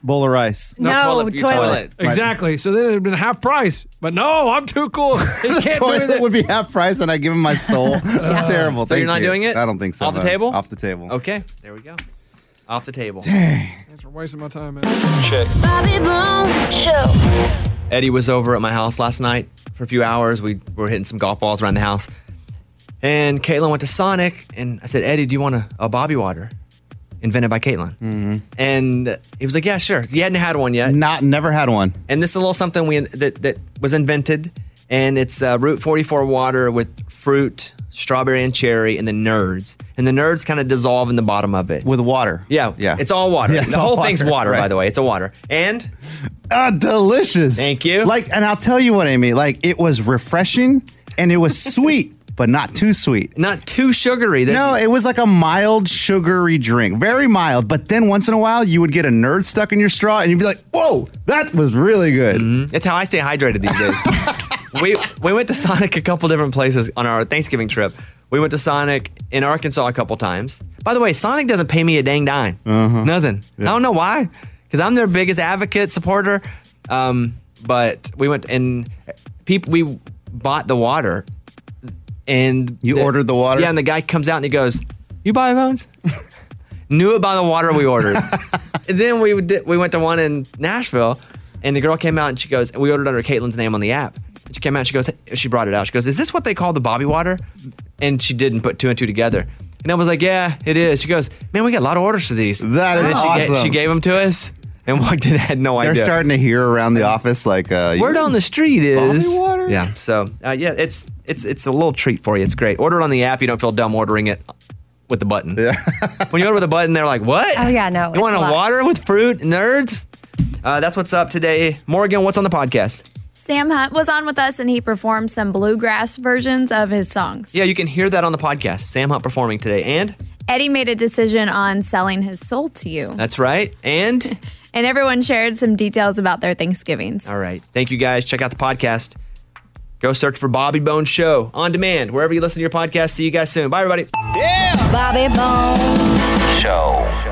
Speaker 3: Bowl of rice.
Speaker 4: No, No, toilet, your toilet. toilet.
Speaker 15: Exactly. So then it'd have been half price. But no, I'm too cool. He can't do
Speaker 3: Toilet
Speaker 15: anything.
Speaker 3: would be half price, and I give him my soul. That's terrible.
Speaker 2: So you're
Speaker 3: Thank
Speaker 2: not
Speaker 3: you.
Speaker 2: doing it?
Speaker 3: I don't think so.
Speaker 2: Off the
Speaker 3: no.
Speaker 2: table?
Speaker 3: Off the table.
Speaker 2: Okay, there we go. Off the table.
Speaker 15: Thanks for wasting my time, man.
Speaker 2: Shit.
Speaker 26: Bobby Bones Show.
Speaker 2: Eddie was over at my house last night for a few hours. We were hitting some golf balls around the house. And Caitlin went to Sonic, and I said, Eddie, do you want a, a Bobby Water? Invented by Caitlin. Mm-hmm. And he was like, Yeah, sure. He hadn't had one yet.
Speaker 3: Not, never had one.
Speaker 2: And this is a little something we that, that was invented, and it's uh, Route 44 water with fruit, strawberry, and cherry, and the nerds. And the nerds kind of dissolve in the bottom of it
Speaker 3: with water.
Speaker 2: Yeah, yeah. It's all water.
Speaker 3: Yeah, it's
Speaker 2: the
Speaker 3: all
Speaker 2: whole thing's
Speaker 3: water,
Speaker 2: water,
Speaker 3: right.
Speaker 2: by the way. It's a water. And
Speaker 3: Uh, delicious. Thank you. Like, and I'll tell you what, Amy. Like, it was refreshing and it was sweet, but not too sweet.
Speaker 2: Not too sugary.
Speaker 3: No, it was like a mild sugary drink, very mild. But then once in a while, you would get a nerd stuck in your straw, and you'd be like, "Whoa, that was really good."
Speaker 2: Mm-hmm. That's how I stay hydrated these days. we we went to Sonic a couple different places on our Thanksgiving trip. We went to Sonic in Arkansas a couple times. By the way, Sonic doesn't pay me a dang dime.
Speaker 3: Uh-huh.
Speaker 2: Nothing. I don't know why, because I'm their biggest advocate supporter. Um, but we went and people we bought the water, and you ordered
Speaker 3: the water.
Speaker 2: Yeah, and the guy comes out and he goes, "You buy bones." Knew it by the water we ordered. And then we did, we went to one in Nashville, and the girl came out and she goes, and we ordered under Caitlin's name on the app. And she came out and she goes, she brought it out. She goes, is this what they call the Bobby water? And she didn't put two and two together. And I was like, yeah, it is. She goes, man, we got a lot of orders for these. That
Speaker 3: is
Speaker 2: and then she ga-
Speaker 3: awesome.
Speaker 2: she gave them to us and walked in. Had no
Speaker 3: They're
Speaker 2: idea.
Speaker 3: starting to hear around the office like uh,
Speaker 2: Word
Speaker 3: you-
Speaker 2: on the street is
Speaker 3: Bobby water?
Speaker 2: Yeah. So uh, yeah, it's it's it's a little treat for you. It's great. Order it on the app. You don't feel dumb ordering it with the button. Yeah. when you order with a button, they're like, "What?
Speaker 4: Oh, yeah, no,
Speaker 2: You want
Speaker 4: it's
Speaker 2: a
Speaker 4: a lot.
Speaker 2: water with fruit, nerds?" Uh, that's what's up today, Morgan. What's on the podcast?
Speaker 9: Sam Hunt was on with us and he performed some bluegrass versions of his songs.
Speaker 2: Yeah, you can hear that on the podcast. Sam Hunt performing today, and
Speaker 9: Eddie made a decision on selling his soul to you,
Speaker 2: that's right. And
Speaker 9: and everyone shared some details about their Thanksgivings.
Speaker 2: all right, thank you guys. Check out the podcast. Go search for Bobby Bone Show on demand wherever you listen to your podcast. See you guys soon. Bye, everybody.
Speaker 1: Yeah. Bobby Bones.
Speaker 2: Show.